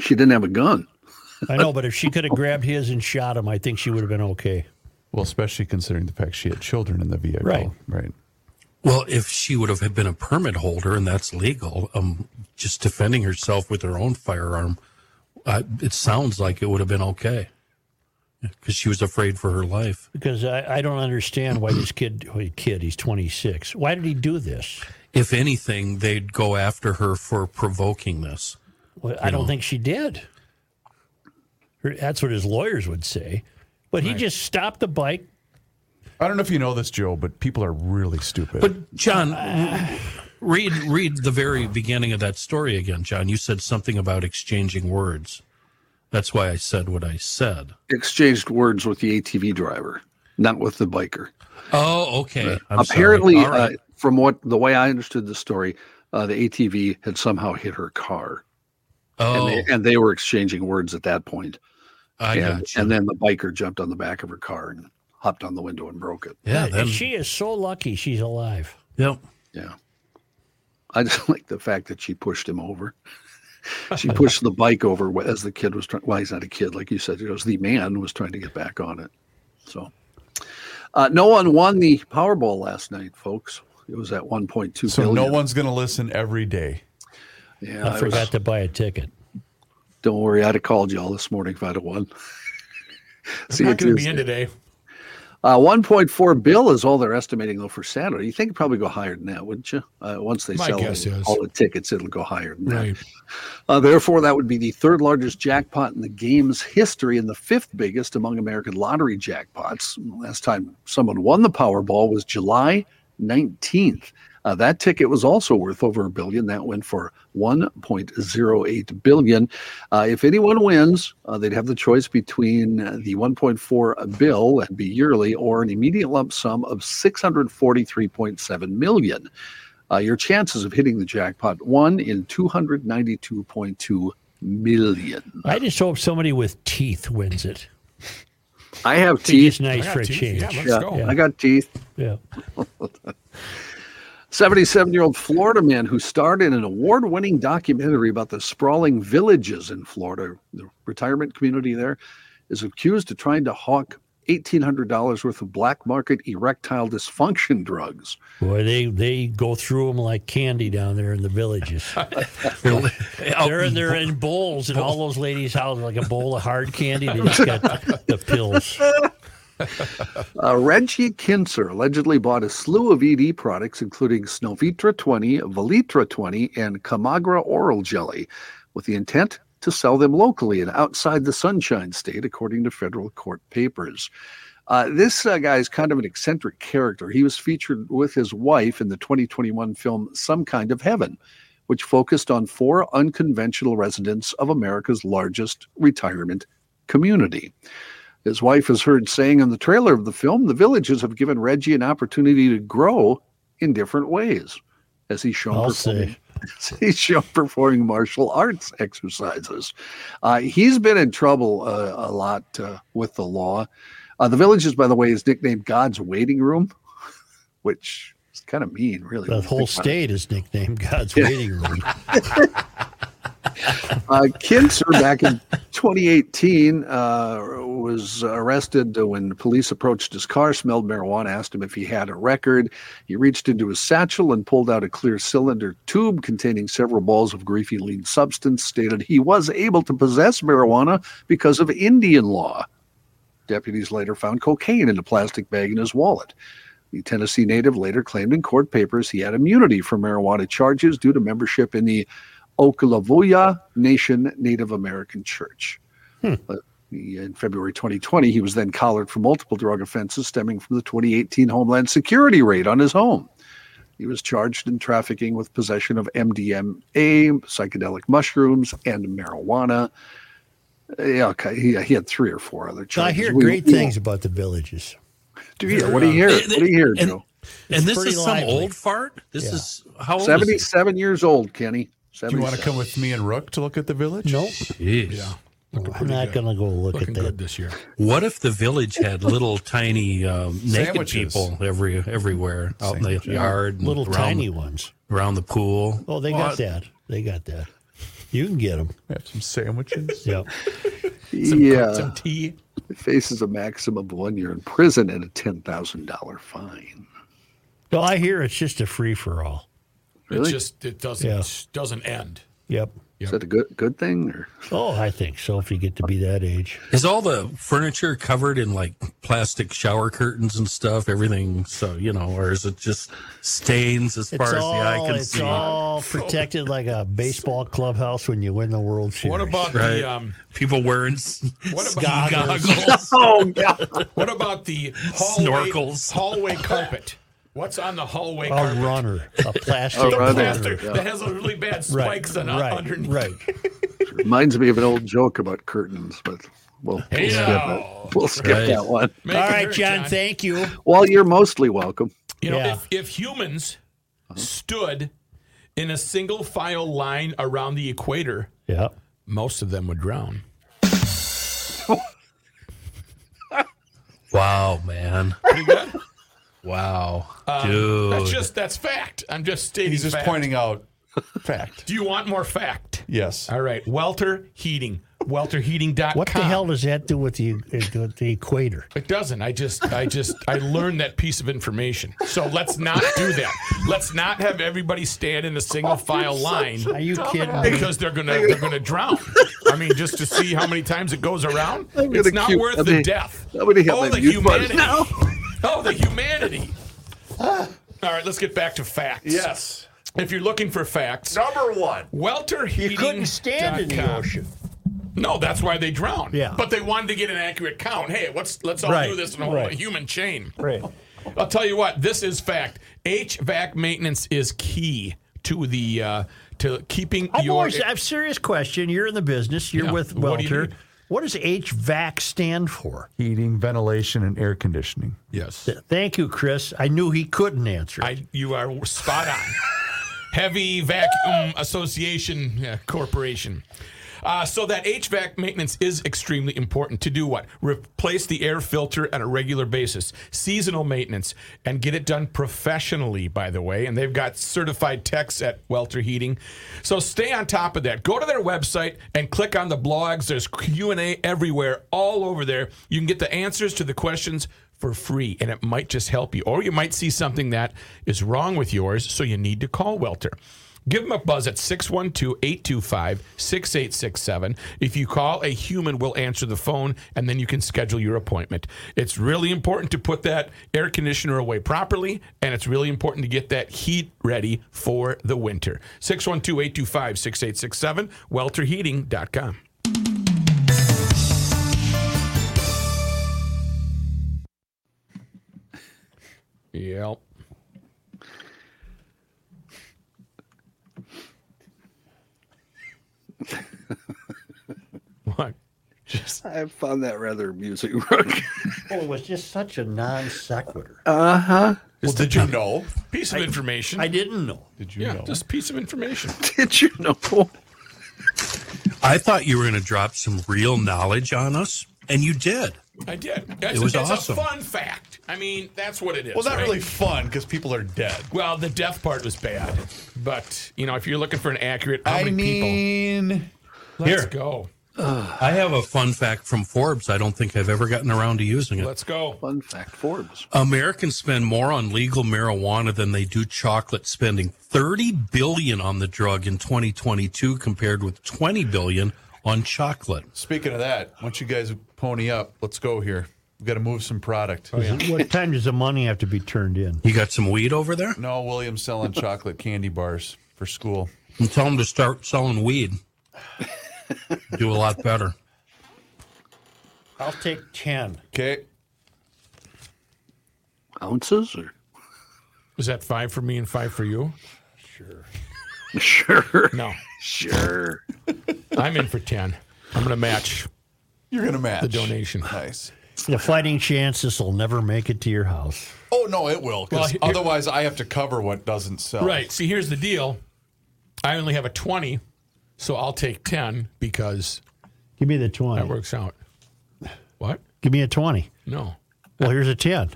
[SPEAKER 2] She didn't have a gun.
[SPEAKER 1] I know, but if she could have grabbed his and shot him, I think she would have been okay.
[SPEAKER 3] Well, especially considering the fact she had children in the vehicle.
[SPEAKER 1] Right.
[SPEAKER 3] Right.
[SPEAKER 5] Well, if she would have been a permit holder, and that's legal, um, just defending herself with her own firearm, uh, it sounds like it would have been okay because she was afraid for her life.
[SPEAKER 1] Because I, I don't understand why this kid, oh, kid, he's 26. Why did he do this?
[SPEAKER 5] If anything, they'd go after her for provoking this.
[SPEAKER 1] Well, I don't think she did. Her- That's what his lawyers would say. But he just stopped the bike.
[SPEAKER 3] I don't know if you know this, Joe, but people are really stupid.
[SPEAKER 5] But John,
[SPEAKER 2] uh,
[SPEAKER 5] read read the very beginning of that story again, John. You said something about exchanging words. That's why I said what I said.
[SPEAKER 2] Exchanged words with the ATV driver, not with the biker.
[SPEAKER 5] Oh, okay. I'm sorry.
[SPEAKER 2] Apparently,
[SPEAKER 5] All right.
[SPEAKER 2] uh, from what the way I understood the story, uh, the ATV had somehow hit her car.
[SPEAKER 5] Oh.
[SPEAKER 2] uh, And, they, and they were exchanging words at that point.
[SPEAKER 5] I
[SPEAKER 2] and,
[SPEAKER 5] gotcha.
[SPEAKER 2] and then the biker jumped on the back of her car and hopped on the window and broke it.
[SPEAKER 1] And she is so lucky she's alive.
[SPEAKER 5] Yep.
[SPEAKER 2] Yeah. I [laughs] just like the fact that she pushed him over. [laughs] she pushed the bike over wh- as the kid was trying. Well, he's not a kid, like you said. It was the man was trying to get back on it. So, uh, no one won the Powerball last night, folks. It was at one point two
[SPEAKER 3] so
[SPEAKER 2] billion.
[SPEAKER 3] no one's going to listen every day.
[SPEAKER 2] Yeah,
[SPEAKER 1] I
[SPEAKER 2] I
[SPEAKER 1] forgot
[SPEAKER 2] was-
[SPEAKER 1] to buy a ticket.
[SPEAKER 2] don't worry, I'd have called y'all this morning if I'd have won.
[SPEAKER 4] I'm not
[SPEAKER 2] it
[SPEAKER 4] going to be
[SPEAKER 2] is-
[SPEAKER 4] in today.
[SPEAKER 2] Uh, 1.4 bill is all they're estimating though for Saturday. You think it'd probably go higher than that, wouldn't you? Uh, once they
[SPEAKER 4] My
[SPEAKER 2] sell
[SPEAKER 4] guess is.
[SPEAKER 2] all the tickets, it'll go higher than
[SPEAKER 4] Right.
[SPEAKER 2] that. Uh, therefore, that would be the third largest jackpot in the game's history and the fifth biggest among American lottery jackpots. Last time someone won the Powerball was July 19th. Uh, that ticket was also worth over a billion. That went for 1.08 billion. Uh, if anyone wins, uh, they'd have the choice between uh, the 1.4 bill, that'd be yearly, or an immediate lump sum of 643.7 million uh, your chances of hitting the jackpot one in 292.2 million.
[SPEAKER 1] I just hope somebody with teeth wins it.
[SPEAKER 2] I have
[SPEAKER 1] think it's
[SPEAKER 2] teeth.
[SPEAKER 1] nice I got for a teeth. change. Yeah, let's go.
[SPEAKER 2] I got teeth.
[SPEAKER 1] Yeah.
[SPEAKER 2] 77 year old Florida man who starred in an award winning documentary about the sprawling villages in Florida, the retirement community there, is accused of trying to hawk $1,800 worth of black market erectile dysfunction drugs.
[SPEAKER 1] Boy, they, they go through them like candy down there in the villages.
[SPEAKER 2] [laughs]
[SPEAKER 1] they're, they're in bowls in all those ladies' houses, like a bowl of hard candy. They just
[SPEAKER 2] [laughs]
[SPEAKER 1] got the, the pills.
[SPEAKER 2] Uh, Reggie Kinser allegedly bought a slew of ED products, including Snovitra 20, Valitra 20, and Camagra Oral Jelly, with the intent to sell them locally and outside the Sunshine State, according to federal court papers. Uh, this uh, guy is kind of an eccentric character. He was featured with his wife in the 2021 film Some Kind of Heaven, which focused on four unconventional residents of America's largest retirement community. His wife is heard saying in the trailer of the film, the villages have given Reggie an opportunity to grow in different ways, as he's shown
[SPEAKER 1] I'll
[SPEAKER 2] performing,
[SPEAKER 1] say.
[SPEAKER 2] [laughs] as he's shown performing martial arts exercises. Uh, he's been in trouble uh, a lot uh, with the law. Uh, the villages, by the way, is nicknamed God's waiting room, [laughs] which is kind of mean, really.
[SPEAKER 1] That
[SPEAKER 2] when you
[SPEAKER 1] whole
[SPEAKER 2] think about it.
[SPEAKER 1] state is nicknamed God's
[SPEAKER 2] Yeah.
[SPEAKER 1] waiting room.
[SPEAKER 2] uh, Kinzer back in 2018 uh, was arrested when police approached his car, smelled marijuana, asked him if he had a record. He reached into his satchel and pulled out a clear cylinder tube containing several balls of greasy lean substance. Stated he was able to possess marijuana because of Indian law. Deputies later found cocaine in a plastic bag in his wallet. The Tennessee native later claimed in court papers he had immunity from marijuana charges due to membership in the Oklavuya Nation Native American Church.
[SPEAKER 1] Hmm.
[SPEAKER 2] Uh, he- in February 2020, he was then collared for multiple drug offenses stemming from the 2018 Homeland Security raid on his home. He was charged in trafficking with possession of MDMA, psychedelic mushrooms, and marijuana. Uh, Yeah, okay. he, he had three or four other
[SPEAKER 1] I
[SPEAKER 2] charges.
[SPEAKER 1] hear
[SPEAKER 2] We-
[SPEAKER 1] great
[SPEAKER 2] we-
[SPEAKER 1] things about the villages.
[SPEAKER 2] Do you? What do you hear? What do you hear,
[SPEAKER 1] And-
[SPEAKER 2] Joe?
[SPEAKER 5] And this
[SPEAKER 1] pretty
[SPEAKER 5] is some
[SPEAKER 1] lively.
[SPEAKER 5] old fart. This
[SPEAKER 1] Yeah.
[SPEAKER 5] is how old is it?
[SPEAKER 2] Seventy-seven years old, Kenny.
[SPEAKER 3] Do you want to
[SPEAKER 2] 77.
[SPEAKER 3] come with me and Rook to look at the village?
[SPEAKER 1] Nope.
[SPEAKER 5] Jeez.
[SPEAKER 1] I'm not going to go look
[SPEAKER 4] Looking
[SPEAKER 1] at that.
[SPEAKER 4] good this year.
[SPEAKER 5] What if the village had little tiny um, naked
[SPEAKER 3] Sandwiches.
[SPEAKER 5] people every everywhere out in the yard, and
[SPEAKER 1] Little
[SPEAKER 5] around,
[SPEAKER 1] tiny ones.
[SPEAKER 5] around the pool?
[SPEAKER 1] Oh, they got that. They got that. You can get them.
[SPEAKER 3] Have some sandwiches.
[SPEAKER 1] Yep.
[SPEAKER 2] Yeah.
[SPEAKER 4] Some tea.
[SPEAKER 2] faces a maximum of one year in prison and a ten thousand dollar fine.
[SPEAKER 1] Well, I hear it's just a free for all.
[SPEAKER 4] It
[SPEAKER 2] Really?
[SPEAKER 4] just it doesn't
[SPEAKER 1] Yeah.
[SPEAKER 4] doesn't end.
[SPEAKER 1] Yep.
[SPEAKER 2] Is that a good good thing? Or
[SPEAKER 1] Oh, I think so. If you get to be that age,
[SPEAKER 5] Is all the furniture covered in like plastic shower curtains and stuff? Everything, so you know, or is it just stains as
[SPEAKER 1] it's
[SPEAKER 5] far
[SPEAKER 1] all
[SPEAKER 5] as the eye can
[SPEAKER 1] it's
[SPEAKER 5] see?
[SPEAKER 1] all protected like a baseball clubhouse when you win the World Series.
[SPEAKER 4] What about
[SPEAKER 5] Right.
[SPEAKER 4] the um?
[SPEAKER 5] People [laughs] wearing s-
[SPEAKER 4] What about
[SPEAKER 1] Goggles.
[SPEAKER 5] goggles,
[SPEAKER 2] oh god,
[SPEAKER 4] What
[SPEAKER 1] [laughs]
[SPEAKER 4] about the hallway,
[SPEAKER 5] Snorkels.
[SPEAKER 4] hallway carpet? What's on the hallway
[SPEAKER 1] a
[SPEAKER 4] carpet?
[SPEAKER 1] runner,
[SPEAKER 4] [laughs]
[SPEAKER 1] a plastic
[SPEAKER 2] A runner.
[SPEAKER 1] runner?
[SPEAKER 4] Plastic that has those really bad
[SPEAKER 1] [laughs] Right,
[SPEAKER 4] spikes on
[SPEAKER 1] right,
[SPEAKER 4] underneath. [laughs]
[SPEAKER 1] right.
[SPEAKER 2] [laughs] reminds me of an old joke about curtains, but we'll, we'll skip
[SPEAKER 4] Yeah.
[SPEAKER 2] it. We'll skip
[SPEAKER 5] Right.
[SPEAKER 2] that one.
[SPEAKER 4] Make
[SPEAKER 1] All
[SPEAKER 4] it
[SPEAKER 1] right,
[SPEAKER 4] hurt,
[SPEAKER 1] John. Thank you.
[SPEAKER 2] Well, you're mostly welcome.
[SPEAKER 4] You know,
[SPEAKER 1] Yeah.
[SPEAKER 4] if, if humans stood in a single file line around the equator,
[SPEAKER 1] Yeah.
[SPEAKER 4] most of them would drown.
[SPEAKER 5] Wow, man!
[SPEAKER 1] [laughs]
[SPEAKER 5] wow, dude.
[SPEAKER 4] That's just that's fact. I'm just stating.
[SPEAKER 3] He's just
[SPEAKER 4] fact.
[SPEAKER 3] pointing out fact.
[SPEAKER 4] Do you want more fact?
[SPEAKER 3] Yes.
[SPEAKER 4] All right, Welter Heating, welterheating.com.
[SPEAKER 1] What the hell does that do with the with the equator?
[SPEAKER 4] It doesn't. I just, I just, I learned that piece of information. So let's not do that. Let's not have everybody stand in a single file line
[SPEAKER 1] Are you kidding me?
[SPEAKER 4] because they're gonna, they're gonna drown. I mean, just to see how many times it goes around,
[SPEAKER 2] gonna
[SPEAKER 4] it's not
[SPEAKER 2] cue-
[SPEAKER 4] worth
[SPEAKER 2] I
[SPEAKER 4] the
[SPEAKER 2] mean,
[SPEAKER 4] death.
[SPEAKER 2] Somebody hit
[SPEAKER 4] Oh,
[SPEAKER 2] my
[SPEAKER 4] the
[SPEAKER 2] mute button. Ah.
[SPEAKER 4] humanity! Oh, the humanity! All right, let's get back to facts.
[SPEAKER 3] Yes.
[SPEAKER 4] If you're looking for facts,
[SPEAKER 3] Number one.
[SPEAKER 4] Welter Heating. No, that's why they drowned.
[SPEAKER 1] Yeah.
[SPEAKER 4] But they wanted to get an accurate count. Hey, let's let's all
[SPEAKER 1] Right,
[SPEAKER 4] do this in a
[SPEAKER 1] right.
[SPEAKER 4] human chain.
[SPEAKER 1] Right.
[SPEAKER 4] I'll tell you what. This is fact. HVAC maintenance is key to the uh, to keeping
[SPEAKER 1] I'm
[SPEAKER 4] your. e-
[SPEAKER 1] always, I have a serious question. You're in the business. You're
[SPEAKER 4] Yeah.
[SPEAKER 1] with
[SPEAKER 4] What do you
[SPEAKER 1] Welter.
[SPEAKER 4] need?
[SPEAKER 1] what does HVAC stand for?
[SPEAKER 3] Heating, ventilation, and air conditioning.
[SPEAKER 4] yes.
[SPEAKER 1] Thank you, Chris. I knew he couldn't answer.
[SPEAKER 4] I you are spot on. Heavy Vacuum Association uh, Corporation. Uh, so that HVAC maintenance is extremely important to do what? Replace the air filter on a regular basis, seasonal maintenance, and get it done professionally, by the way. And they've got certified techs at Welter Heating. So stay on top of that. Go to their website and click on the blogs. There's Q&A everywhere, all over there. You can get the answers to the questions for free and it might just help you or you might see something that is wrong with yours so you need to call welter give them a buzz at 612-825-6867 if you call a human will answer the phone and then you can schedule your appointment it's really important to put that air conditioner away properly and it's really important to get that heat ready for the winter 612-825-6867 welterheating.com Yep. what? Just
[SPEAKER 2] I found that rather amusing, [laughs] Rook.
[SPEAKER 1] Oh, it was just such a non sequitur.
[SPEAKER 2] Uh huh.
[SPEAKER 4] Well, did you know? Piece of information.
[SPEAKER 1] I didn't know.
[SPEAKER 4] Did you yeah, know? Just piece of information.
[SPEAKER 2] Did you know?
[SPEAKER 5] I thought you were going to drop some real knowledge on us, and you did.
[SPEAKER 4] I did. That's,
[SPEAKER 5] It was
[SPEAKER 4] it's
[SPEAKER 5] awesome.
[SPEAKER 4] a fun fact. I mean, that's what it is.
[SPEAKER 3] Well, not
[SPEAKER 4] right?
[SPEAKER 3] really fun because people are dead.
[SPEAKER 4] Well, the death part was bad, but you know, if you're looking for an accurate, how
[SPEAKER 3] I
[SPEAKER 4] many
[SPEAKER 3] mean,
[SPEAKER 4] people? Let's
[SPEAKER 5] Here.
[SPEAKER 4] go.
[SPEAKER 5] I have a fun fact from Forbes. I don't think I've ever gotten around to using it.
[SPEAKER 4] Let's go.
[SPEAKER 2] Fun fact Forbes.
[SPEAKER 5] Americans spend more on legal marijuana than they do chocolate, spending 30 billion on the drug in 2022 compared with 20 billion on chocolate.
[SPEAKER 3] speaking of that, once you guys pony up, let's go here. We've got to move some product.
[SPEAKER 1] [laughs] What time does the money have to be turned in?
[SPEAKER 5] You got some weed over there?
[SPEAKER 3] No, William's [laughs] selling chocolate candy bars for school.
[SPEAKER 5] And tell them to start selling weed. do a lot better.
[SPEAKER 1] I'll take 10.
[SPEAKER 3] Okay.
[SPEAKER 2] Ounces or
[SPEAKER 4] Is that five for me and five for you?
[SPEAKER 2] sure,
[SPEAKER 4] No,
[SPEAKER 2] sure.
[SPEAKER 4] I'm in for ten. I'm going to match
[SPEAKER 3] You're going to match.
[SPEAKER 4] the donation.
[SPEAKER 3] Nice.
[SPEAKER 1] The fighting chance this will never make it to your house.
[SPEAKER 3] Oh, no, it will. 'cause
[SPEAKER 4] Well, here-
[SPEAKER 3] otherwise, I have to cover what doesn't sell.
[SPEAKER 4] Right. See, here's the deal. I only have a twenty, so I'll take ten because
[SPEAKER 1] Give me the
[SPEAKER 4] that
[SPEAKER 1] 20.
[SPEAKER 4] works out. What?
[SPEAKER 1] Give me a 20.
[SPEAKER 4] No,
[SPEAKER 1] Well, here's a 10.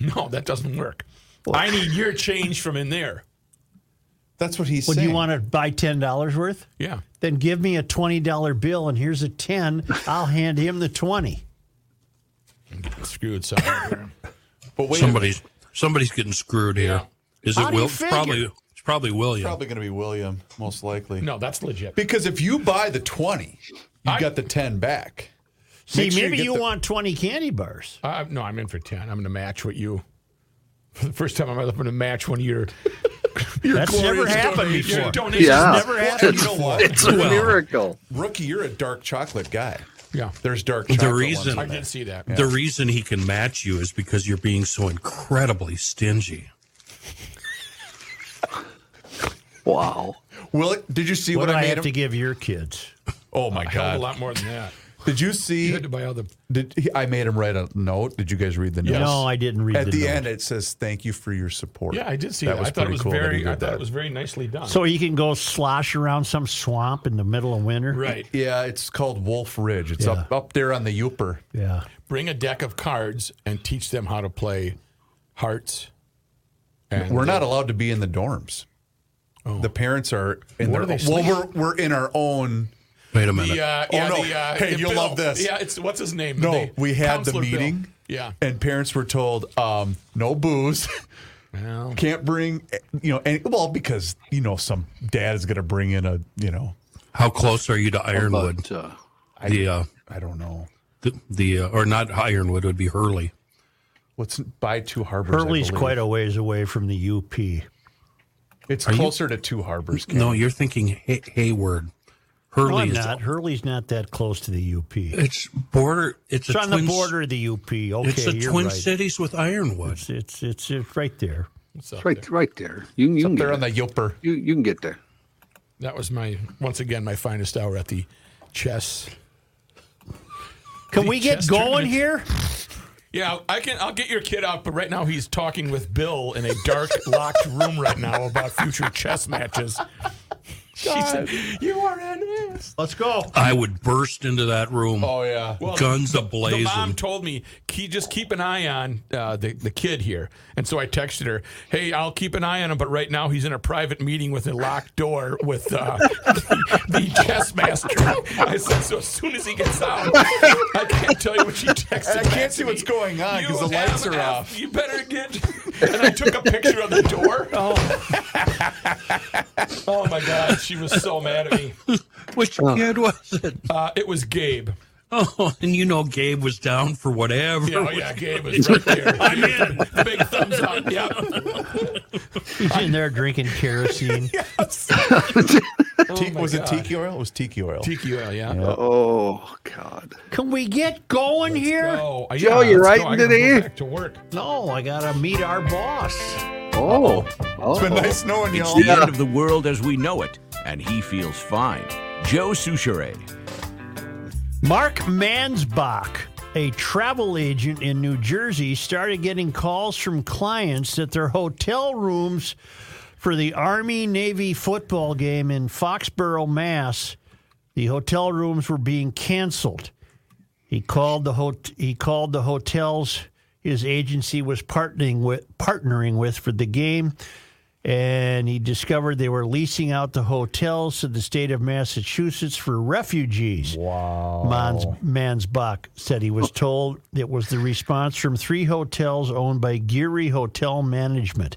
[SPEAKER 4] no, that doesn't work. I need your change from in there.
[SPEAKER 3] That's what he's
[SPEAKER 1] Would
[SPEAKER 3] saying.
[SPEAKER 1] you want to buy $10 worth?
[SPEAKER 4] Yeah.
[SPEAKER 1] Then give me a $20 bill and here's a 10. I'll hand him the 20.
[SPEAKER 4] Screwed somewhere.
[SPEAKER 3] but wait, somebody's
[SPEAKER 5] Somebody's somebody's getting screwed here. Is
[SPEAKER 1] How
[SPEAKER 5] it
[SPEAKER 1] do you
[SPEAKER 5] Will? It's
[SPEAKER 1] figure?
[SPEAKER 5] probably it's probably William.
[SPEAKER 3] probably going to be William, most likely.
[SPEAKER 4] No, that's legit.
[SPEAKER 3] Because if you buy the 20, you
[SPEAKER 4] I-
[SPEAKER 3] got the 10 back.
[SPEAKER 1] See,
[SPEAKER 3] Make sure you
[SPEAKER 1] maybe
[SPEAKER 3] get
[SPEAKER 1] you
[SPEAKER 3] the-
[SPEAKER 1] want 20 candy bars.
[SPEAKER 4] Uh, no, I'm in for ten. I'm going to match what you. For the first time, I'm going to match one of your.
[SPEAKER 1] That's never
[SPEAKER 4] glorious
[SPEAKER 1] happened
[SPEAKER 4] donations.
[SPEAKER 1] before.
[SPEAKER 4] Your donations
[SPEAKER 2] Yeah,
[SPEAKER 1] never happened
[SPEAKER 2] It's,
[SPEAKER 3] before.
[SPEAKER 2] it's a
[SPEAKER 5] Well.
[SPEAKER 2] miracle.
[SPEAKER 3] Rookie, you're a dark chocolate guy.
[SPEAKER 4] Yeah,
[SPEAKER 3] There's dark chocolate. ones
[SPEAKER 5] reason-
[SPEAKER 3] in
[SPEAKER 4] I
[SPEAKER 3] there.
[SPEAKER 4] did see that.
[SPEAKER 5] The reason he can match you is because you're being so incredibly stingy.
[SPEAKER 2] Wow.
[SPEAKER 3] Will it, did you see
[SPEAKER 1] What do
[SPEAKER 3] what, I
[SPEAKER 1] I
[SPEAKER 3] made
[SPEAKER 1] have
[SPEAKER 3] him?
[SPEAKER 1] to give your kids?
[SPEAKER 3] oh my
[SPEAKER 4] I held a
[SPEAKER 3] god!
[SPEAKER 4] lot more than that.
[SPEAKER 3] Did [laughs] you
[SPEAKER 4] You
[SPEAKER 3] see?
[SPEAKER 4] had to buy all the.
[SPEAKER 3] Did he, I made him write a note? Did you guys read the note?
[SPEAKER 1] No, I didn't read
[SPEAKER 3] At
[SPEAKER 1] the
[SPEAKER 3] the,
[SPEAKER 1] note.
[SPEAKER 3] end, it says "Thank you for your support."
[SPEAKER 4] Yeah, I did see that.
[SPEAKER 3] That was
[SPEAKER 4] I thought
[SPEAKER 3] pretty
[SPEAKER 4] it was
[SPEAKER 3] cool that he
[SPEAKER 4] very.
[SPEAKER 3] did
[SPEAKER 4] I thought
[SPEAKER 3] that.
[SPEAKER 4] it was very nicely done.
[SPEAKER 1] So you can go slosh around some swamp in the middle of winter?
[SPEAKER 4] right,
[SPEAKER 3] Yeah, it's called Wolf Ridge. It's up up there on the Youper.
[SPEAKER 1] Yeah.
[SPEAKER 4] bring a deck of cards and teach them how to play hearts. And
[SPEAKER 3] We're not allowed to be in the dorms. The parents are in
[SPEAKER 4] Where
[SPEAKER 3] their.
[SPEAKER 4] do Oh. they
[SPEAKER 3] well,
[SPEAKER 4] sleep?
[SPEAKER 3] we're we're in our own.
[SPEAKER 5] Wait a minute.
[SPEAKER 4] The, uh,
[SPEAKER 3] Oh,
[SPEAKER 4] yeah,
[SPEAKER 3] no.
[SPEAKER 4] the, uh,
[SPEAKER 3] Hey,
[SPEAKER 4] the
[SPEAKER 3] you'll
[SPEAKER 4] Bill.
[SPEAKER 3] love this.
[SPEAKER 4] Yeah, it's what's his name?
[SPEAKER 3] No,
[SPEAKER 4] They-
[SPEAKER 3] we had the
[SPEAKER 4] Counselor Bill.
[SPEAKER 3] meeting.
[SPEAKER 4] Yeah.
[SPEAKER 3] And parents were told, um, no booze. [laughs]
[SPEAKER 4] Well,
[SPEAKER 3] Can't bring, you know, any, well, because, you know, some dad is going to bring in a, you know,
[SPEAKER 5] How close are you to Ironwood?
[SPEAKER 2] But uh,
[SPEAKER 5] the uh,
[SPEAKER 3] I don't know.
[SPEAKER 5] the, the uh, or not Ironwood it would be Hurley.
[SPEAKER 3] What's by Two Harbors? I
[SPEAKER 1] Hurley's
[SPEAKER 3] believe.
[SPEAKER 1] quite a ways away from the UP.
[SPEAKER 3] It's
[SPEAKER 5] you-
[SPEAKER 3] closer to Two Harbors. Ken.
[SPEAKER 5] No, you're thinking Hay- Hayward. Hurley
[SPEAKER 1] No, I'm
[SPEAKER 5] is
[SPEAKER 1] not. Hurley's not that close to the UP. It's,
[SPEAKER 5] It's border. It's, a
[SPEAKER 1] on
[SPEAKER 5] twin,
[SPEAKER 1] the border of the UP. Okay,
[SPEAKER 5] It's the
[SPEAKER 1] you're
[SPEAKER 5] Twin
[SPEAKER 1] right.
[SPEAKER 5] Cities with Ironwood.
[SPEAKER 1] It's, it's it's it's right there.
[SPEAKER 4] it's up
[SPEAKER 2] it's right,
[SPEAKER 4] there.
[SPEAKER 2] right there. You, you can
[SPEAKER 3] Up
[SPEAKER 2] get
[SPEAKER 3] there on
[SPEAKER 2] there.
[SPEAKER 3] the Yoper.
[SPEAKER 2] You, you can get there.
[SPEAKER 4] That was my once again my finest hour at the chess.
[SPEAKER 1] Can
[SPEAKER 4] The
[SPEAKER 1] we get
[SPEAKER 4] chess
[SPEAKER 1] going
[SPEAKER 4] tournament.
[SPEAKER 1] here?
[SPEAKER 4] Yeah, I can. I'll get your kid out, but right now he's
[SPEAKER 3] [laughs]
[SPEAKER 4] talking with Bill in a dark, locked room right now about future chess matches. She [laughs] said, "You are an ass."
[SPEAKER 7] Let's go.
[SPEAKER 5] I would burst into that room.
[SPEAKER 4] Oh yeah,
[SPEAKER 5] guns
[SPEAKER 4] the- The
[SPEAKER 5] ablaze.
[SPEAKER 4] mom told me, "Ke- just keep an eye on uh, the the kid here." And so I texted her, "Hey, I'll keep an eye on him, but right now he's in a private meeting with a locked door with uh, [laughs] the, the chess master." I said, "So as soon as he gets out, I can't tell you what she texted."
[SPEAKER 3] I can't see what's going on
[SPEAKER 4] You
[SPEAKER 3] 'cause the
[SPEAKER 4] have
[SPEAKER 3] lights are
[SPEAKER 4] an F.
[SPEAKER 3] off.
[SPEAKER 4] You better get. [laughs] And I took a picture of
[SPEAKER 3] [laughs]
[SPEAKER 4] the door. Oh, [laughs] oh my God, she was so mad at me.
[SPEAKER 5] Which kid was it?
[SPEAKER 4] Uh, it was Gabe.
[SPEAKER 5] [laughs] Oh, and you know Gabe was down for whatever.
[SPEAKER 4] Yeah, oh, yeah, Gabe was right there. [laughs] I'm in. Big thumbs up. Yep.
[SPEAKER 1] He's in there drinking kerosene.
[SPEAKER 3] Te-
[SPEAKER 4] my
[SPEAKER 3] was it
[SPEAKER 4] God.
[SPEAKER 3] tiki oil? It was Oh tiki oil.
[SPEAKER 4] Tiki oil, yeah.
[SPEAKER 2] Oh God.
[SPEAKER 1] [laughs] Can we get going here?
[SPEAKER 4] Oh, yeah,
[SPEAKER 2] Joe, you
[SPEAKER 4] let's
[SPEAKER 2] writing
[SPEAKER 4] go. I gotta
[SPEAKER 2] today?
[SPEAKER 4] go back to work.
[SPEAKER 1] No, I gotta meet our boss.
[SPEAKER 2] Oh.
[SPEAKER 3] It's been nice knowing
[SPEAKER 2] you.
[SPEAKER 3] y'all.
[SPEAKER 2] It's
[SPEAKER 3] It's
[SPEAKER 2] the
[SPEAKER 3] the
[SPEAKER 2] Yeah.
[SPEAKER 10] End of the world as we know it, and he feels fine. Joe Souchere.
[SPEAKER 1] Mark Mansbach, a travel agent in New Jersey, started getting calls from clients that their hotel rooms for the Army Navy football game in Foxborough, Mass, the hotel rooms were being canceled. He called the hot- he called the hotels his agency was partnering with partnering with for the game and he discovered they were leasing out the hotels to the state of Massachusetts for refugees. Wow. Mans, Mansbach said he was told it was the response from three hotels owned by Geary Hotel Management.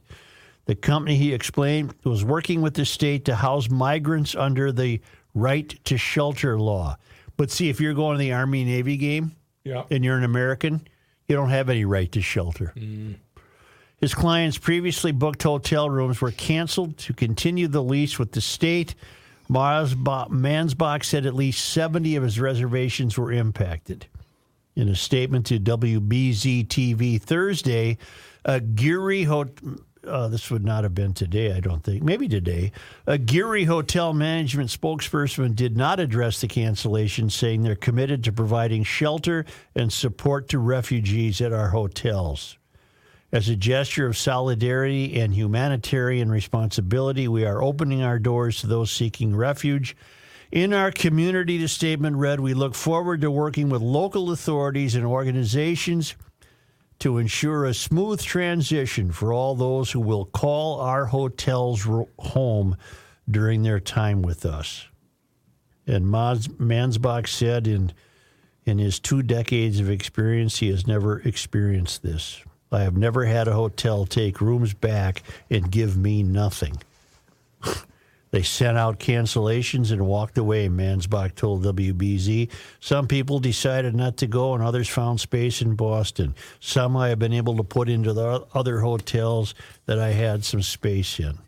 [SPEAKER 1] The company, he explained, was working with the state to house migrants under the right to shelter law. But see, if you're going to the Army Navy game
[SPEAKER 4] Yeah.
[SPEAKER 1] and you're an American, you don't have any right to shelter. His clients previously booked hotel rooms were canceled to continue the lease with the state. Marsba- Mansbach said at least 70 of his reservations were impacted. In a statement to WBZ TV Thursday, a Geary Hotel. Uh, this would not have been today, I don't think. Maybe today. A Geary Hotel Management spokesperson did not address the cancellation, saying they're committed to providing shelter and support to refugees at our hotels. As a gesture of solidarity and humanitarian responsibility, we are opening our doors to those seeking refuge. In our community, the statement read, we look forward to working with local authorities and organizations to ensure a smooth transition for all those who will call our hotels ro- home during their time with us. And Maz- Mansbach said in in his two decades of experience, he has never experienced this. I have never had a hotel take rooms back and give me nothing. [laughs] They sent out cancellations and walked away, Mansbach told WBZ. Some people decided not to go, and others found space in Boston. Some I have been able to put into the other hotels that I had some space in.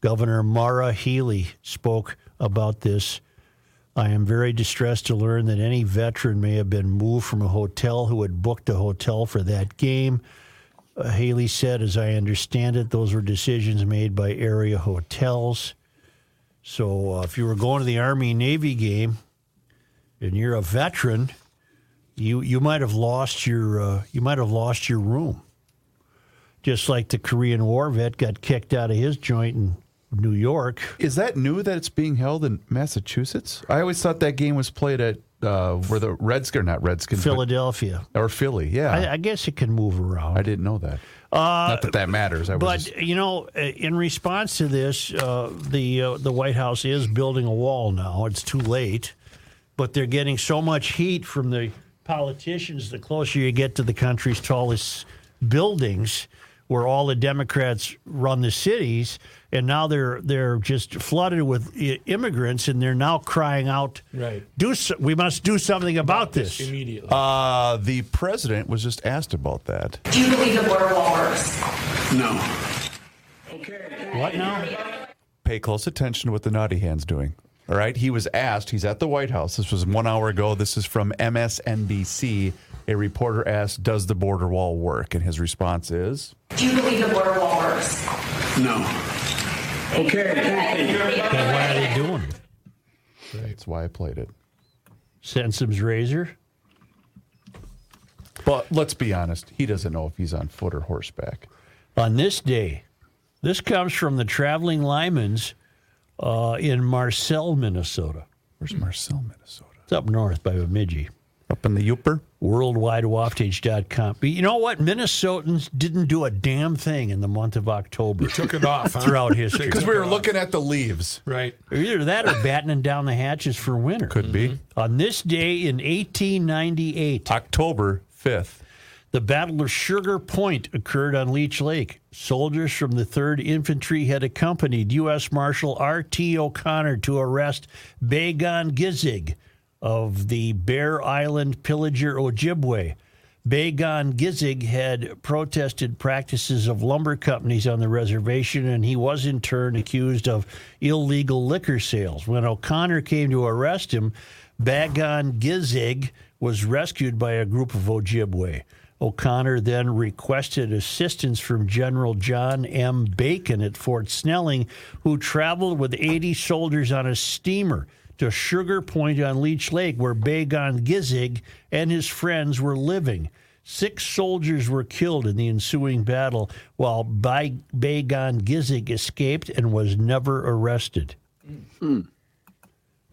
[SPEAKER 1] Governor Mara Healy spoke about this. I am very distressed to learn that any veteran may have been moved from a hotel who had booked a hotel for that game. Uh, Haley said, as I understand it, those were decisions made by area hotels. So uh, if you were going to the Army Navy game and you're a veteran, you you might have lost your uh, you might have lost your room. Just like the Korean War vet got kicked out of his joint in New York.
[SPEAKER 3] Is that new that it's being held in Massachusetts? I always thought that game was played at uh, where the Redskins, not Redskins, but-
[SPEAKER 1] Philadelphia.
[SPEAKER 3] or Philly. Yeah, I,
[SPEAKER 1] I, I guess it can move around.
[SPEAKER 3] didn't know that. not that that matters. I was
[SPEAKER 1] Uh, But
[SPEAKER 3] just-
[SPEAKER 1] you know, uh, in response to this, uh, the uh, the White House is building a wall now. It's too late, but they're getting so much heat from the politicians. The closer you get to the country's tallest buildings, where all the Democrats run the cities, and now they're they're just flooded with i- immigrants, and they're now crying out,
[SPEAKER 4] Right.
[SPEAKER 1] Do so, we must do something about this."
[SPEAKER 4] [laughs] Immediately.
[SPEAKER 3] uh, the president was just asked about that.
[SPEAKER 12] Do you believe in werewolves?
[SPEAKER 1] What now?
[SPEAKER 3] Pay close attention to what the naughty hand's doing. All right, he was asked. He's at the White House. This was one hour ago. This is from MSNBC. A reporter asked, "Does the border wall work?" And his response is,
[SPEAKER 12] Do you believe in werewolves?
[SPEAKER 1] Then why are they doing it?
[SPEAKER 3] "That's why I played it."
[SPEAKER 1] Sensum's razor.
[SPEAKER 3] But let's be honest, he doesn't know if he's on foot or horseback.
[SPEAKER 1] on this day. This comes from the Traveling Lyman's uh, in Marcel, Minnesota.
[SPEAKER 3] Where's Marcel, Minnesota?
[SPEAKER 1] It's up north by Bemidji.
[SPEAKER 3] Up in the Uper?
[SPEAKER 1] WorldwideWaftage.com. But you know what? Minnesotans didn't do a damn thing in the month of October.
[SPEAKER 4] Took it off huh?
[SPEAKER 1] throughout history.
[SPEAKER 3] Because we were looking at the leaves.
[SPEAKER 4] Right.
[SPEAKER 1] Either that or battening down the hatches for winter.
[SPEAKER 3] Could be.
[SPEAKER 1] On this day in 1898,
[SPEAKER 3] October 5th.
[SPEAKER 1] the Battle of Sugar Point occurred on Leech Lake. Soldiers from the 3rd Infantry had accompanied U.S. Marshal R.T. O'Connor to arrest Bagon Gizig of the Bear Island pillager Ojibwe. Bagon Gizig had protested practices of lumber companies on the reservation, and he was in turn accused of illegal liquor sales. When O'Connor came to arrest him, Bagon Gizig was rescued by a group of Ojibwe. O'Connor then requested assistance from General John M. Bacon at Fort Snelling, who traveled with 80 soldiers on a steamer to Sugar Point on Leech Lake, where Bagon Gizig and his friends were living. Six soldiers were killed in the ensuing battle, while Bai- Bagon Gizig escaped and was never arrested.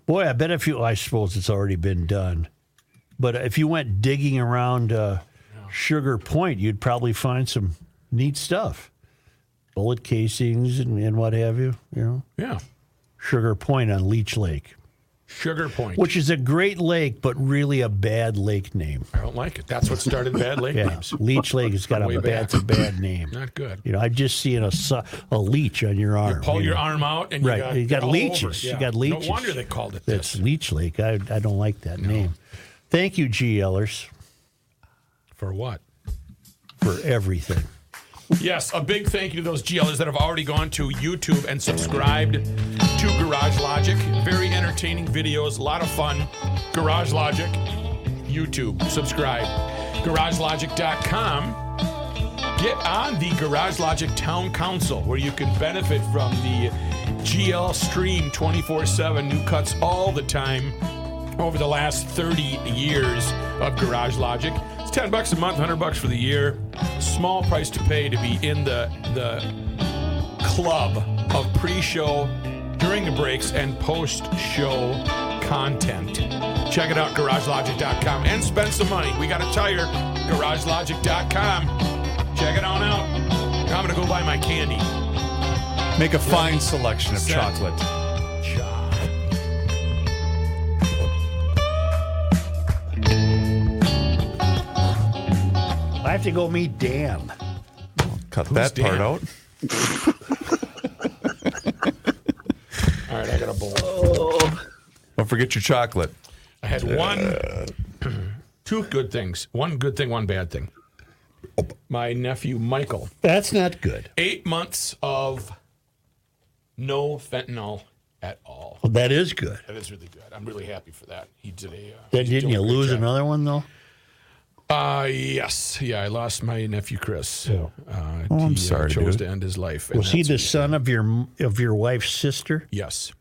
[SPEAKER 1] Boy, I bet if you, I suppose it's already been done, but if you went digging around uh, Sugar Point, you'd probably find some neat stuff bullet casings and, and what have you, you know?
[SPEAKER 4] Yeah.
[SPEAKER 1] Sugar Point on Leech Lake.
[SPEAKER 4] Sugar Point.
[SPEAKER 1] Which is a great lake, but really a bad lake name.
[SPEAKER 4] I don't like it. That's what
[SPEAKER 1] [laughs]
[SPEAKER 4] started bad lake
[SPEAKER 1] Yeah,
[SPEAKER 4] names.
[SPEAKER 1] Leech Lake has got a
[SPEAKER 4] Way
[SPEAKER 1] bad,
[SPEAKER 4] back.
[SPEAKER 1] it's a bad name.
[SPEAKER 4] Not good.
[SPEAKER 1] You know, I'm just seeing a su- a leech on your arm.
[SPEAKER 4] Pull
[SPEAKER 1] you
[SPEAKER 4] your
[SPEAKER 1] know.
[SPEAKER 4] arm out and
[SPEAKER 1] right.
[SPEAKER 4] you
[SPEAKER 1] you
[SPEAKER 4] got,
[SPEAKER 1] got
[SPEAKER 4] all
[SPEAKER 1] leeches.
[SPEAKER 4] over it. Yeah.
[SPEAKER 1] You got leeches.
[SPEAKER 4] No wonder they called it
[SPEAKER 1] That's
[SPEAKER 4] this.
[SPEAKER 1] Leech Lake. I, I don't like that name. Thank you, GLers,
[SPEAKER 4] For what?
[SPEAKER 1] for everything.
[SPEAKER 4] Yes, a big thank you to those GLers that have already gone to YouTube and subscribed to Garage Logic. Very entertaining videos, a lot of fun. Garage Logic, YouTube, subscribe. GarageLogic.com. Get on the Garage Logic Town Council where you can benefit from the GL stream 24 7, new cuts all the time over the last 30 years of Garage Logic. It's 10 bucks a month, 100 bucks for the year. Small price to pay to be in the, the club of pre-show, during the breaks, and post-show content. Check it out, GarageLogic.com, and spend some money. We got a tire, GarageLogic.com. Check it on out. I'm gonna go buy my candy.
[SPEAKER 3] Make a fine selection of
[SPEAKER 4] Set.
[SPEAKER 3] chocolate.
[SPEAKER 4] Cha.
[SPEAKER 1] I have to go meet Dan.
[SPEAKER 3] Cut
[SPEAKER 4] Who's
[SPEAKER 3] that part
[SPEAKER 4] Dan?
[SPEAKER 3] out.
[SPEAKER 4] All right, I got a bowl.
[SPEAKER 3] Don't forget your chocolate.
[SPEAKER 4] I had one, [clears throat] two good things. One good thing, one bad thing. My nephew Michael,
[SPEAKER 1] That's not good.
[SPEAKER 4] eight months of no fentanyl at all.
[SPEAKER 1] Well, that is good.
[SPEAKER 4] That is really good. I'm really happy for that. He did a. Uh,
[SPEAKER 1] Then
[SPEAKER 4] he's
[SPEAKER 1] didn't
[SPEAKER 4] doing
[SPEAKER 1] you
[SPEAKER 4] a great
[SPEAKER 1] lose
[SPEAKER 4] job.
[SPEAKER 1] another one though?
[SPEAKER 4] Uh, yes, yeah. I lost my nephew Chris. Uh,
[SPEAKER 3] Oh, I'm
[SPEAKER 4] he, uh,
[SPEAKER 3] sorry,
[SPEAKER 4] chose
[SPEAKER 3] dude.
[SPEAKER 4] to end his life. and
[SPEAKER 1] Was he
[SPEAKER 4] that's-
[SPEAKER 1] the son of your of your wife's sister?
[SPEAKER 4] Yes,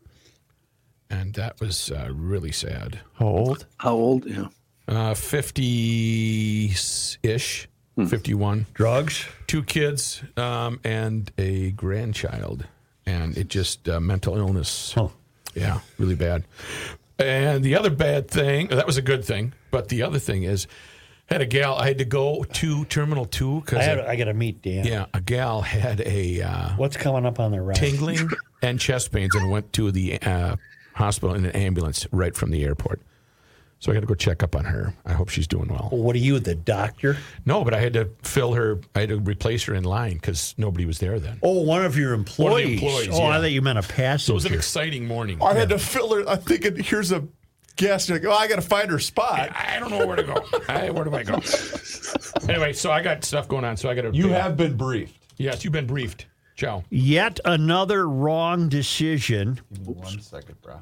[SPEAKER 4] and that was uh, really sad.
[SPEAKER 3] How old?
[SPEAKER 2] How old? Yeah.
[SPEAKER 4] Uh, Fifty-ish, fifty-one.
[SPEAKER 1] Drugs.
[SPEAKER 4] two kids um, and a grandchild, and it just uh, mental illness.
[SPEAKER 1] Huh.
[SPEAKER 4] Yeah, really bad. And the other bad thing, that was a good thing, but the other thing is, I had a gal. I had to go to Terminal Two
[SPEAKER 1] I,
[SPEAKER 4] because
[SPEAKER 1] had, I got to meet Dan.
[SPEAKER 4] yeah, a gal had a uh,
[SPEAKER 1] What's coming up on the route?
[SPEAKER 4] tingling and chest pains and went to the uh, hospital in an ambulance right from the airport. So I got to go check up on her. I hope she's doing well.
[SPEAKER 1] What are you, the doctor?
[SPEAKER 4] No, but I had to fill her. I had to replace her in line because nobody was there then.
[SPEAKER 1] Oh, one of your employees.
[SPEAKER 4] employees,
[SPEAKER 1] oh, I
[SPEAKER 4] yeah.
[SPEAKER 1] thought you meant a
[SPEAKER 4] So it was an
[SPEAKER 1] passenger.
[SPEAKER 4] exciting morning.
[SPEAKER 3] I had to fill her. I think it, here's a guest. You're like, oh, I got to find her spot.
[SPEAKER 4] I don't know where to go. [laughs] I, where do I go? anyway, so I got stuff going on. So I got to.
[SPEAKER 3] You have been briefed.
[SPEAKER 4] Yes, you've been briefed. Ciao.
[SPEAKER 1] Yet another wrong decision.
[SPEAKER 3] One second, bro.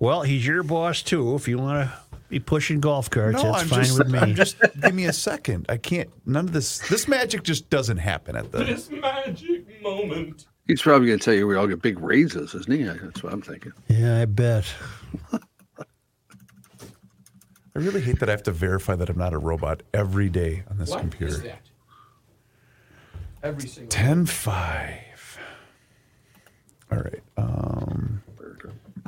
[SPEAKER 1] Well, he's your boss too. If you want to be pushing golf carts,
[SPEAKER 3] No,
[SPEAKER 1] that's
[SPEAKER 3] I'm
[SPEAKER 1] fine
[SPEAKER 3] just,
[SPEAKER 1] with me.
[SPEAKER 3] [laughs] I'm just. Give me a second. I can't. None of this. This magic just doesn't happen at the.
[SPEAKER 6] This magic moment.
[SPEAKER 2] He's probably going to tell you we all get big raises, isn't he? That's what I'm thinking.
[SPEAKER 1] yeah, I bet.
[SPEAKER 3] I really hate that I have to verify that I'm not a robot every day on this
[SPEAKER 6] What is
[SPEAKER 3] computer.
[SPEAKER 6] that? Every single.
[SPEAKER 3] Ten five. All right. Um,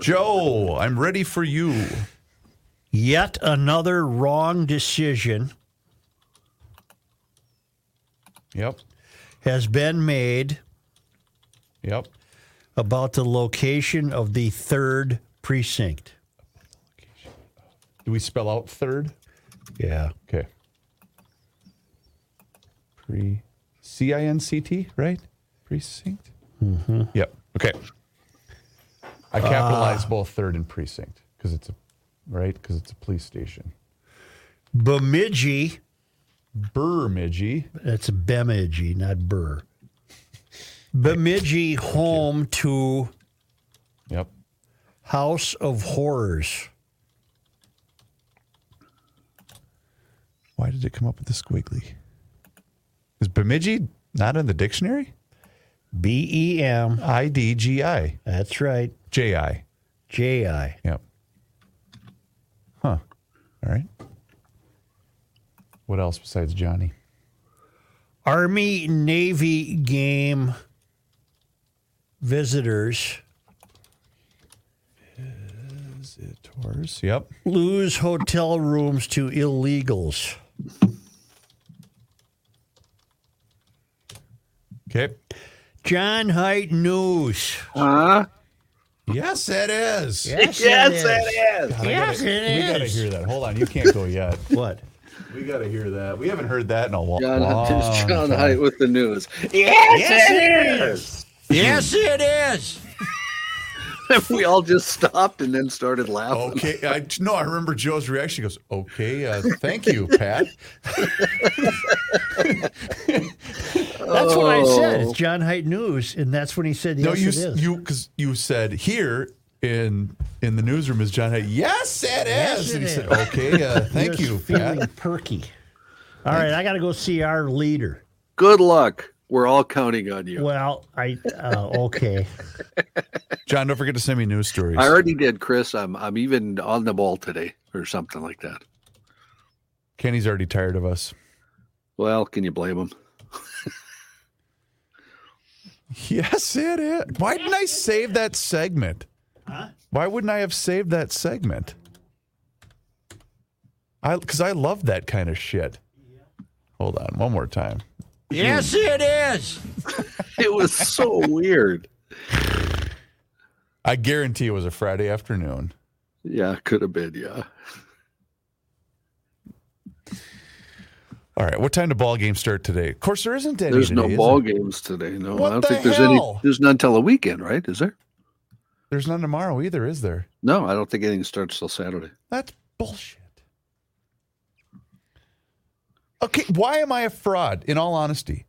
[SPEAKER 3] Joe, I'm ready for you.
[SPEAKER 1] Yet another wrong decision.
[SPEAKER 3] Yep.
[SPEAKER 1] Has been made.
[SPEAKER 3] Yep.
[SPEAKER 1] About the location of the third precinct.
[SPEAKER 3] Do we spell out third?
[SPEAKER 1] Yeah.
[SPEAKER 3] Okay. Pre C I N C T, right? Precinct.
[SPEAKER 1] Mm-hmm.
[SPEAKER 3] Yep. Okay.
[SPEAKER 1] Ah.
[SPEAKER 3] I capitalized both third and precinct because it's a right because it's a police station.
[SPEAKER 1] Bemidji.
[SPEAKER 3] Bemidji.
[SPEAKER 1] That's Bemidji, not Burr. Bemidji, home to.
[SPEAKER 3] Yep.
[SPEAKER 1] House of Horrors.
[SPEAKER 3] Why did it come up with the squiggly? Is Bemidji not in the dictionary?
[SPEAKER 1] B E M
[SPEAKER 3] I D G I.
[SPEAKER 1] That's right.
[SPEAKER 3] J I.
[SPEAKER 1] J I.
[SPEAKER 3] Yep. Huh. All right. What else besides Johnny?
[SPEAKER 1] Army Navy game visitors
[SPEAKER 3] Visitors. Yep.
[SPEAKER 1] lose hotel rooms to illegals.
[SPEAKER 3] Okay.
[SPEAKER 1] John Height News.
[SPEAKER 2] Huh?
[SPEAKER 3] Yes, it is.
[SPEAKER 1] Yes,
[SPEAKER 2] Yes,
[SPEAKER 1] it is.
[SPEAKER 2] it is.
[SPEAKER 1] God, I Yes,
[SPEAKER 3] gotta,
[SPEAKER 1] it
[SPEAKER 3] we gotta
[SPEAKER 1] is.
[SPEAKER 3] hear that. Hold on, you can't go yet.
[SPEAKER 1] What?
[SPEAKER 3] [laughs] We gotta hear that. We haven't heard that in a while.
[SPEAKER 2] John, there's [laughs] John Height with the news.
[SPEAKER 1] Yes, it
[SPEAKER 2] is.
[SPEAKER 1] [laughs] Yes, it is.
[SPEAKER 2] [laughs] we all just stopped and then started laughing.
[SPEAKER 3] Okay, I no, I remember Joe's reaction. He goes, "Okay, uh,
[SPEAKER 1] [laughs]
[SPEAKER 3] thank you, Pat."
[SPEAKER 1] That's what I said. It's
[SPEAKER 2] Oh.
[SPEAKER 1] John Height News, and that's when he said, "Yes,
[SPEAKER 3] no, you
[SPEAKER 1] it is."
[SPEAKER 3] you because you said here in in the newsroom is John Height. Yes, it is.
[SPEAKER 1] Yes, it
[SPEAKER 3] and he said,
[SPEAKER 1] is.
[SPEAKER 3] "Okay, uh, thank
[SPEAKER 1] Just
[SPEAKER 3] you,
[SPEAKER 1] feeling
[SPEAKER 3] Pat."
[SPEAKER 1] perky. All right, I got to go see our leader.
[SPEAKER 2] Good luck. We're all counting on you.
[SPEAKER 1] Oh. Well, I uh, okay.
[SPEAKER 3] John, don't forget to send me news stories.
[SPEAKER 2] I already did, Chris. I'm I'm even on the ball today or something like that.
[SPEAKER 3] Kenny's already tired of us.
[SPEAKER 2] Well, can you blame
[SPEAKER 1] [laughs]
[SPEAKER 2] him?
[SPEAKER 3] [laughs] Yes, it is. Why didn't I save that segment? Why wouldn't I have saved that segment? I because I love that kind of shit. Hold on, one more time.
[SPEAKER 1] Yes, it is.
[SPEAKER 2] It was so weird.
[SPEAKER 3] I guarantee it was a Friday afternoon.
[SPEAKER 2] Yeah, could have been. Yeah,
[SPEAKER 3] All right, what time do ball games start today? Of course, there isn't any.
[SPEAKER 2] there's
[SPEAKER 3] today,
[SPEAKER 2] no
[SPEAKER 3] is
[SPEAKER 2] ball
[SPEAKER 3] there?
[SPEAKER 2] games today. No,
[SPEAKER 3] What
[SPEAKER 2] I don't
[SPEAKER 3] the
[SPEAKER 2] think there's
[SPEAKER 3] hell?
[SPEAKER 2] any. There's none till the weekend, right? Is there?
[SPEAKER 3] There's none tomorrow either, is there?
[SPEAKER 2] No, I don't think anything starts till Saturday.
[SPEAKER 3] That's bullshit. Okay, why am I a fraud? In all honesty,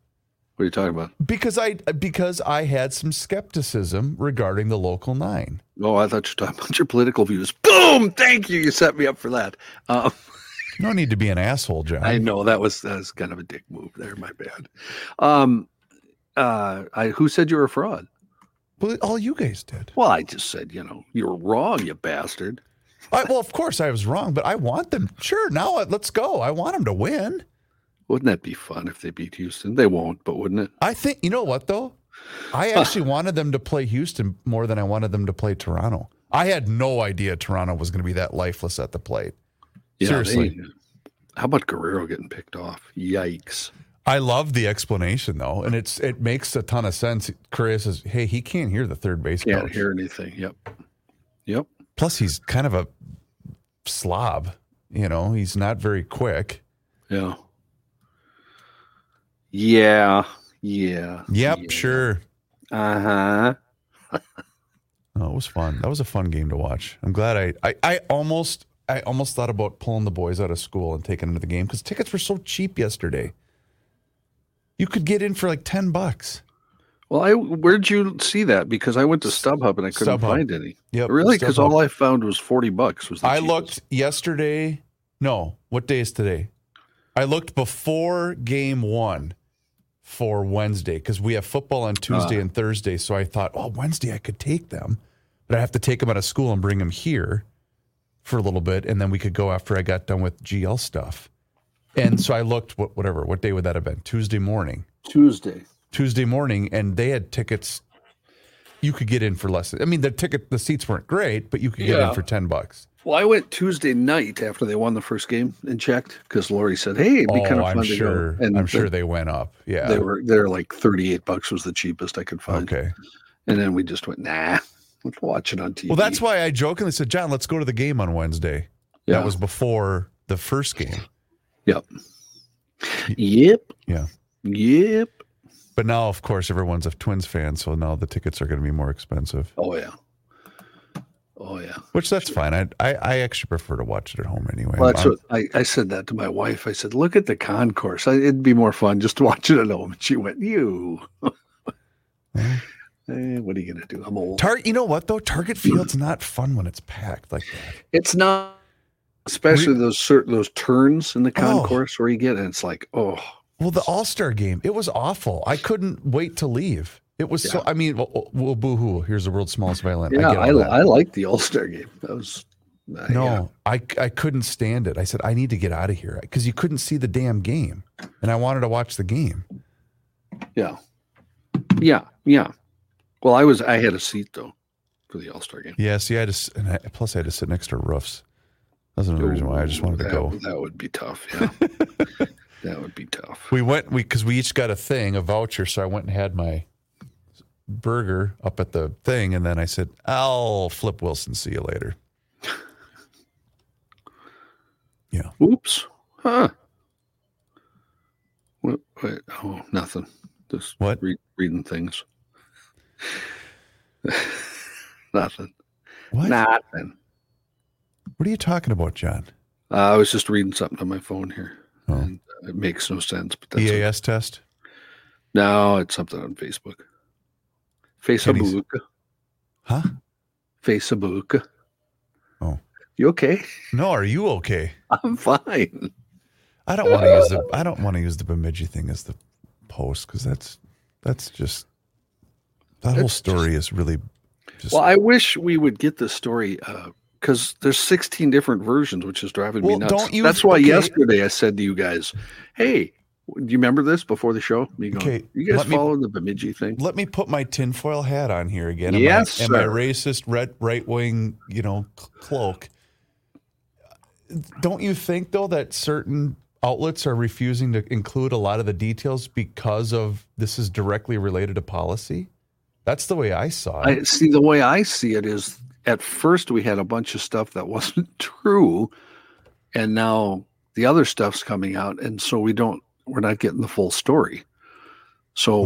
[SPEAKER 2] What are you talking about?
[SPEAKER 3] because I because I had some skepticism regarding the local nine.
[SPEAKER 2] Oh, I thought you were talking [laughs] about your political views. Boom! Thank you. You set me up for that. Um,
[SPEAKER 3] No need to be an asshole, John.
[SPEAKER 2] I know that was that was kind of a dick move there. My bad. Um, uh, I who said you were a fraud?
[SPEAKER 3] Well, all you guys did.
[SPEAKER 2] Well, I just said you know you're wrong, you bastard.
[SPEAKER 3] I, well, of course I was wrong, but I want them. Sure, now uh, let's go. I want them to win.
[SPEAKER 2] Wouldn't that be fun if they beat Houston? They won't, but wouldn't it?
[SPEAKER 3] I think you know what though. I actually wanted them to play Houston more than I wanted them to play Toronto. I had no idea Toronto was going to be that lifeless at the plate.
[SPEAKER 2] Yeah,
[SPEAKER 3] Seriously,
[SPEAKER 2] they- how about Guerrero getting picked off? Yikes!
[SPEAKER 3] I love the explanation though, and it's it makes a ton of sense. Chris is, hey, he can't hear the third base
[SPEAKER 2] Can't
[SPEAKER 3] coach.
[SPEAKER 2] hear anything. Yep. Yep.
[SPEAKER 3] Plus, he's kind of a slob. You know, he's not very quick.
[SPEAKER 2] Yeah. Yeah. Yeah.
[SPEAKER 3] Yep, sure.
[SPEAKER 2] Uh huh.
[SPEAKER 3] No, Oh, it was fun. That was a fun game to watch. I'm glad I, I, I almost I almost thought about pulling the boys out of school and taking them to the game because tickets were so cheap yesterday. You could get in for like ten bucks.
[SPEAKER 2] Well, I where'd you see that? Because I went to StubHub and I couldn't
[SPEAKER 3] StubHub.
[SPEAKER 2] find any.
[SPEAKER 3] Yep,
[SPEAKER 2] Really? Because
[SPEAKER 3] StubHub.
[SPEAKER 2] all I found was forty bucks. Was the
[SPEAKER 3] I
[SPEAKER 2] cheapest.
[SPEAKER 3] looked yesterday. No, what day is today? I looked before game one for Wednesday because we have football on Tuesday
[SPEAKER 2] Ah.
[SPEAKER 3] and Thursday. So I thought, oh, Wednesday I could take them, but I have to take them out of school and bring them here for a little bit, and then we could go after I got done with GL stuff. And so I looked, what, whatever, what day would that have been? Tuesday morning.
[SPEAKER 2] Tuesday.
[SPEAKER 3] Tuesday morning, and they had tickets. you could get in for less. I mean, the ticket, the seats weren't great, but you could get
[SPEAKER 2] Yeah.
[SPEAKER 3] in for ten bucks.
[SPEAKER 2] Well, I went Tuesday night after they won the first game and checked because Lori said, "Hey, it'd be Oh, kind of
[SPEAKER 3] Oh, I'm
[SPEAKER 2] fun to
[SPEAKER 3] sure.
[SPEAKER 2] go." And
[SPEAKER 3] I'm
[SPEAKER 2] the-
[SPEAKER 3] sure they went up. Yeah,
[SPEAKER 2] they were they're like thirty eight bucks was the cheapest I could find. Okay, and then we just went, "Nah, [laughs] let's watch it on TV."
[SPEAKER 3] Well, that's why I jokingly said, John, let's go to the game on Wednesday.
[SPEAKER 2] Yeah.
[SPEAKER 3] That was before the first game.
[SPEAKER 2] Yep. Yep.
[SPEAKER 3] Yeah.
[SPEAKER 2] Yep.
[SPEAKER 3] But now, of course, everyone's a Twins fan, so now the tickets are going to be more expensive.
[SPEAKER 2] Oh yeah. Oh yeah.
[SPEAKER 3] Which that's fine. I, I I actually prefer to watch it at home anyway.
[SPEAKER 2] Well, that's
[SPEAKER 3] I'm-
[SPEAKER 2] what I, I said that to my wife. I said, "Look at the concourse. I, it'd be more fun just to [laughs] watch it at home." And she went, "You." [laughs] Eh, what are you gonna do? I'm old.
[SPEAKER 3] Tar- you know what though? Target Field's not fun when it's packed like that.
[SPEAKER 2] It's not, especially those certain those turns in
[SPEAKER 3] Oh.
[SPEAKER 2] the concourse where you get, and it's like, oh,
[SPEAKER 3] Well, the All Star game, it was awful. I couldn't wait to leave. It was so. I mean, well, well, boo-hoo. Here's the world's smallest violin.
[SPEAKER 2] yeah,
[SPEAKER 3] get all
[SPEAKER 2] I,
[SPEAKER 3] that.
[SPEAKER 2] I, like the All Star game. That was uh,
[SPEAKER 3] No,
[SPEAKER 2] yeah.
[SPEAKER 3] I, I couldn't stand it. I said, I need to get out of here because you couldn't see the damn game. And I wanted to watch the game.
[SPEAKER 2] yeah, yeah, yeah. Well, I was I had a seat though for the All Star game.
[SPEAKER 3] Yeah, see, I had to, s- and I, plus I had to sit next to Roofs. That's another reason why I just wanted to
[SPEAKER 2] that,
[SPEAKER 3] go.
[SPEAKER 2] That would be tough.
[SPEAKER 3] [laughs]
[SPEAKER 2] Yeah, that would be tough.
[SPEAKER 3] We went, we, because we each got a thing, a voucher. So I went and had my burger up at the thing. And then I said, I'll flip Wilson. See you later. Yeah.
[SPEAKER 2] Oops. Huh. What, wait, oh, nothing. Just
[SPEAKER 3] what
[SPEAKER 2] re- reading things. [laughs] nothing.
[SPEAKER 3] What?
[SPEAKER 2] Nothing.
[SPEAKER 3] What are you talking about, John?
[SPEAKER 2] Uh, I was just reading something on my phone here.
[SPEAKER 3] Oh.
[SPEAKER 2] And it makes no sense. But that's
[SPEAKER 3] EAS test?
[SPEAKER 2] no, it's something on Facebook. Facebook.
[SPEAKER 3] Huh?
[SPEAKER 2] Facebook.
[SPEAKER 3] Oh.
[SPEAKER 2] You okay? [laughs]
[SPEAKER 3] No, are you okay?
[SPEAKER 2] I'm fine.
[SPEAKER 3] I don't want to use the I don't want to use the Bemidji thing as the post because that's that's just that whole story is really just
[SPEAKER 2] Well, I wish we would get this story because there's 16 different versions, which is driving
[SPEAKER 3] Well,
[SPEAKER 2] me nuts.
[SPEAKER 3] don't you-
[SPEAKER 2] That's why
[SPEAKER 3] okay.
[SPEAKER 2] yesterday I said to you guys, "Hey, do you remember this before the show?" Me going,
[SPEAKER 3] Okay,
[SPEAKER 2] "You guys
[SPEAKER 3] let me-
[SPEAKER 2] follow the Bemidji thing?"
[SPEAKER 3] let me put my tinfoil hat on here again. and my-
[SPEAKER 2] Yes,
[SPEAKER 3] and my,
[SPEAKER 2] sir.
[SPEAKER 3] racist red right wing you know cl- cloak. Don't you think though that certain outlets are refusing to include a lot of the details because of this is directly related to policy? That's the way I saw it.
[SPEAKER 2] I see the way I see it is at first we had a bunch of stuff that [laughs] wasn't true, and now the other stuff's coming out, and so we don't we're not getting the full story. So